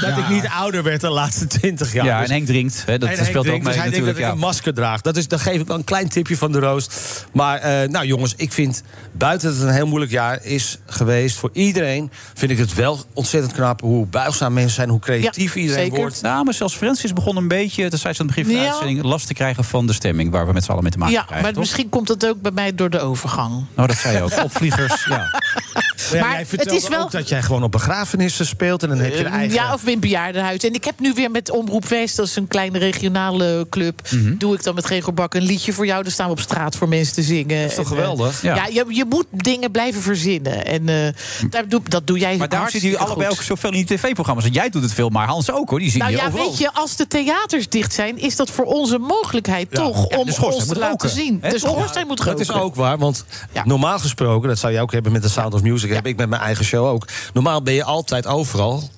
S14: dat ik niet ouder werd de laatste twintig jaar.
S6: Ja,
S14: Dus-
S6: en Henk drinkt. Hè, dat
S14: En Henk
S6: speelt ook
S14: drinkt,
S6: mee
S14: dus hij denkt dat
S6: natuurlijk.
S14: ik
S6: Ja.
S14: een masker draag. Dat, is, dan geef ik wel een klein tipje van de roos. Maar eh, nou jongens, ik vind buiten dat het een heel moeilijk jaar is geweest... voor iedereen vind ik het wel ontzettend knap... hoe buigzaam mensen zijn, hoe creatief iedereen wordt.
S6: Nou, maar zelfs Frans is begonnen een beetje, dat zei ze aan het begin van de
S7: Ja.
S6: uitzending, last te krijgen van de stemming waar we met z'n allen mee te maken
S7: ja,
S6: krijgen.
S7: maar
S6: toch?
S7: misschien komt dat ook bij mij door de overgang.
S6: Nou, dat zei je ook. Opvliegers, ja.
S7: Maar jij vertelde het is wel- ook
S14: dat jij gewoon op begrafenissen speelt... en dan heb je een
S7: Eh,
S14: eigen...
S7: Ja, of in bejaardenhuis. En ik heb nu weer met Omroep West, dat is een kleine regionale club... doe ik dan met Gregor Bak een liedje voor jou. Dan staan we op straat voor mensen te zingen. Dat is
S14: toch geweldig?
S7: ja,
S6: Ja.
S7: je, je moet dingen blijven verzinnen. En eh, daar doe, dat doe jij
S6: Maar daarom zitten
S7: hartstikke
S6: jullie allebei
S7: goed.
S6: ook zoveel in die tv-programma's. En jij doet het veel, maar Hans ook hoor. Die zien
S7: Nou
S6: je
S7: ja,
S6: overal.
S7: weet je, als de theaters dicht zijn... is dat voor ons een mogelijkheid
S14: Ja.
S7: toch
S14: Ja,
S7: om
S14: de schoorsteen
S7: ons te
S14: moet
S7: laten
S14: roken,
S7: zien.
S14: hè,
S7: dus de
S14: toch?
S7: schoorsteen moet
S14: Dat
S7: roken.
S14: is ook waar, want normaal gesproken... dat zou jij ook hebben met de Sound of Music... heb ik met mijn eigen show ook. Normaal ben je altijd overal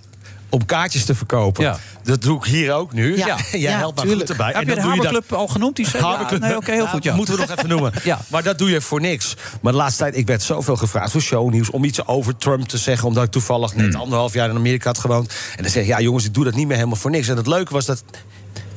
S14: om kaartjes te verkopen. Dat doe ik hier ook nu.
S6: Ja.
S14: Jij
S6: Ja,
S14: helpt mij goed
S6: tuurlijk.
S14: erbij.
S6: Heb je de Hamerclub al genoemd? Die zei-
S14: Hamerclub. Nou,
S6: Ja, nee, oké, heel goed, ja.
S14: Moeten we nog even noemen. Maar dat doe je voor niks. Maar de laatste tijd, ik werd zoveel gevraagd voor shownieuws... om iets over Trump te zeggen, omdat ik toevallig net
S6: Hmm.
S14: anderhalf jaar in Amerika had gewoond. En dan zeg ik, ja jongens, ik doe dat niet meer helemaal voor niks. En het leuke was dat...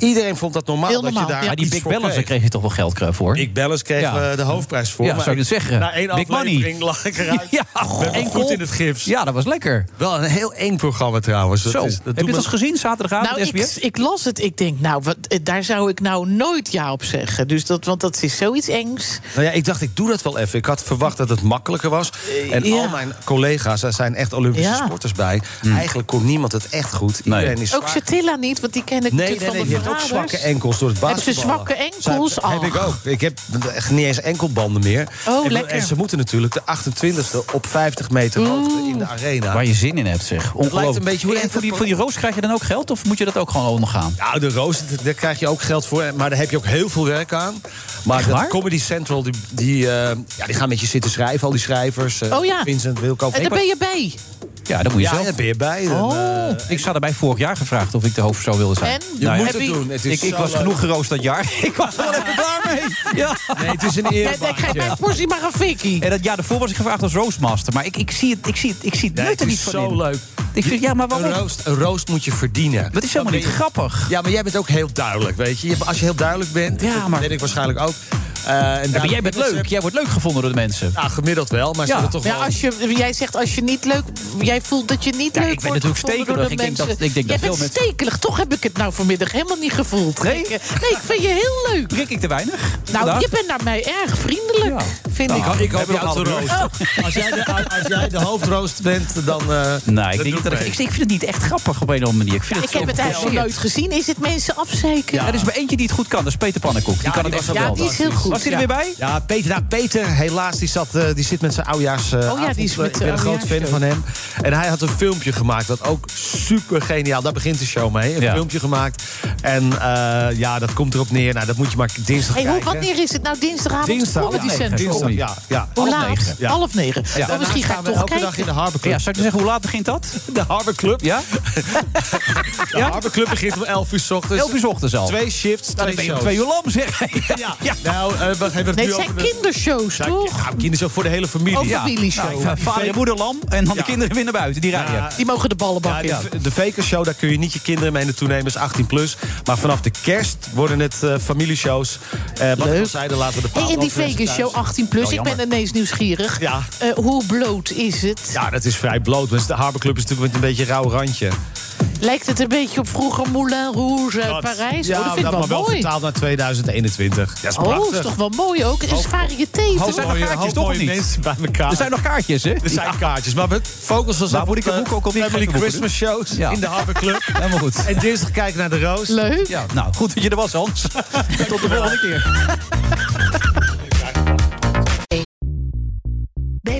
S14: Iedereen vond dat normaal,
S6: Heel
S14: dat
S6: normaal,
S14: je daar
S6: ja. Maar die
S14: iets
S6: Big
S14: voor
S6: Bellers,
S14: kreeg.
S6: daar kreeg je toch wel geld voor?
S14: Big Bellers kreeg
S6: Ja.
S14: eh, de hoofdprijs voor.
S6: Ja,
S14: maar
S6: zou je dat
S14: ik-
S6: zeggen?
S14: Na één
S6: Big
S14: aflevering
S6: money.
S14: lag ik eruit.
S6: Ja,
S14: Met mijn
S6: één
S14: voet
S6: goal.
S14: in het gips.
S6: Ja, dat was lekker.
S14: Wel een heel eng programma trouwens. Dat
S6: Zo,
S14: is- dat
S6: heb
S14: doet
S6: je
S14: me-
S6: dat eens gezien zaterdagavond?
S7: Nou, ik, ik las het. Ik denk, nou, wat, eh, daar zou ik nou nooit ja op zeggen. Dus dat, want dat is zoiets engs.
S14: Nou ja, ik dacht, ik doe dat wel even. Ik had verwacht dat het makkelijker was. En
S7: Eh, ja.
S14: al mijn collega's, daar zijn echt Olympische
S7: Ja.
S6: Mm.
S14: sporters bij. Eigenlijk kon niemand het echt goed. Iedereen is
S7: Ook
S14: zwaar-
S7: Satilla niet, want die ken ik
S14: Nee, nee,
S7: natuurlijk
S14: nee,
S7: van
S14: die
S7: de
S14: heeft ook
S7: vaders-
S14: zwakke enkels door het
S7: Hebben ze
S14: basketballen.
S7: zwakke enkels?
S14: Zij- Heb
S7: Ach.
S14: ik ook. Ik heb echt niet eens enkelbanden meer.
S7: Oh,
S14: en,
S7: lekker.
S14: en ze moeten natuurlijk de 28e op 50 meter hoogte in de arena.
S6: Waar je zin in hebt, zeg.
S14: Het lijkt een beetje hoe
S6: en voor die, voor die roos krijg je dan ook geld? Of moet je dat ook gewoon ondergaan?
S14: Nou, de Roos, d- daar krijg je ook geld voor. Maar daar heb je ook heel veel werk aan. Maar dat Comedy Central, die, die, eh, ja, die gaan met je zitten schrijven, al die schrijvers. eh,
S7: Oh ja.
S14: Vincent Wilco.
S7: En daar ben je bij.
S6: Ja, dat moet je
S14: Ja,
S6: zelf.
S14: daar ben je bij.
S6: Oh. ik zat erbij vorig jaar gevraagd of ik de hoofdpersoon wilde zijn. Nou
S14: En? Je moet het doen, het is
S6: ik, ik
S14: zo
S6: was
S14: leuk.
S6: genoeg geroost dat jaar. ik was er wel even klaar mee. Ja.
S14: Nee, het is een eer.
S6: Ik
S7: geef mijn portie maar een fikkie.
S6: En dat jaar daarvoor was ik gevraagd als roostmaster. Maar ik, ik zie het, ik zie het, ik zie het nut
S14: het
S6: er
S14: is
S6: niet van
S14: zo
S6: in.
S14: leuk.
S6: Ik vind, ja, maar waarom?
S14: Een roost, een roost moet je verdienen.
S6: Dat is helemaal
S14: Dan
S6: niet
S14: ben je-
S6: grappig.
S14: Ja, maar jij bent ook heel duidelijk, weet je. Je- Als je heel duidelijk bent, dat weet ik waarschijnlijk ook. Eh, en
S6: Ja, maar
S14: daarom-
S6: jij bent leuk. Jij wordt leuk gevonden door de mensen.
S14: Ja, gemiddeld wel, maar ze
S6: ja.
S14: willen toch
S7: Ja,
S14: wel...
S7: als je, jij zegt als je niet leuk, jij voelt dat je niet leuk
S6: ik ben
S7: wordt
S6: natuurlijk
S7: gevonden
S6: stekelig.
S7: door de
S6: Ik denk dat-
S7: mensen.
S6: ik denk dat
S7: jij
S6: veel
S7: bent
S6: mensen-
S7: stekelig. Toch heb ik het nou vanmiddag helemaal niet gevoeld. Nee, ik, eh, nee, ik vind je heel leuk.
S6: Prik ik te weinig?
S7: Nou,
S6: Vandaag?
S7: je bent naar mij erg vriendelijk, vind
S14: Nou,
S7: ik. Oh.
S14: ik hoop jou te roosten. Als jij de, als jij de hoofdroost bent, dan... eh
S6: Nee, ik, denk niet dat ik, ik vind het niet echt grappig op een of andere manier. Ik, vind
S7: Ik
S6: het zo
S7: heb het eigenlijk nog
S6: geforceerd.
S7: nooit gezien. Is het mensen afzeiken?
S6: Ja, er is maar eentje die het goed kan. Dat is Peter Pannenkoek. Die kan het echt
S7: ja,
S6: wel.
S7: die is heel goed.
S6: Was hij er
S7: Ja.
S6: weer bij?
S14: Ja, Peter, nou, Peter helaas, die, zat, eh, die zit met zijn oudejaars. eh,
S7: Oh ja, die is
S14: avond.
S7: met
S14: Ik ben
S7: de
S14: een groot fan
S7: oudejaarshow.
S14: van hem. En hij had een filmpje gemaakt, dat ook super geniaal. Daar begint de show mee. Een filmpje gemaakt. En eh, ja, dat komt erop neer. Nou, dat moet je maar dinsdag
S7: Hey, hoe,
S14: kijken.
S7: wanneer is het nou dinsdagavond?
S14: Dinsdag,
S7: Comedy
S14: ja,
S7: Central.
S14: dinsdag, ja, ja.
S7: Hoe
S14: Half
S7: laat?
S14: negen. Ja.
S7: Half negen.
S14: En
S7: Oh,
S14: daarna
S7: misschien ga
S14: gaan
S7: ik
S14: we
S7: toch
S14: elke
S7: kijken.
S14: dag in de Harbor Club.
S6: Ja, zou ik je zeggen, hoe laat begint dat?
S14: De Harbor Club?
S6: Ja?
S14: De Harbor Club begint om 11 uur s ochtends.
S6: 11 uur 's ochtends al.
S14: Twee shifts,
S6: Dan
S14: twee
S6: ben je om
S14: shows.
S6: twee uur lam, zeg.
S14: Ja. Nou, eh, we hebben het
S7: Nee,
S14: nu
S7: het zijn
S14: over de-
S7: kindershows,
S14: Ja,
S7: toch?
S14: Ja, kinderen voor de hele familie.
S7: Oh, familieshow.
S14: Ja.
S6: Nou, vader en moeder lam en dan de kinderen weer naar buiten. Die rijden.
S14: Ja,
S7: Die mogen de ballen
S14: Ja,
S7: bakken.
S14: de, de Fakershow, daar kun je niet je kinderen mee naartoe nemen, is 18 plus. Maar vanaf de kerst worden het eh, familieshows. Eh wat ik al zei, dan laten we de
S7: Hey, in die
S14: paaldansen
S7: Vegas
S14: thuis.
S7: show 18 plus,
S14: Oh,
S7: ik ben
S14: jammer.
S7: ineens nieuwsgierig.
S14: Ja.
S7: Eh, hoe bloot is het?
S14: Ja, dat is vrij bloot. want De Harbor Club is natuurlijk met een beetje rauw randje.
S7: Lijkt het een beetje op vroeger Moulin Rouge uit
S14: Dat-
S7: Parijs?
S14: Ja,
S7: oh, dat vind ik
S14: maar
S7: wel
S14: wel
S7: mooi.
S14: vertaald naar 2021. Dat is
S7: Oh,
S14: prachtig.
S7: is toch wel mooi ook? Er is variëteit.
S14: Hoop
S7: toch?
S14: mooie- hoop mooie mensen bij elkaar.
S6: Er zijn nog kaartjes, hè?
S14: Er zijn kaartjes, maar we focussen ons
S6: Nou,
S14: af
S6: moet
S14: op,
S6: ik een
S14: eh,
S6: boek ook op die
S14: Family
S6: gekke boeken
S14: Christmas shows
S6: Ja.
S14: in de Harbor Club.
S6: Helemaal goed.
S14: En dinsdag kijken naar de Roos.
S7: Leuk.
S6: Ja, nou, goed dat je er was, Hans. Tot de volgende keer.
S2: Bij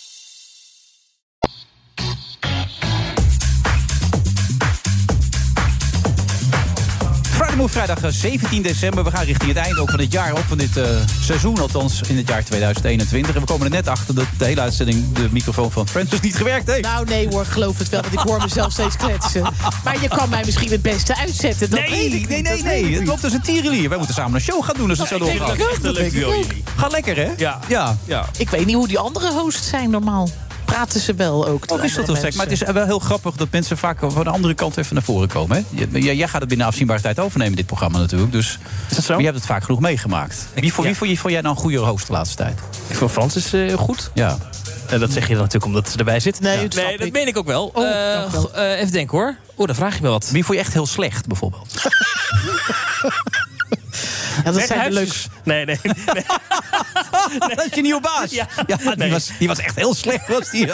S6: Friday Move vrijdag eh, 17 december. We gaan richting het einde ook van dit jaar, ook van dit eh, seizoen, althans in het jaar 2021. En we komen er net achter dat de hele uitzending de microfoon van Francis niet gewerkt heeft.
S7: Nou nee hoor, geloof het wel, want ik hoor mezelf steeds kletsen. Maar je kan mij misschien het beste uitzetten, dat
S6: nee,
S7: weet ik
S6: nee,
S7: niet,
S6: nee,
S7: dat
S6: nee,
S7: weet ik
S6: Het
S7: niet.
S6: loopt als een tierenlier. Wij moeten samen een show gaan doen als het
S7: Nou,
S6: zo
S7: ik denk
S6: doorgaat.
S7: dat het echt een leuk duo jullie.
S6: Gaat lekker, hè? Ja. ja.
S7: Ik weet niet hoe die andere hosts zijn normaal. Praten ze wel ook?
S14: Oh,
S7: de
S6: Wat is Oh, dat
S7: andere
S6: toch gek? Maar het
S7: mensen?
S6: is wel heel grappig dat mensen vaak van de andere kant even naar voren komen. Hè? J- Jij, jij gaat het binnen afzienbare tijd overnemen, dit programma natuurlijk. Dus, is dat zo? Maar jij hebt het vaak genoeg meegemaakt. Wie vond, wie vond, je- vond jij nou een goede host de laatste tijd?
S9: Ik vond Francis eh, goed.
S6: Ja.
S9: En dat zeg je dan natuurlijk omdat ze erbij zit.
S7: Nee,
S9: Ja.
S7: dat
S9: nee
S7: snap
S9: dat
S7: ik. Oh,
S9: meen ik ook wel. Eh, go- eh, even denken hoor. Oh, dan vraag je me wat.
S6: Wie vond je echt heel slecht, bijvoorbeeld?
S7: Ja, dat zijn de leuke
S9: leukste. Nee, nee. nee.
S6: Dat is je nieuwe baas. Ja, Ah, die, was, die was echt heel slecht. Was die.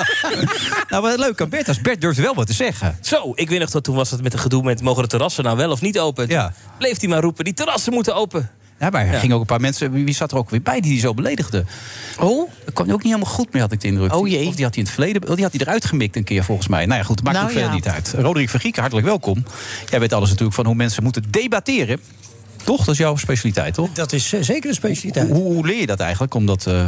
S6: nou, wat leuk aan Bert. Als Bert durft wel wat te zeggen.
S9: Zo, ik weet nog dat toen was het met een gedoe met... mogen de terrassen nou wel of niet open? Ja. Bleef hij maar roepen, die terrassen moeten open.
S6: Ja, maar er
S9: Ja.
S6: gingen ook een paar mensen... Wie wie zat er ook weer bij die die zo beledigde?
S7: Oh?
S6: Dat kwam ook niet helemaal goed mee, had ik de indruk.
S7: Oh, jee.
S6: Of die had hij in het verleden... oh, Die had hij eruit gemikt een keer, volgens mij. Nou ja, goed, het maakt
S7: Nou,
S6: ook verder
S7: ja.
S6: niet uit. Roderick van Gieken, hartelijk welkom. Jij weet alles natuurlijk van hoe mensen moeten debatteren. Toch? Dat is jouw specialiteit, toch?
S15: Dat is eh, zeker een specialiteit.
S6: Hoe, hoe leer je dat eigenlijk? Omdat... eh,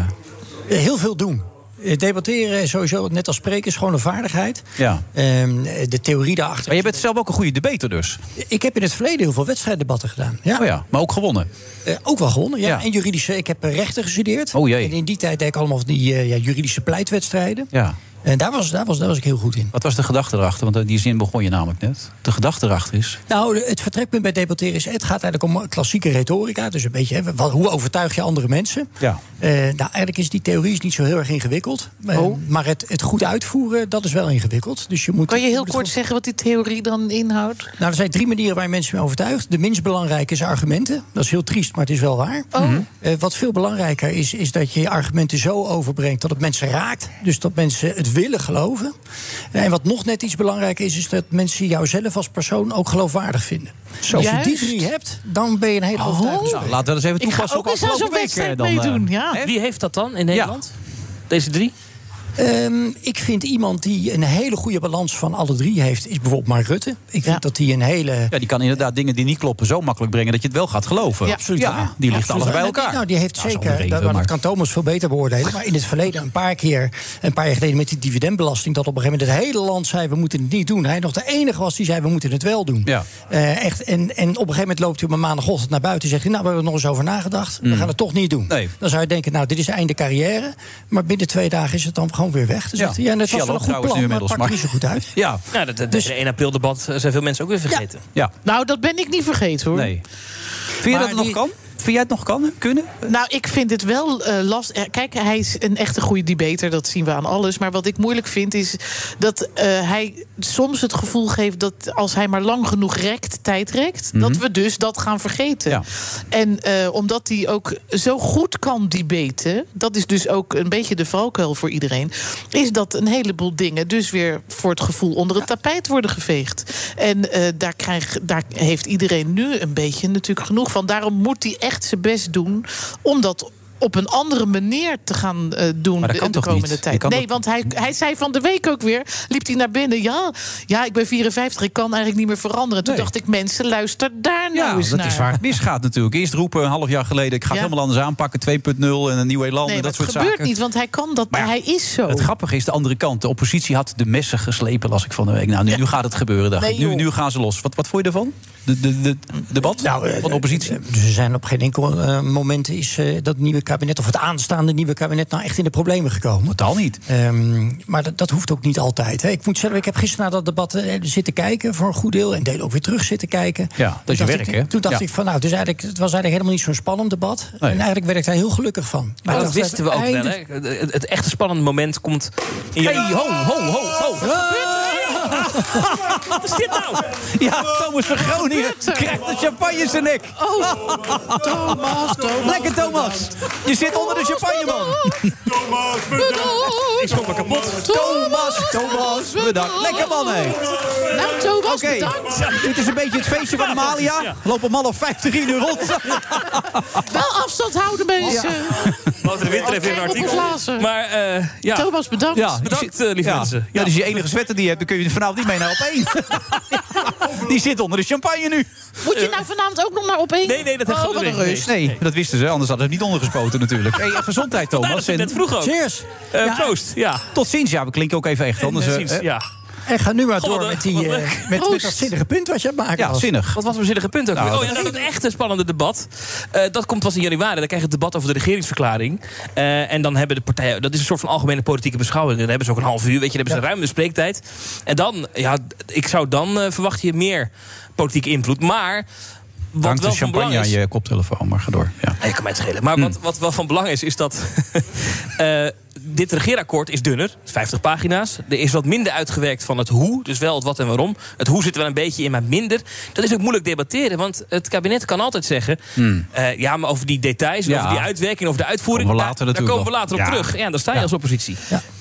S15: Heel veel doen. Eh, Debatteren is sowieso, net als spreken, is gewoon een vaardigheid.
S6: ja.
S15: Ehm, de theorie daarachter.
S6: Maar je bent zelf ook een goede debater dus?
S15: Ik heb in het verleden heel veel wedstrijddebatten gedaan. Ja.
S6: Oh ja, maar ook gewonnen?
S15: Eh, ook wel gewonnen, ja.
S6: Ja.
S15: En juridische, ik heb eh, rechten gestudeerd.
S6: Oh jee.
S15: En in die tijd deed ik allemaal van die eh, ja, juridische pleitwedstrijden.
S6: Ja.
S15: En daar was, daar, was, daar was ik heel goed in.
S6: Wat was de gedachte erachter? Want eh, die zin begon je namelijk net. De gedachte erachter is...
S15: Nou, de- het vertrekpunt bij debatteren is... het gaat eigenlijk om eh, klassieke retorica. Dus een beetje, hè, wat- hoe overtuig je andere mensen?
S6: Ja.
S15: Eh, nou, eigenlijk is die theorie is niet zo heel erg ingewikkeld. Eh,
S7: Oh.
S15: Maar het, het goed uitvoeren, dat is wel ingewikkeld. Dus je moet,
S7: Kan je heel
S15: moet het
S7: kort zeggen wat die theorie dan inhoudt?
S15: Nou, er zijn drie manieren waar je mensen mee overtuigt. De minst belangrijke is argumenten. Dat is heel triest, maar het is wel waar. Eh, wat veel belangrijker is, is dat je je argumenten zo overbrengt dat het mensen raakt. Dus dat mensen het willen geloven. Eh, en wat nog net iets belangrijker is, is dat mensen jou zelf als persoon ook geloofwaardig vinden. Dus als je die
S7: Juist.
S15: drie hebt, dan ben je een hele overtuigende
S6: Nou,
S15: spreker.
S6: laten we dat eens even
S15: Ik ga
S6: toepassen
S15: ook
S6: op
S15: eens aan zo'n
S6: afgelopen week,
S15: wedstrijd
S6: eh, dan, eh,
S15: meedoen, ja.
S9: Wie heeft dat dan in Nederland? Deze drie?
S15: Ehm, ik vind iemand die een hele goede balans van alle drie heeft, is bijvoorbeeld Mark Rutte. Ik vind dat hij een hele
S6: Ja, die kan inderdaad dingen die niet kloppen zo makkelijk brengen... dat je het wel gaat geloven.
S15: Ja, absoluut.
S6: Ja,
S15: waar.
S6: die ligt
S15: Absoluut
S6: alles bij
S15: waar.
S6: elkaar.
S15: Nou, die heeft
S6: Nou, is
S15: zeker, dat,
S6: overdreven,
S15: maar dat
S6: maar-
S15: kan Thomas veel beter beoordelen. Maar in het verleden een paar keer, een paar jaar geleden met die dividendbelasting... dat op een gegeven moment het hele land zei, we moeten het niet doen. Hij nog de enige was die zei, we moeten het wel doen.
S6: Ja.
S15: Eh, echt, en, en op een gegeven moment loopt hij op een maandagochtend naar buiten... en zegt hij, nou, we hebben er nog eens over nagedacht.
S6: Mm.
S15: We gaan het toch niet doen. Dan zou je denken, nou, dit is einde carrière. Maar binnen twee dagen is het dan gewoon weer weg. Dus ja. ja, net was
S9: Shell
S15: wel
S9: ook
S15: een goed
S9: trouwens nu
S15: plan, maar het
S9: inmiddels,
S15: pakt
S9: maar-
S15: niet zo goed uit.
S6: Ja.
S9: Nou, dat, dat, dus 1 april debat eh, zijn veel mensen ook weer vergeten.
S6: Ja.
S7: Nou, dat ben ik niet vergeten hoor.
S6: Nee. Vind je dat het nog kan? Vind jij het nog kan, kunnen?
S7: Nou, ik vind het wel eh lastig. Eh, Kijk, hij is een echte goede debater, dat zien we aan alles. Maar wat ik moeilijk vind is dat eh, hij soms het gevoel geeft... dat als hij maar lang genoeg rekt, tijd rekt...
S6: Mhm.
S7: dat we dus dat gaan vergeten. En eh, omdat hij ook zo goed kan debaten... dat is dus ook een beetje de valkuil voor iedereen... is dat een heleboel dingen dus weer voor het gevoel... onder het tapijt worden geveegd. En eh, daar, krijg, daar heeft iedereen nu een beetje natuurlijk genoeg van. Daarom moet hij echt zijn best doen om dat op een andere manier te gaan eh, doen
S6: Maar dat
S7: de,
S6: kan
S7: de
S6: toch
S7: komende
S6: niet? Je
S7: tijd.
S6: kan
S7: Nee,
S6: dat-
S7: want hij, hij zei van de week ook weer, liep hij naar binnen... ja, ja ik ben 54, ik kan eigenlijk niet meer veranderen. Toen dacht ik, mensen, luister daar nou eens
S6: dat
S7: naar.
S6: is waar het misgaat natuurlijk. Eerst roepen, een half jaar geleden, ik ga het
S7: Ja.
S6: helemaal anders aanpakken. 2.0 en een nieuw elan
S7: Nee,
S6: en
S7: maar
S6: dat soort
S7: het gebeurt
S6: zaken.
S7: niet, want hij kan dat, maar hij is zo.
S6: Het grappige is de andere kant. De oppositie had de messen geslepen, las ik van de week. Nou, nu, nu gaat het gebeuren, dacht
S15: Nee,
S6: ik. Nu,
S15: joh.
S6: nu gaan ze los. Wat, wat vond je ervan? De, de, de, debat van de oppositie?
S15: Dus er zijn op geen enkel eh, moment is eh, dat nieuwe kabinet of het aanstaande nieuwe kabinet nou echt in de problemen gekomen. Ehm,
S6: Totaal niet.
S15: maar dat, dat hoeft ook niet altijd. Hè. Ik moet zeggen, ik heb gisteren naar dat debat eh, zitten kijken voor een goed deel en deel ook weer terug zitten kijken.
S6: Ja, dat is je
S15: Toen dacht
S6: werk,
S15: ik-
S6: hè?
S15: Toen dacht
S6: Ja.
S15: ik van, nou, het, is eigenlijk, het was eigenlijk helemaal niet zo'n spannend debat.
S9: Nee.
S15: En eigenlijk werd ik daar heel gelukkig van.
S9: Maar
S15: ik
S9: Oh,
S15: dacht,
S9: dat wisten we ook wel,
S15: eindelijk-
S9: hè? Het, het echte spannende moment komt... In je...
S6: Hey, ho, ho, ho, ho.
S15: Ah.
S9: Wat is dit nou?
S6: Ja, Thomas van Groningen
S9: gebeurt er?
S6: krijgt de champagne in zijn nek.
S7: Oh.
S6: Oh.
S7: Thomas, Thomas.
S6: Lekker Thomas. Je zit onder de champagne, man.
S9: Thomas, bedankt. Ik schrok me kapot.
S6: Thomas, Thomas, bedankt. Lekker man, hé.
S7: Nou, Thomas,
S6: Oké, dit is een beetje het feestje van Amalia. Loop een man of 50 in de rond.
S7: Wel afstand houden, mensen.
S9: Wouter de Winter heeft weer een
S7: Oké, op
S9: artikel.
S7: ons lazen.
S9: Maar, eh, ja.
S7: Thomas, bedankt.
S6: Ja,
S9: Bedankt, eh, lieve
S6: ja.
S9: mensen.
S6: Ja, dat is je enige sweater die je hebt. Dan kun je vanavond niet mee naar op één. die zit onder de champagne nu.
S7: Moet je nou vanavond ook nog naar opeen?
S9: Nee, nee, dat heeft
S7: oh, wat een reus.
S6: Nee, dat wisten ze. Anders hadden ze het niet ondergespoten natuurlijk. Hey, gezondheid, Thomas.
S9: dat je het net vroeg ook.
S15: Cheers.
S9: Eh, proost, ja.
S6: Tot ziens. Ja, we klinken ook even echt. Anders,
S9: Eh,
S6: eh,
S9: ziens,
S6: hè?
S9: ja.
S15: En ga nu maar
S9: Goh,
S15: door
S9: wat
S15: met,
S9: leuk,
S15: die,
S9: wat
S15: eh,
S9: leuk.
S15: met, met
S9: Proost.
S15: dat zinnige punt wat je aan het maken
S9: Ja,
S15: was.
S6: zinnig.
S9: Wat was een zinnige punt ook
S15: Nou,
S9: weer? Oh
S15: dat-
S9: ja, nou, dat echte spannende debat. eh, dat komt pas in januari. Dan krijg je het debat over de regeringsverklaring. Eh, en dan hebben de partijen... Dat is een soort van algemene politieke beschouwing. Dan hebben ze ook een half uur. Weet je, dan hebben ze een ruime spreektijd. En dan... Ja, ik zou dan eh, verwacht je meer politieke invloed. Maar... Wat
S6: Hangt
S9: wel
S6: de
S9: van belang
S6: champagne aan
S9: is-
S6: je koptelefoon. Maar ga door. Ja. Hmm.
S9: Nee, Ah, kan mij het schelen. Maar wat, wat wel van belang is, is dat... eh, dit regeerakkoord is dunner, 50 pagina's. Er is wat minder uitgewerkt van het hoe, dus wel het wat en waarom. Het hoe zit wel een beetje in, maar minder. Dat is ook moeilijk debatteren, want het kabinet kan altijd zeggen... eh, ja, maar over die details, en
S6: Hmm. Ja.
S9: over die uitwerking, over de uitvoering...
S6: Komen we later
S9: nou, daar, daar
S6: natuurlijk
S9: komen we later op
S6: nog. Ja.
S9: terug. Ja, dan sta je
S6: Ja.
S9: als oppositie.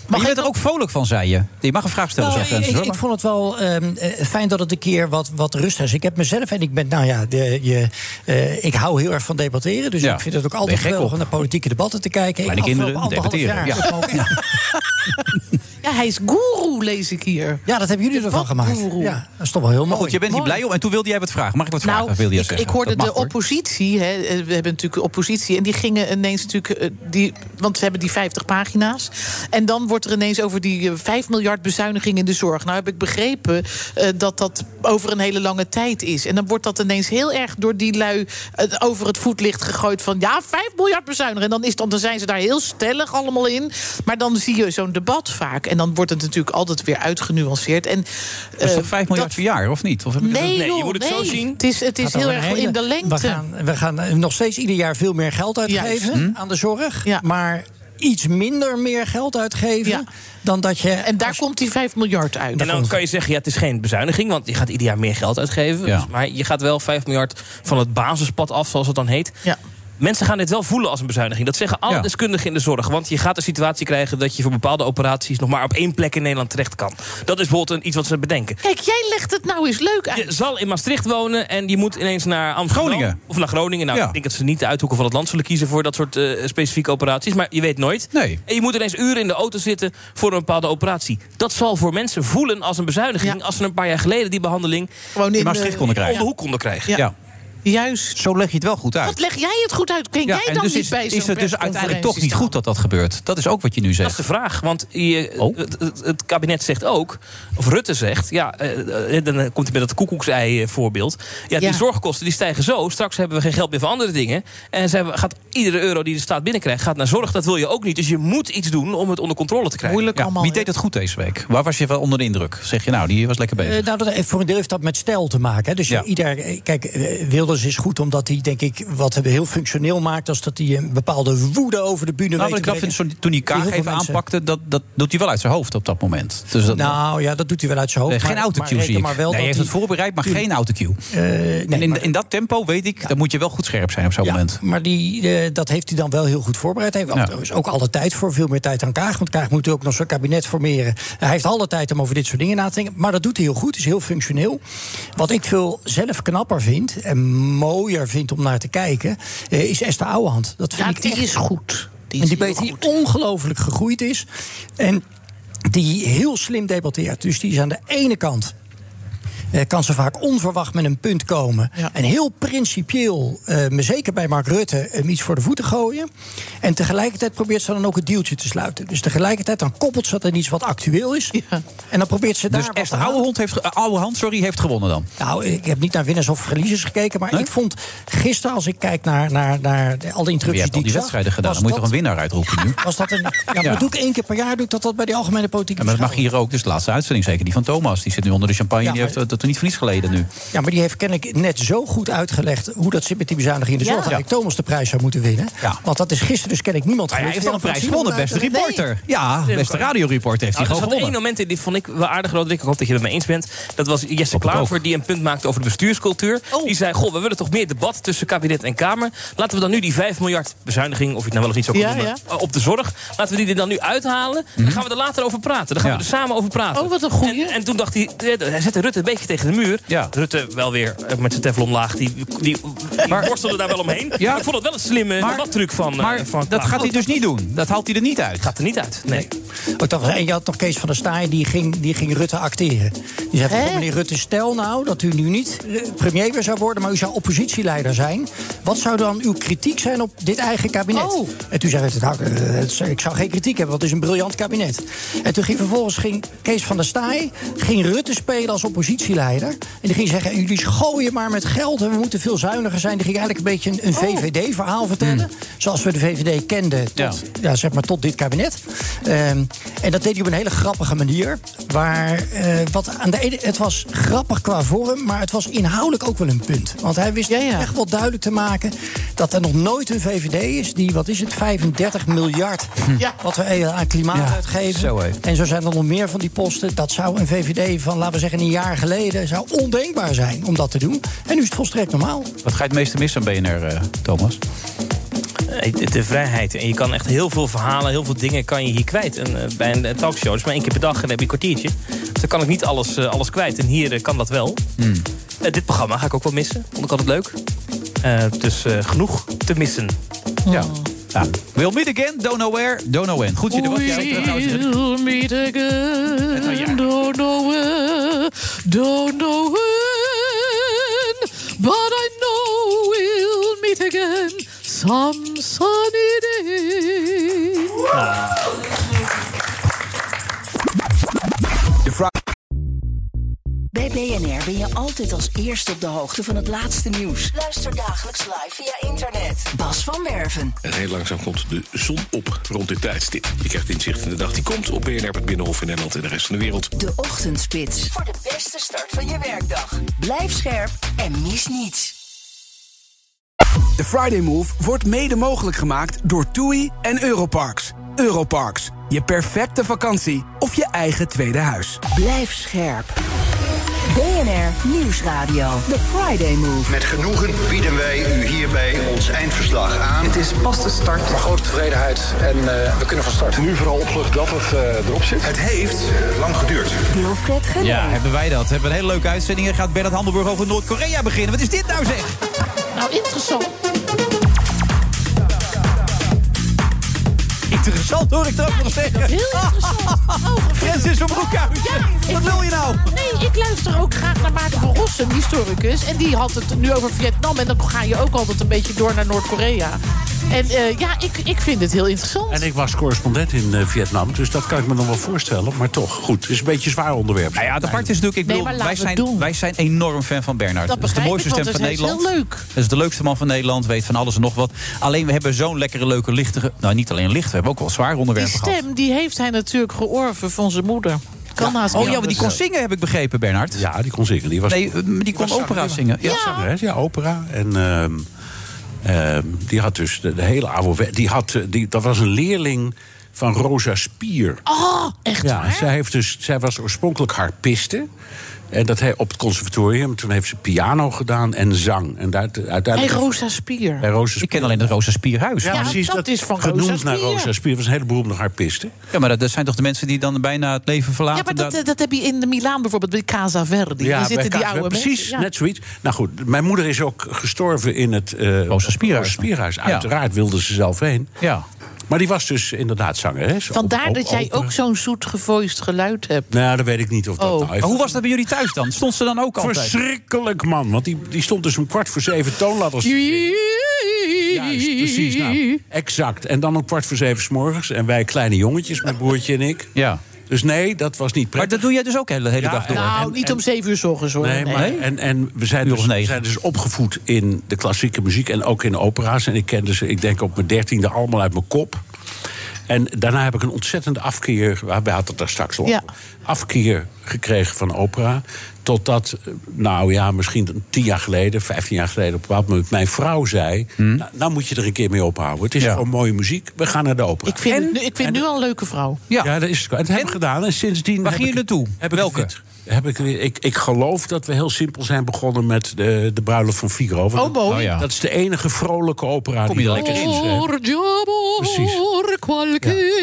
S6: Maar je bent er ook vrolijk van, zei je. Je mag een vraag stellen,
S15: Nou,
S6: zegt Rens,
S15: ik,
S6: hoor.
S15: ik vond het wel ehm, eh, fijn dat het een keer wat, wat rust is. Ik heb mezelf en ik ben, nou ja, de, je, eh, ik hou heel erg van debatteren. Dus
S6: Ja.
S15: ik vind het ook
S6: Ben je
S15: altijd
S6: gek
S15: geweldig
S6: op?
S15: om naar politieke debatten te kijken.
S6: Kleine
S15: Ik- afgelopen
S6: kinderen,
S15: anderhalf
S6: debatteren,
S15: jaar
S6: ja.
S15: heb ik ook-
S7: Ja, hij is goeroe, lees ik hier.
S15: Ja, dat hebben jullie ervan gemaakt.
S7: goeroe.
S15: Ja, dat is toch wel heel
S6: Maar
S15: mooi.
S6: goed, je bent niet
S15: Mooi.
S6: blij om. En toen wilde jij wat vragen. Mag ik wat vragen?
S7: Nou,
S6: wilde je
S7: ik,
S6: zeggen.
S7: ik hoorde
S6: Dat mag,
S7: de
S6: hoor.
S7: oppositie, hè, eh, we hebben natuurlijk de oppositie... en die gingen ineens natuurlijk, eh, die, want ze hebben die 50 pagina's... en dan wordt er ineens over die eh, 5 miljard bezuiniging in de zorg. Nou heb ik begrepen eh, dat dat over een hele lange tijd is. En dan wordt dat ineens heel erg door die lui eh, over het voetlicht gegooid... van ja, 5 miljard bezuinigen. En dan, is, dan, dan zijn ze daar heel stellig allemaal in. Maar dan zie je zo'n debat vaak. En En dan wordt het natuurlijk altijd weer uitgenuanceerd. En,
S6: Dat is
S7: eh,
S6: toch 5 miljard per jaar, of niet? Of heb ik dat-
S7: Nee, joh, nee. Het is, het is
S15: Gaat
S7: heel
S15: over
S7: erg
S15: een hele-
S7: in de lengte.
S15: We gaan, we gaan eh, nog steeds ieder jaar veel meer geld uitgeven
S7: Juist. Hm.
S15: aan de zorg. Maar iets minder meer geld uitgeven dan dat je... En
S7: daar komt die 5 miljard uit.
S9: En dan kan je zeggen, ja, het is geen bezuiniging, want je gaat ieder jaar meer geld uitgeven.
S7: Ja.
S9: Dus- maar je gaat wel 5 miljard van het basispad af, zoals het dan heet. Mensen gaan dit wel voelen als een bezuiniging. Dat zeggen alle
S7: Ja.
S9: deskundigen in de zorg. Want je gaat een situatie krijgen dat je voor bepaalde operaties... nog maar op één plek in Nederland terecht kan. Dat is bijvoorbeeld een, iets wat ze bedenken.
S7: Kijk, jij legt het nou eens leuk uit.
S9: Je zal in Maastricht wonen en je moet ineens naar Amsterdam.
S6: Groningen.
S9: Of naar Groningen. Nou,
S6: Ja.
S9: ik denk dat ze niet de uithoeken van het land zullen kiezen... voor dat soort eh, specifieke operaties. Maar je weet nooit.
S6: Nee.
S9: En je moet ineens uren in de auto zitten voor een bepaalde operatie. Dat zal voor mensen voelen als een bezuiniging... als ze een paar jaar geleden die behandeling...
S7: Gewoon in, In Maastricht eh, konden krijgen.
S9: om de hoek konden krijgen.
S7: Ja. Ja. Juist.
S6: Zo leg je het wel goed uit.
S7: Wat leg jij het goed uit? Ken
S6: Ja,
S7: jij
S6: en
S7: dan
S6: dus
S7: niet
S6: is,
S7: bij zo'n
S6: is het dus uiteindelijk toch niet
S7: persconferentie
S6: goed dat dat gebeurt? Dat is ook wat je nu
S9: Dat is
S6: zegt. Oh.
S9: de vraag, want je, het, het- het kabinet zegt ook, of Rutte zegt, ja, eh, eh, dan eh, komt hij met dat koekoeksei-voorbeeld. Ja, die
S7: Ja.
S9: zorgkosten die stijgen zo, straks hebben we geen geld meer voor andere dingen. En ze hebben, gaat, iedere euro die de staat binnenkrijgt gaat naar zorg, dat wil je ook niet. Dus je moet iets doen om het onder controle te krijgen.
S6: Ja, Wie deed het goed deze week? Waar was je wel onder de indruk? Zeg je nou, die was lekker bezig.
S15: Eh, nou, dat, eh, voor een deel heeft dat met stijl te maken. Hè. Dus
S6: Ja.
S15: ieder, eh, kijk, eh, Wilders is goed omdat hij, denk ik, wat hem heel functioneel maakt, als dat hij eh, een bepaalde woede over de bühne
S6: Nou,
S15: weet
S6: wat
S15: te
S6: ik dat
S15: brengen.
S6: vind, zo- toen
S15: Die
S6: hij
S15: heel
S6: Kaag
S15: veel
S6: even
S15: mensen-
S6: aanpakte, dat, dat doet hij wel uit zijn hoofd op dat moment. Dus dat,
S15: nou ja, dat doet hij wel uit zijn hoofd.
S6: nee, geen
S15: maar- maar
S6: autocue
S15: reken
S6: zie ik.
S15: Maar wel
S6: nee, hij
S15: dat
S6: heeft
S15: hij-
S6: het voorbereid, maar
S15: Tuurlijk. Eh,
S6: geen autocue. en in, in dat tempo weet ik, dan moet je wel goed scherp zijn op zo'n moment.
S15: Maar die, eh, dat heeft hij dan wel heel goed voorbereid. Hij heeft
S6: Ja.
S15: overigens ook alle tijd voor, veel meer tijd aan Kaag. Want Kaag moet ook nog zijn kabinet formeren. Hij heeft alle tijd om over dit soort dingen na te denken. Maar dat doet hij heel goed, is heel functioneel. Wat ik veel zelf knapper vind en mooier vind om naar te kijken... eh, is Esther Ouwehand. Dat vind
S7: Ja,
S15: ik
S7: die
S15: echt-
S7: is goed. Die
S15: en die weet die ongelooflijk gegroeid is. En die heel slim debatteert. Dus die is aan de ene kant eh, kan ze vaak onverwacht met een punt komen. En heel principieel, eh, maar zeker bij Mark Rutte, hem iets voor de voeten gooien. En tegelijkertijd probeert ze dan ook het deeltje te sluiten. Dus tegelijkertijd dan koppelt ze dat aan iets wat actueel is. En dan probeert ze daar.
S6: Dus
S15: wat
S6: echt,
S15: aan-
S6: oude, hond heeft, ge- eh, oude hand sorry, heeft gewonnen dan.
S15: nou, ik heb niet naar winnaars of verliezers gekeken. Maar ik vond gisteren, als ik kijk naar, naar, naar de- al die
S6: Maar je
S15: interrupties
S6: hebt
S15: die
S6: al die
S15: ik zag,
S6: wedstrijden gedaan,
S15: was
S6: dan moet je
S15: dat-
S6: toch een winnaar uitroepen nu?
S15: was dat een. Ja, maar
S6: Ja.
S15: dat doe ik één keer per jaar doe ik dat, dat bij de algemene politieke
S6: Ja, maar dat mag hier ook, dus de laatste uitzending, zeker die van Thomas. Die zit nu onder de champagne,
S15: Ja,
S6: die
S15: maar-
S6: heeft eh, dat niet voor niets geleden nu.
S15: Ja, maar die heeft kennelijk net zo goed uitgelegd hoe dat zit met die bezuiniging in de
S6: Ja.
S15: zorg. Dat
S6: Ja.
S15: ik Thomas de prijs zou moeten winnen.
S6: Ja.
S15: Want dat is gisteren dus kennelijk niemand
S6: Maar hij
S15: gelukt.
S6: heeft al een
S15: Jan
S6: prijs
S15: Frans
S6: gewonnen, beste
S15: Simon uit-
S6: reporter. Ja,
S9: Nee,
S6: beste
S9: dat kan.
S6: radioreporter heeft
S9: Nou,
S6: hij gewoon
S9: Er zat één
S6: gewonnen.
S9: moment in, die vond ik wel aardig, Roderick. Ik hoop dat je het mee eens bent. Dat was Jesse Klaver die een punt maakte over de bestuurscultuur. Die zei, goh, we willen toch meer debat tussen kabinet en Kamer. Laten we dan nu die 5 miljard bezuiniging, of je het nou wel of niet zo kan
S7: Ja,
S9: noemen, eh, op de zorg. Laten we die er dan nu uithalen. Dan gaan we er later over praten. Dan gaan we er samen over praten. Oh, wat een goeie. En, en toen dacht hij, eh, hij zette Rutte een beetje tegen de muur. Rutte wel weer eh, met zijn teflonlaag. Die, die, die worstelde daar wel omheen.
S6: Ja.
S9: Ik vond het wel een slimme
S6: Maar-
S9: debattruc van, eh,
S6: maar
S9: van
S6: dat
S9: Klaver.
S6: gaat hij dus niet doen. Dat haalt hij er niet uit.
S9: Gaat er niet uit, nee.
S15: Ook dat was- En Oh, je had nog Kees van der Staaij, die ging, die ging Rutte acteren. Die zei, van, "Goh, meneer Rutte, stel nou dat u nu niet eh, premier weer zou worden... maar u zou oppositieleider zijn. Wat zou dan uw kritiek zijn op dit eigen kabinet? En toen zei Rutte, nou, eh, het is- ik zou geen kritiek hebben, want het is een briljant kabinet. En toen ging vervolgens ging Kees van der Staaij ging Rutte spelen als oppositieleider. En die ging zeggen, jullie gooien maar met geld... en we moeten veel zuiniger zijn. Die ging eigenlijk een beetje een, een VVD-verhaal vertellen. Zoals we de VVD kenden tot
S6: Ja.
S15: ja, zeg maar tot dit kabinet. Ehm, en dat deed hij op een hele grappige manier. Waar, eh, wat aan de ene, het was grappig qua vorm, maar het was inhoudelijk ook wel een punt. Want hij wist echt wel duidelijk te maken dat er nog nooit een VVD is die, wat is het, 35 miljard wat we eh, aan klimaat
S6: Ja,
S15: uitgeven.
S6: zo hé.
S15: En zo zijn er nog meer van die posten. Dat zou een VVD van, laten we zeggen, een jaar geleden zou ondenkbaar zijn om dat te doen. En nu is het volstrekt normaal.
S6: Wat ga je het meeste missen aan BNR, eh, Thomas?
S9: de de vrijheid. En je kan echt heel veel verhalen, heel veel dingen kan je hier kwijt. En, eh, bij een eh, talkshow, dus maar één keer per dag en dan heb je een kwartiertje. Dus dan kan ik niet alles, eh, alles kwijt. En hier eh, kan dat wel.
S6: Hmm.
S9: Eh, dit programma ga ik ook wel missen. Vond ik altijd leuk. Eh, dus eh, genoeg te missen.
S6: Ja. ja. Ah. We'll meet again, don't know where, don't know when. Goed, je er was. Ja, ik, eh, trouwens, eh,
S7: We'll meet again. Don't know where, don't know when. But I know we'll meet again some sunny day.
S2: BB BNR ben je altijd als eerste op de hoogte van het laatste nieuws. Luister dagelijks live via internet. Bas van Werven.
S4: En heel langzaam komt de zon op rond dit tijdstip. Je krijgt inzicht in de dag die komt op BNR, het Binnenhof in Nederland en de rest van de wereld.
S2: De Ochtendspits. Voor de beste start van je werkdag. Blijf scherp en mis niets.
S1: De Friday Move wordt mede mogelijk gemaakt door TUI en Europarks. Europarks, je perfecte vakantie of je eigen tweede huis.
S2: Blijf scherp. BNR Nieuwsradio. The Friday Move.
S3: Met genoegen bieden wij u hierbij ons eindverslag aan.
S5: Het is pas de start. Maar grote tevredenheid en eh, we kunnen van start. Nu vooral oplucht dat het eh, erop zit. Het heeft lang geduurd.
S2: Wilfred Genee.
S6: Ja, hebben wij dat. Hebben we een hele leuke uitzending. En gaat Bernard Handelburg over Noord-Korea beginnen. Wat is dit nou zeg?
S7: Nou, interessant.
S6: Interessant hoor, ik trap nog steeds.
S7: Heel interessant. Oh,
S6: Grens is op broek uit. Wat wil je nou?
S7: Nee, ik luister ook graag naar Maarten van Rossum, historicus. En die had het nu over Vietnam. En dan ga je ook altijd een beetje door naar Noord-Korea. En eh, ja, ik, ik vind het heel interessant.
S16: En ik was correspondent in eh, Vietnam, dus dat kan ik me nog wel voorstellen. Maar toch, goed. Het is een beetje een zwaar onderwerp.
S6: Nou ja, het apart is natuurlijk, ik bedoel, wij, zijn, wij zijn enorm fan van Bernard.
S7: Dat
S6: is de
S7: begrijp
S6: mooiste
S7: ik,
S6: stem
S7: want
S6: van
S7: hij is heel
S6: Nederland.
S7: leuk.
S6: Dat is de leukste man van Nederland, weet van alles en nog wat. Alleen we hebben zo'n lekkere, leuke, lichtige... Nou, niet alleen licht, we hebben ook wel zware
S7: Die
S6: onderwerpen gehad.
S7: stem, die heeft hij natuurlijk georven van zijn moeder. Kan haast
S6: Oh
S7: niet
S6: ja, want die kon
S7: anders.
S6: zingen, heb ik begrepen, Bernard.
S16: Ja, die kon zingen. Die was,
S6: Nee, eh, maar die kon
S16: was
S6: opera
S16: zangeres.
S6: zingen. Ja.
S16: Ja, zangeres, ja, opera. En ehm, ehm, die had dus de, de hele avond... Die had, eh, die, dat was een leerling van Rosa Spier.
S7: Oh, echt
S16: ja, Zij, heeft dus, zij was oorspronkelijk harpiste. En dat hij op het conservatorium. Toen heeft ze piano gedaan en zang. En daar,
S7: Bij
S16: uiteindelijk
S7: Rosa Spier.
S16: bij Rosa Spier. Ik
S6: ken alleen het Rosa Spierhuis.
S16: Ja,
S7: Ja,
S16: precies.
S7: dat
S16: Dat,
S7: is van Rosa
S16: genoemd naar
S7: Spier.
S16: Rosa Spier. was een hele beroemde harpiste.
S6: Ja, maar dat, dat zijn toch de mensen die dan bijna het leven verlaten?
S7: Ja, maar
S6: daar-
S7: dat, dat heb je in de Milaan bijvoorbeeld, bij Casa Verdi.
S16: Ja,
S7: Daar
S16: bij
S7: zitten die
S16: Kaas-
S7: oude
S16: Precies,
S7: mensen. Ja.
S16: net zoiets. Nou goed, mijn moeder is ook gestorven in het... eh Rosa Spierhuis. Uiteraard wilde ze zelf heen.
S6: Ja.
S16: Maar die was dus inderdaad zangeres.
S7: Vandaar
S16: Ook-
S7: dat jij
S16: opera.
S7: ook zo'n zoet gevoiced geluid hebt.
S16: Nou, dat weet ik niet of dat
S7: Oh.
S16: nou heeft.
S7: Maar hoe
S6: was dat bij jullie thuis dan? Stond ze dan ook altijd?
S16: Verschrikkelijk, man. Want die, die stond dus om kwart voor zeven toonladders... Juist, precies. Nou, exact. En dan om kwart voor zeven s morgens. En wij kleine jongetjes, mijn broertje en ik.
S6: Ja.
S16: Dus nee, dat was niet prettig.
S6: Maar dat doe jij dus ook de hele,
S16: Ja,
S6: dag door?
S16: en-
S7: Nou,
S16: en-
S7: niet om zeven uur s ochtends hoor.
S16: Nee, maar, en, en we zijn dus, we zijn dus opgevoed in de klassieke muziek en ook in opera's. En ik kende ze, ik denk op mijn dertiende, allemaal uit mijn kop. En daarna heb ik een ontzettende afkeer, we hadden het daar straks al over,
S7: Ja.
S16: afkeer gekregen van opera. Totdat, eh, nou ja, misschien tien jaar geleden, vijftien jaar geleden, op een bepaald moment, mijn vrouw zei:
S7: Hmm?
S16: nou, nou moet je er een keer mee ophouden. Het is gewoon mooie muziek, we gaan naar de opera.
S7: Ik vind, het nu, ik vind nu al een leuke vrouw.
S16: Ja, dat is het. En dat heb ik gedaan. En sindsdien. Waar ging je naartoe? Heb Welke? Ik, het weer- heb ik, weer- ik, ik geloof dat we heel simpel zijn begonnen met de, de bruiloft van Figaro. Want
S7: Oh, mooi. Oh, ja.
S16: Dat is de enige vrolijke opera
S7: Kom
S16: die
S7: je
S16: er
S7: er
S16: lekker in eh? zit.
S7: Por diabor, qualche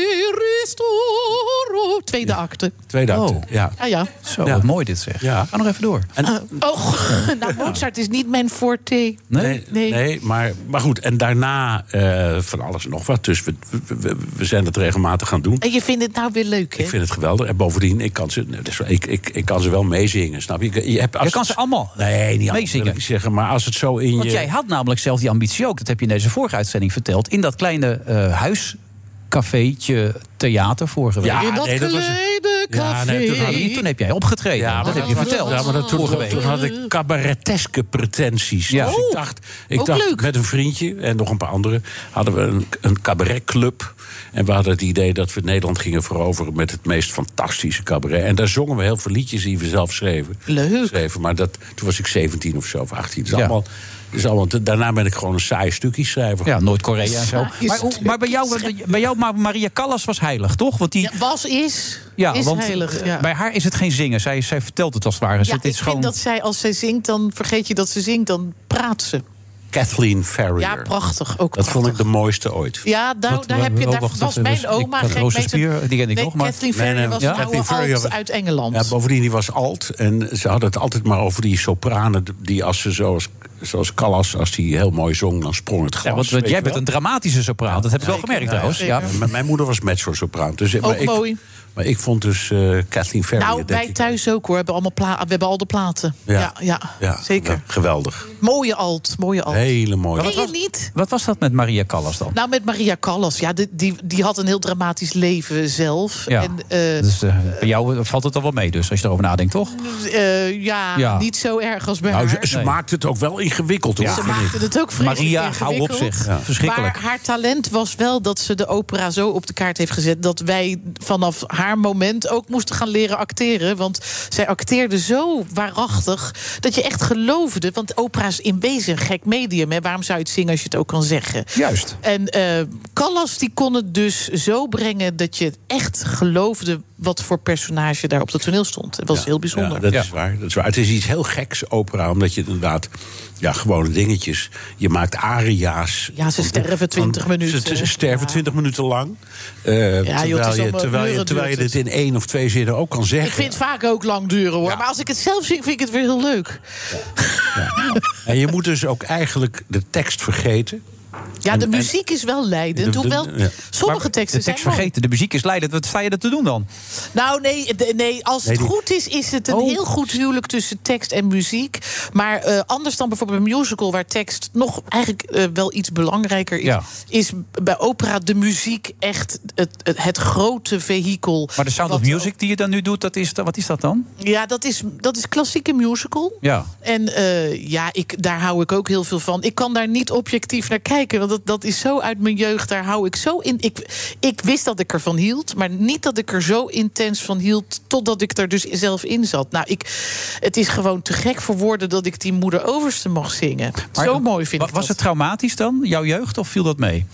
S7: ristoro. Tweede acte.
S16: Tweede acte, ja.
S7: Ah ja.
S6: Oh. Zo, wat mooi dit zeg. Ga nog even door.
S7: Ah, oh, nou, Mozart is niet mijn forte.
S16: Nee, nee. maar, maar goed. En daarna eh, van alles en nog wat. Dus we, we, we- we zijn dat regelmatig gaan doen.
S7: En je vindt het nou weer leuk, hè?
S16: Ik vind het geweldig. En bovendien, ik kan ze, dus ik, ik, ik kan ze wel meezingen, snap je? Je, hebt, als
S6: Je kan
S16: het-
S6: ze allemaal
S16: Nee, niet allemaal, wil
S6: meezingen.
S16: ik niet zeggen. Maar als het zo in
S6: Want
S16: je...
S6: jij had namelijk zelf die ambitie ook. Dat heb je in deze vorige uitzending verteld. In dat kleine eh huiscafeetje theater vorige week.
S16: Ja, In dat nee, dat was-
S7: kleine
S16: Ja, nee, toen hadden-
S6: toen heb jij opgetreden.
S16: Ja,
S6: dat heb je verteld.
S16: Ja, maar dat, toen,
S6: vorige week.
S16: toen had ik cabareteske pretenties.
S6: Ja.
S16: Dus
S6: Oh,
S16: ik dacht, ik
S6: ook
S16: dacht
S6: leuk.
S16: met een vriendje en nog een paar anderen... hadden we een, een cabaretclub. En we hadden het idee dat we Nederland gingen veroveren... met het meest fantastische cabaret. En daar zongen we heel veel liedjes die we zelf schreven.
S7: Leuk.
S16: Schreven, maar dat, toen was ik 17 of zo, of 18. Dus
S6: Ja.
S16: allemaal, dus allemaal, daarna ben ik gewoon een saai stukjeschrijver.
S6: Ja, Noord-Korea en zo.
S7: Ja, is
S6: Maar, hoe- maar bij jou, bij jou maar Maria Callas was heilig, toch? Want die, ja,
S7: Was is, is
S6: want
S7: heilig.
S6: eh,
S7: Ja.
S6: bij haar is het geen zingen. Zij, zij vertelt het als het ware. Ze-
S7: Ja, ik
S6: dus het is
S7: vind
S6: gewoon...
S7: dat zij, als zij zingt, dan vergeet je dat ze zingt, dan praat ze.
S16: Kathleen Farrier.
S7: Ja, prachtig. Ook
S16: dat vond ik de mooiste ooit. oh,
S7: Ja, daar, daar, heb je, daar was
S16: dus
S7: mijn oma gek mee te- nee, Kathleen Ferry was
S16: ja.
S7: een oude
S16: Kathleen Ferrier
S7: alt
S16: was-
S7: uit Engeland.
S16: Ja, bovendien, die was alt. En ze hadden het altijd maar over die sopranen... die als ze zoals, zoals Callas, als die heel mooi zong... dan sprong het glas.
S6: Ja, want, want
S16: weet
S6: jij
S16: je
S6: bent
S16: wel.
S6: een dramatische sopraan. Dat heb ik wel gemerkt
S16: nou
S6: trouwens. Ja.
S16: M- Mijn, moeder was mezzo-sopraan. Dus, maar
S7: Ook
S16: ik,
S7: mooi.
S16: Maar ik vond dus eh Kathleen Ferrier...
S7: nou,
S16: denk
S7: wij
S16: ik-
S7: thuis ook hoor. We hebben, allemaal pla- we hebben al de platen. Ja, ja,
S16: ja,
S7: zeker.
S16: ja, geweldig.
S7: mooie alt, mooie alt.
S6: Hele mooie.
S7: Ken je niet?
S6: Wat was dat met Maria Callas dan?
S7: Nou, met Maria Callas. Ja, die, die, die had een heel dramatisch leven zelf.
S6: Ja.
S7: En, eh,
S6: dus eh, bij jou valt het al wel mee, dus als je erover nadenkt, toch?
S7: eh, ja,
S6: Ja.
S7: niet zo erg als bij
S6: Nou,
S7: haar.
S6: ze- ze Nee. maakt-
S16: Maakt het ook wel ingewikkeld,
S6: Ja.
S16: hoor.
S6: Ze
S16: of niet?
S7: maakte het ook vreselijk
S16: Maria, hou op
S7: ingewikkeld.
S16: zich. Ja. Verschrikkelijk.
S7: Maar haar talent was wel dat ze de opera zo op de kaart heeft gezet... dat wij vanaf haar moment ook moesten gaan leren acteren. Want zij acteerde zo waarachtig dat je echt geloofde... want opera is in wezen een gek medium. Hè? Waarom zou je het zingen als je het ook kan zeggen?
S14: Juist.
S7: En eh Callas die kon het dus zo brengen... dat je echt geloofde wat voor personage daar op het toneel stond. Het was heel bijzonder.
S16: Ja, dat, Is waar, dat is waar. Het is iets heel geks, opera. Omdat je inderdaad, ja, gewone dingetjes. Je maakt aria's.
S7: Ja, ze sterven 20 minuten.
S16: Ze, ze sterven 20 minuten lang. Eh,
S7: joh, het is
S16: terwijl, je,
S7: allemaal
S16: terwijl, je,
S7: uren
S16: terwijl je
S7: duurt
S16: dit in één of twee zinnen ook kan zeggen.
S7: Ik vind het vaak ook lang duren hoor. Maar als ik het zelf zing, vind ik het weer heel leuk.
S16: En je moet dus ook eigenlijk de tekst vergeten.
S7: Ja, de
S16: En- en-
S7: muziek is wel leidend.
S16: De- de-
S7: hoewel
S16: ja.
S7: sommige teksten
S6: De tekst
S7: zijn.
S6: vergeten, de muziek is leidend. Wat sta je er te doen dan?
S7: mooi. Nou, nee, de- nee als
S6: Nee,
S7: het
S6: die- Oh.
S7: goed is, is het een heel goed huwelijk tussen tekst en muziek. Maar eh, anders dan bijvoorbeeld een musical, waar tekst nog eigenlijk eh, wel iets belangrijker is,
S6: Ja.
S7: is bij opera de muziek echt het, het, het grote vehikel.
S6: Maar de Sound of
S7: wat-
S6: Music die je dan nu doet, dat is, wat is dat dan?
S7: Ja, dat is, dat is klassieke musical.
S6: Ja.
S7: En eh, ja, ik, daar hou ik ook heel veel van. Ik kan daar niet objectief naar kijken, want dat, dat is zo uit mijn jeugd. Daar hou ik zo in. Ik, ik wist dat ik ervan hield, maar niet dat ik er zo intens van hield... totdat ik er dus zelf in zat. Nou, ik, het is gewoon te gek voor woorden dat ik die moeder overste mag zingen. zo mooi vind
S6: Wa-
S7: ik
S6: Was het traumatisch dan, jouw jeugd, of viel dat mee?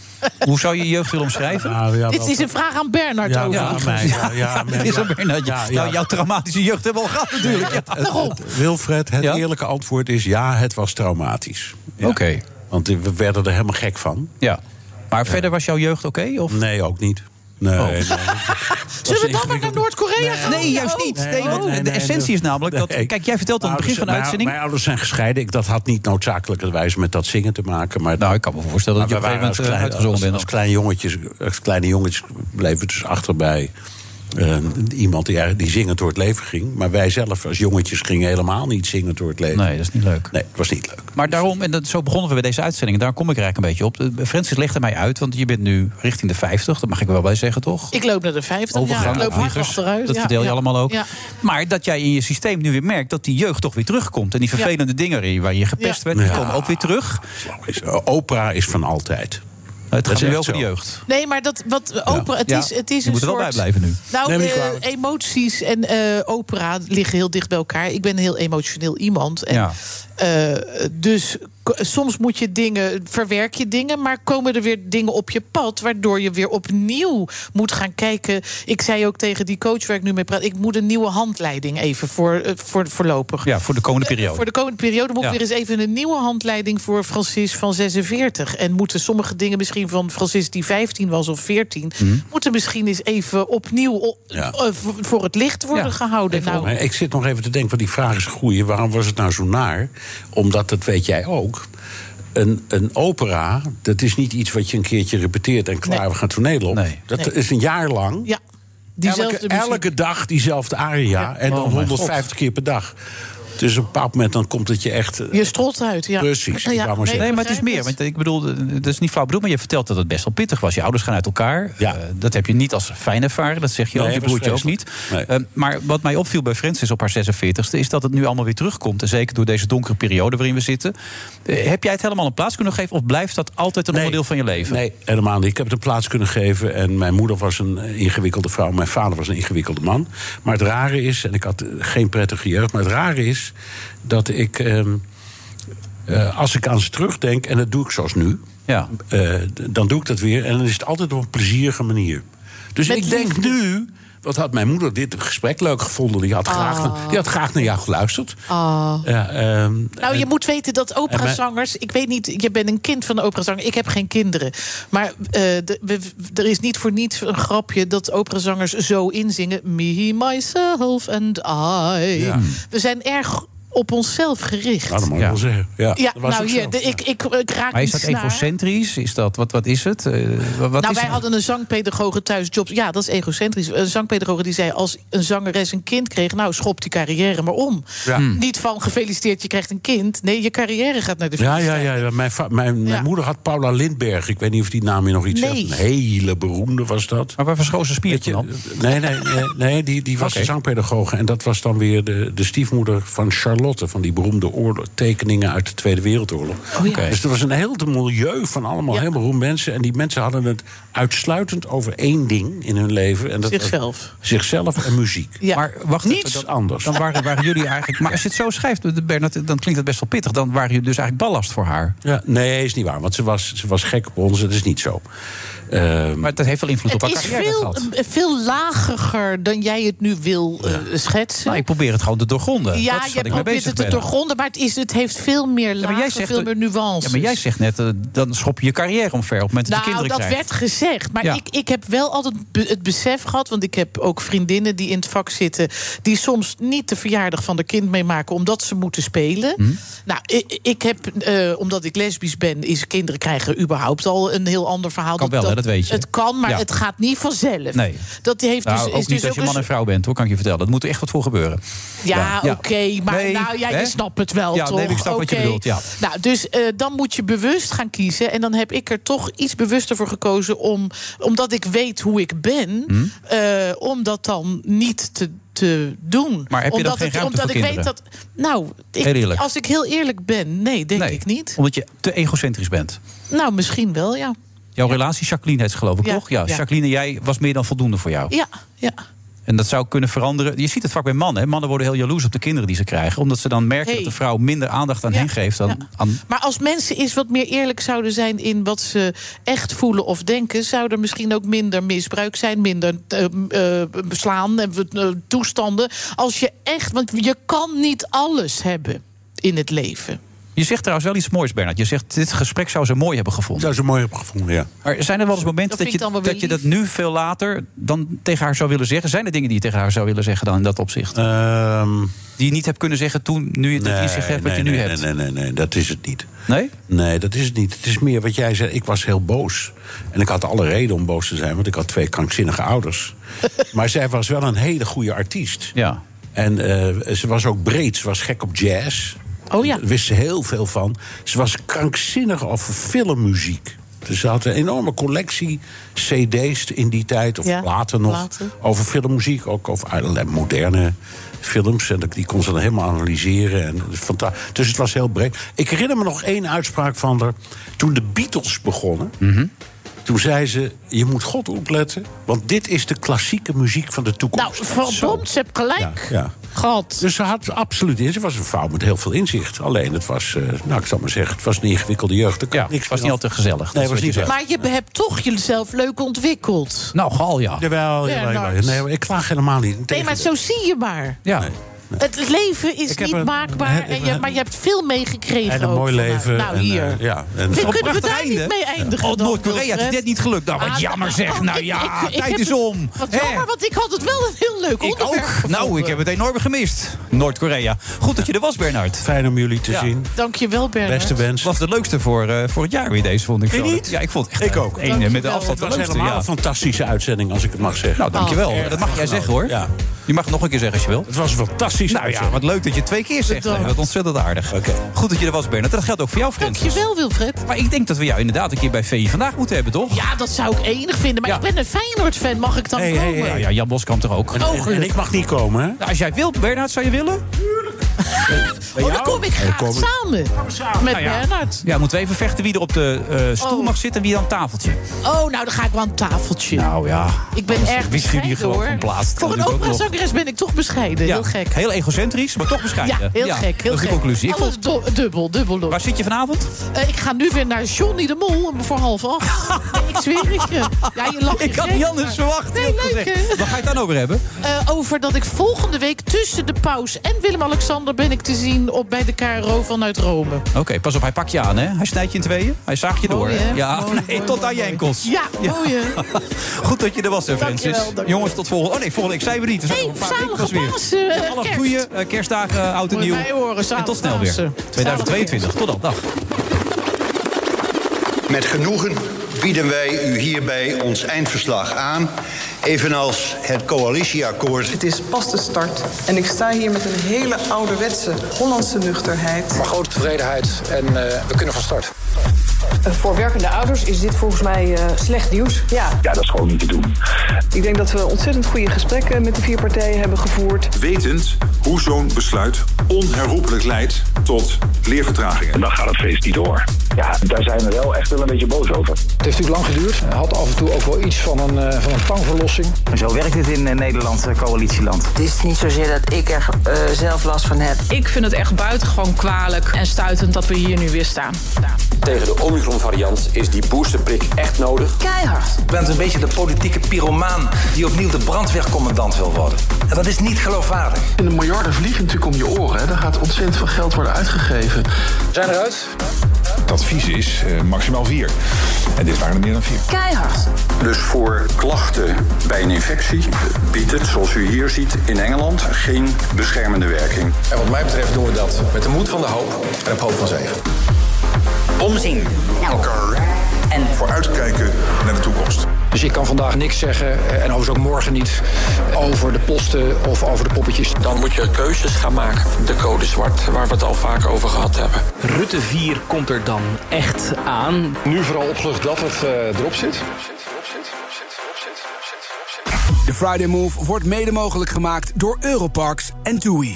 S6: Hoe zou je je jeugd willen omschrijven?
S7: dat. Dit is een vraag aan Bernard
S6: Ja, ja,
S7: overigens.
S6: mij, ja, ja, mij, ja. Ja, ja. Nou, jouw traumatische jeugd hebben we al gehad natuurlijk. Ja.
S7: Daarom.
S16: Wilfred, het eerlijke antwoord is ja, het was traumatisch. Oké. Want we werden er helemaal gek van.
S6: Ja. Maar verder was jouw jeugd oké? of? Oh.
S16: nee, ook niet. Nee, nee.
S7: Zullen we dan maar naar Noord-Korea gaan?
S6: Nee, juist
S7: Oh.
S6: niet. Nee, Nou, want de essentie is namelijk dat. Kijk, jij vertelt aan het
S16: Mijn
S6: begin van de
S16: ouders-
S6: uitzending.
S16: Mijn, mijn ouders zijn gescheiden. Ik, dat had niet noodzakelijkerwijs met dat zingen te maken. Maar nou,
S6: ik kan me voorstellen dat je op een gegeven moment, eh, uitgezongen
S16: Als, als, klein jongetjes, als kleine jongetjes bleven we dus achterbij. eh, iemand die, eigenlijk- die zingend door het leven ging. Maar wij zelf als jongetjes gingen helemaal niet zingend door het leven.
S6: Nee, dat is niet leuk.
S16: Nee, dat was niet leuk.
S6: Maar daarom, en dat, zo begonnen we bij deze uitzending. En daar kom ik er eigenlijk een beetje op. Eh, Francis legde mij uit, want je bent nu richting de 50. Dat mag ik er wel bij zeggen, toch?
S7: Ik loop naar de 50.
S6: Overgang,
S7: ja, ik loop hard
S6: vliegers,
S7: achteruit.
S6: dat
S7: ja,
S6: verdeel je
S7: ja.
S6: allemaal ook.
S7: Ja.
S6: Maar dat jij in je systeem nu weer merkt dat die jeugd toch weer terugkomt. En die vervelende dingen waar je gepest werd, die komen ook weer terug.
S16: Opera is van altijd.
S6: Het
S16: Dat
S6: gaat
S16: is
S6: nu wel
S16: echt
S6: voor de
S16: zo.
S6: jeugd.
S7: Nee, maar dat wat opera, het
S6: Ja.
S7: is, het is
S6: Je
S7: een
S6: moet er wel
S7: soort.
S6: bij blijven nu.
S7: Nou,
S6: Neem me niet
S7: eh,
S6: kwalijk.
S7: emoties en eh, opera liggen heel dicht bij elkaar. Ik ben een heel emotioneel iemand. En,
S6: Ja.
S7: eh, dus k- soms moet je dingen, verwerk je dingen, maar komen er weer dingen op je pad, waardoor je weer opnieuw moet gaan kijken. Ik zei ook tegen die coach waar ik nu mee praat, ik moet een nieuwe handleiding even voor, eh, voor voorlopig.
S6: Ja, voor de komende periode.
S7: Voor de komende periode moet
S6: Ja.
S7: ik weer eens even een nieuwe handleiding voor Francis van 46. En moeten sommige dingen misschien van Francis die 15 was of 14, moeten misschien eens even opnieuw o-
S16: Mhm. Ja.
S7: eh, voor- voor het licht worden gehouden. Nou,
S16: Maar Ik zit nog even te denken, want die vraag is een goeie. Waarom was het nou zo naar? Omdat, dat weet jij ook... Een, een opera, dat is niet iets wat je een keertje repeteert en klaar, we gaan toneel op. Dat
S7: Nee.
S16: is een jaar lang.
S7: Ja,
S16: elke, elke dag diezelfde aria en dan
S7: Oh, mijn
S16: 150 keer per dag. Dus op een bepaald moment dan komt het je echt... eh,
S7: je strot uit. Ja.
S16: Precies,
S7: Nou ja,
S16: ik wou maar zeggen.
S6: Nee, maar het is meer. Want ik bedoel, eh, dat is niet fout bedoeld, maar je vertelt dat het best wel pittig was. Je ouders gaan uit elkaar. Eh, dat heb je niet als fijn ervaren. Dat zeg je
S16: Nee,
S6: ook, je
S16: dat is
S6: broertje ook niet. Eh, maar wat mij opviel bij Francis op haar 46ste... is dat het nu allemaal weer terugkomt. En zeker door deze donkere periode waarin we zitten. Eh, heb jij het helemaal een plaats kunnen geven? Of blijft dat altijd een onderdeel van je leven?
S16: Nee, helemaal niet. Ik heb het een plaats kunnen geven. En mijn moeder was een eh, ingewikkelde vrouw. Mijn vader was een ingewikkelde man. Maar het rare is, en ik had eh, geen prettige jeugd. Maar het rare is dat ik. ehm, eh, als ik aan ze terugdenk, en dat doe ik zoals nu. eh, d- dan doe ik dat weer. En dan is het altijd op een plezierige manier. Dus ik denk nu. Wat had mijn moeder dit gesprek leuk gevonden? Die had, graag,
S7: Ah.
S16: die had graag naar jou geluisterd.
S7: Ah.
S16: Ja, ehm,
S7: Nou, je moet weten dat operazangers. Ik weet niet, je bent een kind van de operazanger. Ik heb geen kinderen. Maar eh, de- we- er is niet voor niets een grapje dat operazangers zo inzingen. Me, myself and I.
S6: Hmm.
S16: Ja.
S7: We zijn erg op onszelf gericht.
S16: Nou, dat mag ik wel zeggen. Ja,
S7: Ja,
S16: dat was
S7: nou
S16: ook
S7: hier,
S16: zo.
S7: de- ik, ik, ik raak
S6: Maar is
S7: die
S6: dat
S7: snaar.
S6: egocentrisch? Is dat, wat, wat is het? Eh, wat
S7: nou,
S6: is
S7: wij
S6: het?
S7: hadden een zangpedagoge thuis job. Ja, dat is egocentrisch. Een zangpedagoge die zei: als een zangeres een kind kreeg, nou schop die carrière maar om.
S16: Ja.
S6: Hmm.
S7: Hm. Niet van gefeliciteerd, je krijgt een kind. Nee, je carrière gaat naar de
S16: Ja, ja, ja. ja. Mijn, va- mijn, mijn moeder had Paula Lindberg. Ik weet niet of die naam je nog iets
S7: Nee.
S16: zegt. Een hele beroemde was dat.
S6: Maar waar verschoot ze spiertje
S16: dan? Nee, nee, nee, nee, die, die was
S6: Oké.
S16: de zangpedagoge. En dat was dan weer de, de stiefmoeder van Charlotte. Van die beroemde oorlog, tekeningen uit de Tweede Wereldoorlog.
S7: Oh,
S6: Oké.
S16: Dus er was een heel milieu van allemaal heel beroemde mensen. En die mensen hadden het uitsluitend over één ding in hun leven. En dat was
S7: Zichzelf.
S16: zichzelf en muziek.
S6: Maar wacht
S16: Niets
S6: even, dan,
S16: anders.
S6: Dan waren, waren jullie eigenlijk. Maar als je het zo schrijft, Bernard, dan klinkt het best wel pittig. Dan waren jullie dus eigenlijk ballast voor haar.
S16: Ja, nee, is niet waar. Want ze was, ze was gek op ons. Dat is niet zo. Ehm,
S6: maar dat heeft wel invloed
S7: Het is veel, eh, veel lagiger dan jij het nu wil eh, schetsen.
S6: Nou, ik probeer het gewoon te doorgronden.
S7: ja,
S6: dat is
S7: je
S6: wat ik mee
S7: probeert
S6: bezig
S7: het te
S6: ben.
S7: doorgronden, maar het, is, het heeft veel meer
S6: maar
S7: lagen,
S6: jij zegt
S7: veel
S6: dat-
S7: meer nuances.
S6: Ja, maar jij zegt net, eh, dan schop je je carrière omver op het moment dat je
S7: Nou,
S6: kinderen
S7: dat
S6: krijgt.
S7: werd gezegd. Maar
S6: Ja.
S7: ik, ik heb wel altijd be- het besef gehad... want ik heb ook vriendinnen die in het vak zitten... die soms niet de verjaardag van de kind meemaken... omdat ze moeten spelen.
S6: Mhm.
S7: Nou, ik, ik heb, eh, omdat ik lesbisch ben... is kinderen krijgen überhaupt al een heel ander verhaal.
S6: Kan wel, hè, dat weet je.
S7: Het kan, maar
S6: Ja.
S7: het gaat niet vanzelf.
S6: Nee.
S7: Dat heeft
S6: Nou,
S7: dus,
S6: ook niet
S7: is dus
S6: als je
S7: ook
S6: man
S7: een
S6: en vrouw bent, hoor, kan ik je vertellen. Dat moet er echt wat voor gebeuren.
S7: ja,
S6: Ja.
S7: oké, maar
S6: Nee,
S7: nou, ja,
S6: hè?
S7: je snapt het wel,
S6: Ja,
S7: toch?
S6: nee, ik snap wat je
S7: Oké.
S6: bedoelt, ja.
S7: Nou, dus eh, dan moet je bewust gaan kiezen. En dan heb ik er toch iets bewuster voor gekozen... Om, omdat ik weet hoe ik ben,
S6: Hm?
S7: eh, om dat dan niet te, te doen.
S6: Maar heb je dan
S7: omdat
S6: geen
S7: het-
S6: ruimte
S7: omdat
S6: voor
S7: ik
S6: kinderen?
S7: weet dat... Nou, ik-
S6: Heel eerlijk.
S7: als ik heel eerlijk ben, nee, denk ik niet.
S6: Omdat je te egocentrisch bent.
S7: Nou, misschien wel, ja.
S6: Jouw relatie, Jacqueline heet ze geloof ik,
S7: Ja,
S6: toch? Ja,
S7: ja.
S6: Jacqueline, jij was meer dan voldoende voor jou.
S7: Ja, ja.
S6: En dat zou kunnen veranderen. Je ziet het vaak bij mannen. Hè? Mannen worden heel jaloers op de kinderen die ze krijgen. Omdat ze dan merken
S7: Hey.
S6: dat de vrouw minder aandacht aan hen geeft dan aan.
S7: Maar als mensen eens wat meer eerlijk zouden zijn in wat ze echt voelen of denken, zou er misschien ook minder misbruik zijn, minder eh, eh, beslaan en eh, toestanden. Als je echt, want je kan niet alles hebben in het leven.
S6: Je zegt trouwens wel iets moois, Bernard. Je zegt, dit gesprek zou ze mooi hebben gevonden.
S16: Zou ze mooi hebben gevonden, ja.
S6: Maar zijn er wel eens momenten
S7: Dat
S6: dat,
S7: vind
S6: je,
S7: ik dan wel
S6: dat je
S7: weer
S6: dat nu veel later dan tegen haar zou willen zeggen? Zijn er dingen die je tegen haar zou willen zeggen dan in dat opzicht? die je niet hebt kunnen zeggen toen, nu je dat inzicht hebt wat je
S16: Ehm, nee,
S6: nu
S16: nee,
S6: hebt?
S16: Nee, nee, nee, nee, dat is het niet.
S6: Nee?
S16: Nee, dat is het niet. Het is meer wat jij zei. Ik was heel boos. En ik had alle reden om boos te zijn, want ik had twee krankzinnige ouders. maar zij was wel een hele goede artiest.
S6: Ja.
S16: En eh, ze was ook breed. Ze was gek op jazz.
S7: Oh ja.
S16: Daar wist ze heel veel van. Ze was krankzinnig over filmmuziek. Dus ze had een enorme collectie cd's in die tijd, of
S5: Ja,
S16: platen nog.
S5: platen.
S16: Over filmmuziek, ook over allerlei moderne films. En die kon ze dan helemaal analyseren. En fanta- dus het was heel breed. Ik herinner me nog één uitspraak van haar. Toen de Beatles begonnen, toen zei ze... je moet God opletten, want dit is de klassieke muziek van de
S7: Nou,
S16: toekomst.
S7: verdomd, ze hebt gelijk.
S16: Ja.
S7: Nou, God.
S16: Dus ze had absoluut in. Ze was een vrouw met heel veel inzicht. Alleen het was, eh, nou ik zal maar zeggen, het was een ingewikkelde jeugd. Er kan niks was niet altijd
S6: gezellig.
S16: Nee, was niet gezellig.
S7: Maar je hebt toch jezelf leuk ontwikkeld.
S6: Nou, gal ja.
S16: Jawel, jawel, jawel.
S7: Bernard.
S16: Nee, maar ik klaag helemaal niet.
S7: Nee, maar zo zie je maar.
S6: Ja.
S7: Het leven is
S16: Ik heb
S7: niet
S16: een-
S7: maakbaar,
S16: een-
S7: en je, maar je hebt veel meegekregen.
S16: En een
S7: ook
S16: mooi
S7: van haar.
S16: leven.
S7: Nou,
S16: en,
S7: hier.
S16: eh, ja, en
S7: Dit kunnen we daar niet mee eindigen.
S6: Oh,
S7: dan,
S6: Noord-Korea, het is
S7: Wilfred.
S6: net niet gelukt. Nou, wat
S7: Ah,
S6: jammer
S7: nou,
S6: zeg.
S7: oh,
S6: Nou
S7: ik-
S16: Ah,
S6: ja,
S7: ik- ik
S6: tijd
S7: heb
S6: is
S7: het-
S6: om.
S7: Wat
S6: Hè?
S7: jammer, want ik had het wel een heel leuk
S6: Ik
S7: onderwerp
S6: ook. Nou, ik heb het enorm gemist. Noord-Korea. Goed dat je er was, Bernard.
S16: Fijn om jullie te zien.
S7: Dank je wel, Bernard.
S16: wens.
S6: Was de leukste voor, eh, voor het jaar weer deze, vond ik.
S16: Vind je
S6: zo.
S16: niet?
S6: Ja, ik vond het echt
S16: Ik
S6: eh,
S16: ook.
S6: Een, eh, met de
S16: Dankjewel.
S6: afstand de
S16: Het was
S6: leukste.
S16: helemaal
S6: ja.
S16: een fantastische uitzending, als ik het mag zeggen.
S6: Nou, dankjewel.
S16: Oh.
S6: dat mag jij zeggen, hoor. Je mag het nog een keer zeggen als je wil.
S16: Het was een fantastische
S6: Nou ja, wat leuk dat je het twee keer zegt.
S7: Bedankt.
S6: Dat ontzettend aardig. Goed dat je er was, Bernard. Dat geldt ook voor jou, Frans.
S7: Dankjewel, Wilfred.
S6: Maar ik denk dat we jou inderdaad een keer bij VI vandaag moeten hebben, toch?
S7: Ja, dat zou ik enig vinden. Maar ik ben een Feyenoord-fan. Mag ik dan komen?
S6: Ja, ja, Jan Boskamp toch ook.
S7: En- en- en ik
S16: mag niet komen, hè?
S6: Nou, als jij wilt, Bernard, zou je willen?
S7: Oh, dan kom ik graag
S6: kom ik.
S7: samen. Met
S6: Nou ja.
S7: Bernard.
S6: Ja, moeten we even vechten wie er op de eh, stoel
S7: Oh.
S6: mag zitten en wie aan het tafeltje.
S7: Oh, nou, dan ga ik wel aan het tafeltje.
S6: Nou ja.
S7: Ik ben erg
S6: Wie schiet hier
S7: bescheiden,
S6: gewoon
S7: hoor.
S6: van plaats?
S7: Voor een
S6: Natuurlijk ook nog.
S7: operazangeres ben ik toch bescheiden.
S6: Ja,
S7: Heel gek.
S6: Heel egocentrisch, maar toch bescheiden.
S7: Ja, heel gek. Heel
S6: dat is
S7: gek.
S6: de conclusie. Ik
S7: Alles
S6: vond-
S7: do- dubbel, dubbel.
S6: Waar zit je vanavond?
S7: Eh, ik ga nu weer naar Johnny de Mol om voor half acht. Nee, ik zweer het je. Ja, je lacht je
S6: Ik had
S7: gek,
S6: niet anders
S7: maar-
S6: verwacht.
S7: Nee,
S6: heel
S7: leuk
S6: gezegd.
S7: hè?
S6: Waar ga je het dan over hebben?
S7: Eh, over dat ik volgende week tussen de paus en Willem-Alexander... ben ik te zien op, bij de KRO vanuit Rome.
S6: Oké, pas op, hij pakt je aan, hè? Hij snijdt je in tweeën, hij zaagt je door.
S7: Mooi, hè?
S6: hè? ja,
S7: Mooi,
S6: nee, tot aan je enkels.
S7: Ja, mooi hè?
S6: Goed dat je er was, hè, Francis.
S7: Dankjewel, dankjewel.
S6: Jongens, tot volgende... Oh nee, volgende week zijn we niet. We zijn
S7: Hey,
S6: nog een paar weken
S7: zalige
S6: pas weer.
S7: Pasen, eh,
S6: alle
S7: kerst.
S6: goede eh, kerstdagen, eh, oud en
S7: Moet je
S6: nieuw.
S7: mij horen,
S6: en
S7: zalige
S6: tot snel weer.
S7: Pasen.
S6: 2022, tot dan, dag.
S3: Met genoegen bieden wij u hierbij ons eindverslag aan, evenals het coalitieakkoord.
S17: Het is pas de start. En ik sta hier met een hele ouderwetse Hollandse nuchterheid.
S5: Maar grote tevredenheid en eh, we kunnen van start.
S18: Voor werkende ouders is dit volgens mij eh, slecht nieuws. Ja.
S5: Ja, dat is gewoon niet te doen.
S17: Ik denk dat we ontzettend goede gesprekken met de vier partijen hebben gevoerd.
S19: Wetend hoe zo'n besluit onherroepelijk leidt tot leervertragingen. En dan gaat het feest niet door.
S5: Ja, daar zijn we wel echt wel een beetje boos over. Het heeft natuurlijk lang geduurd. Het had af en toe ook wel iets van een, eh, van een tangverlossing.
S10: Zo werkt het in eh, Nederland, eh, coalitieland.
S2: Het is niet zozeer dat ik er eh, zelf last van heb.
S20: Ik vind het echt buitengewoon kwalijk en stuitend dat we hier nu weer staan.
S21: Tegen de Omicron-variant is die boosterprik echt nodig.
S10: Keihard. Je bent een beetje de politieke pyromaan die opnieuw de brandweercommandant wil worden. En dat is niet geloofwaardig.
S22: En de miljarden vliegen natuurlijk om je oren. Hè. Daar gaat ontzettend veel geld worden uitgegeven.
S5: Zijn eruit?
S19: Het advies is eh, maximaal vier. En dit waren er meer dan vier.
S20: Keihard.
S19: Dus voor klachten bij een infectie biedt het, zoals u hier ziet, in Engeland geen beschermende werking.
S5: En wat mij betreft doen we dat met de moed van de hoop en op hoop van zegen.
S21: Omzien.
S5: Elkaar. En vooruitkijken naar de toekomst. Dus ik kan vandaag niks zeggen, eh, en overigens ook morgen niet, over de posten of over de poppetjes.
S21: Dan moet je keuzes gaan maken. De code zwart, waar we het al vaak over gehad hebben.
S9: Rutte 4 komt er dan echt aan.
S5: Nu vooral opgelucht dat het eh, erop zit.
S1: De Friday Move wordt mede mogelijk gemaakt door Europarks en TUI.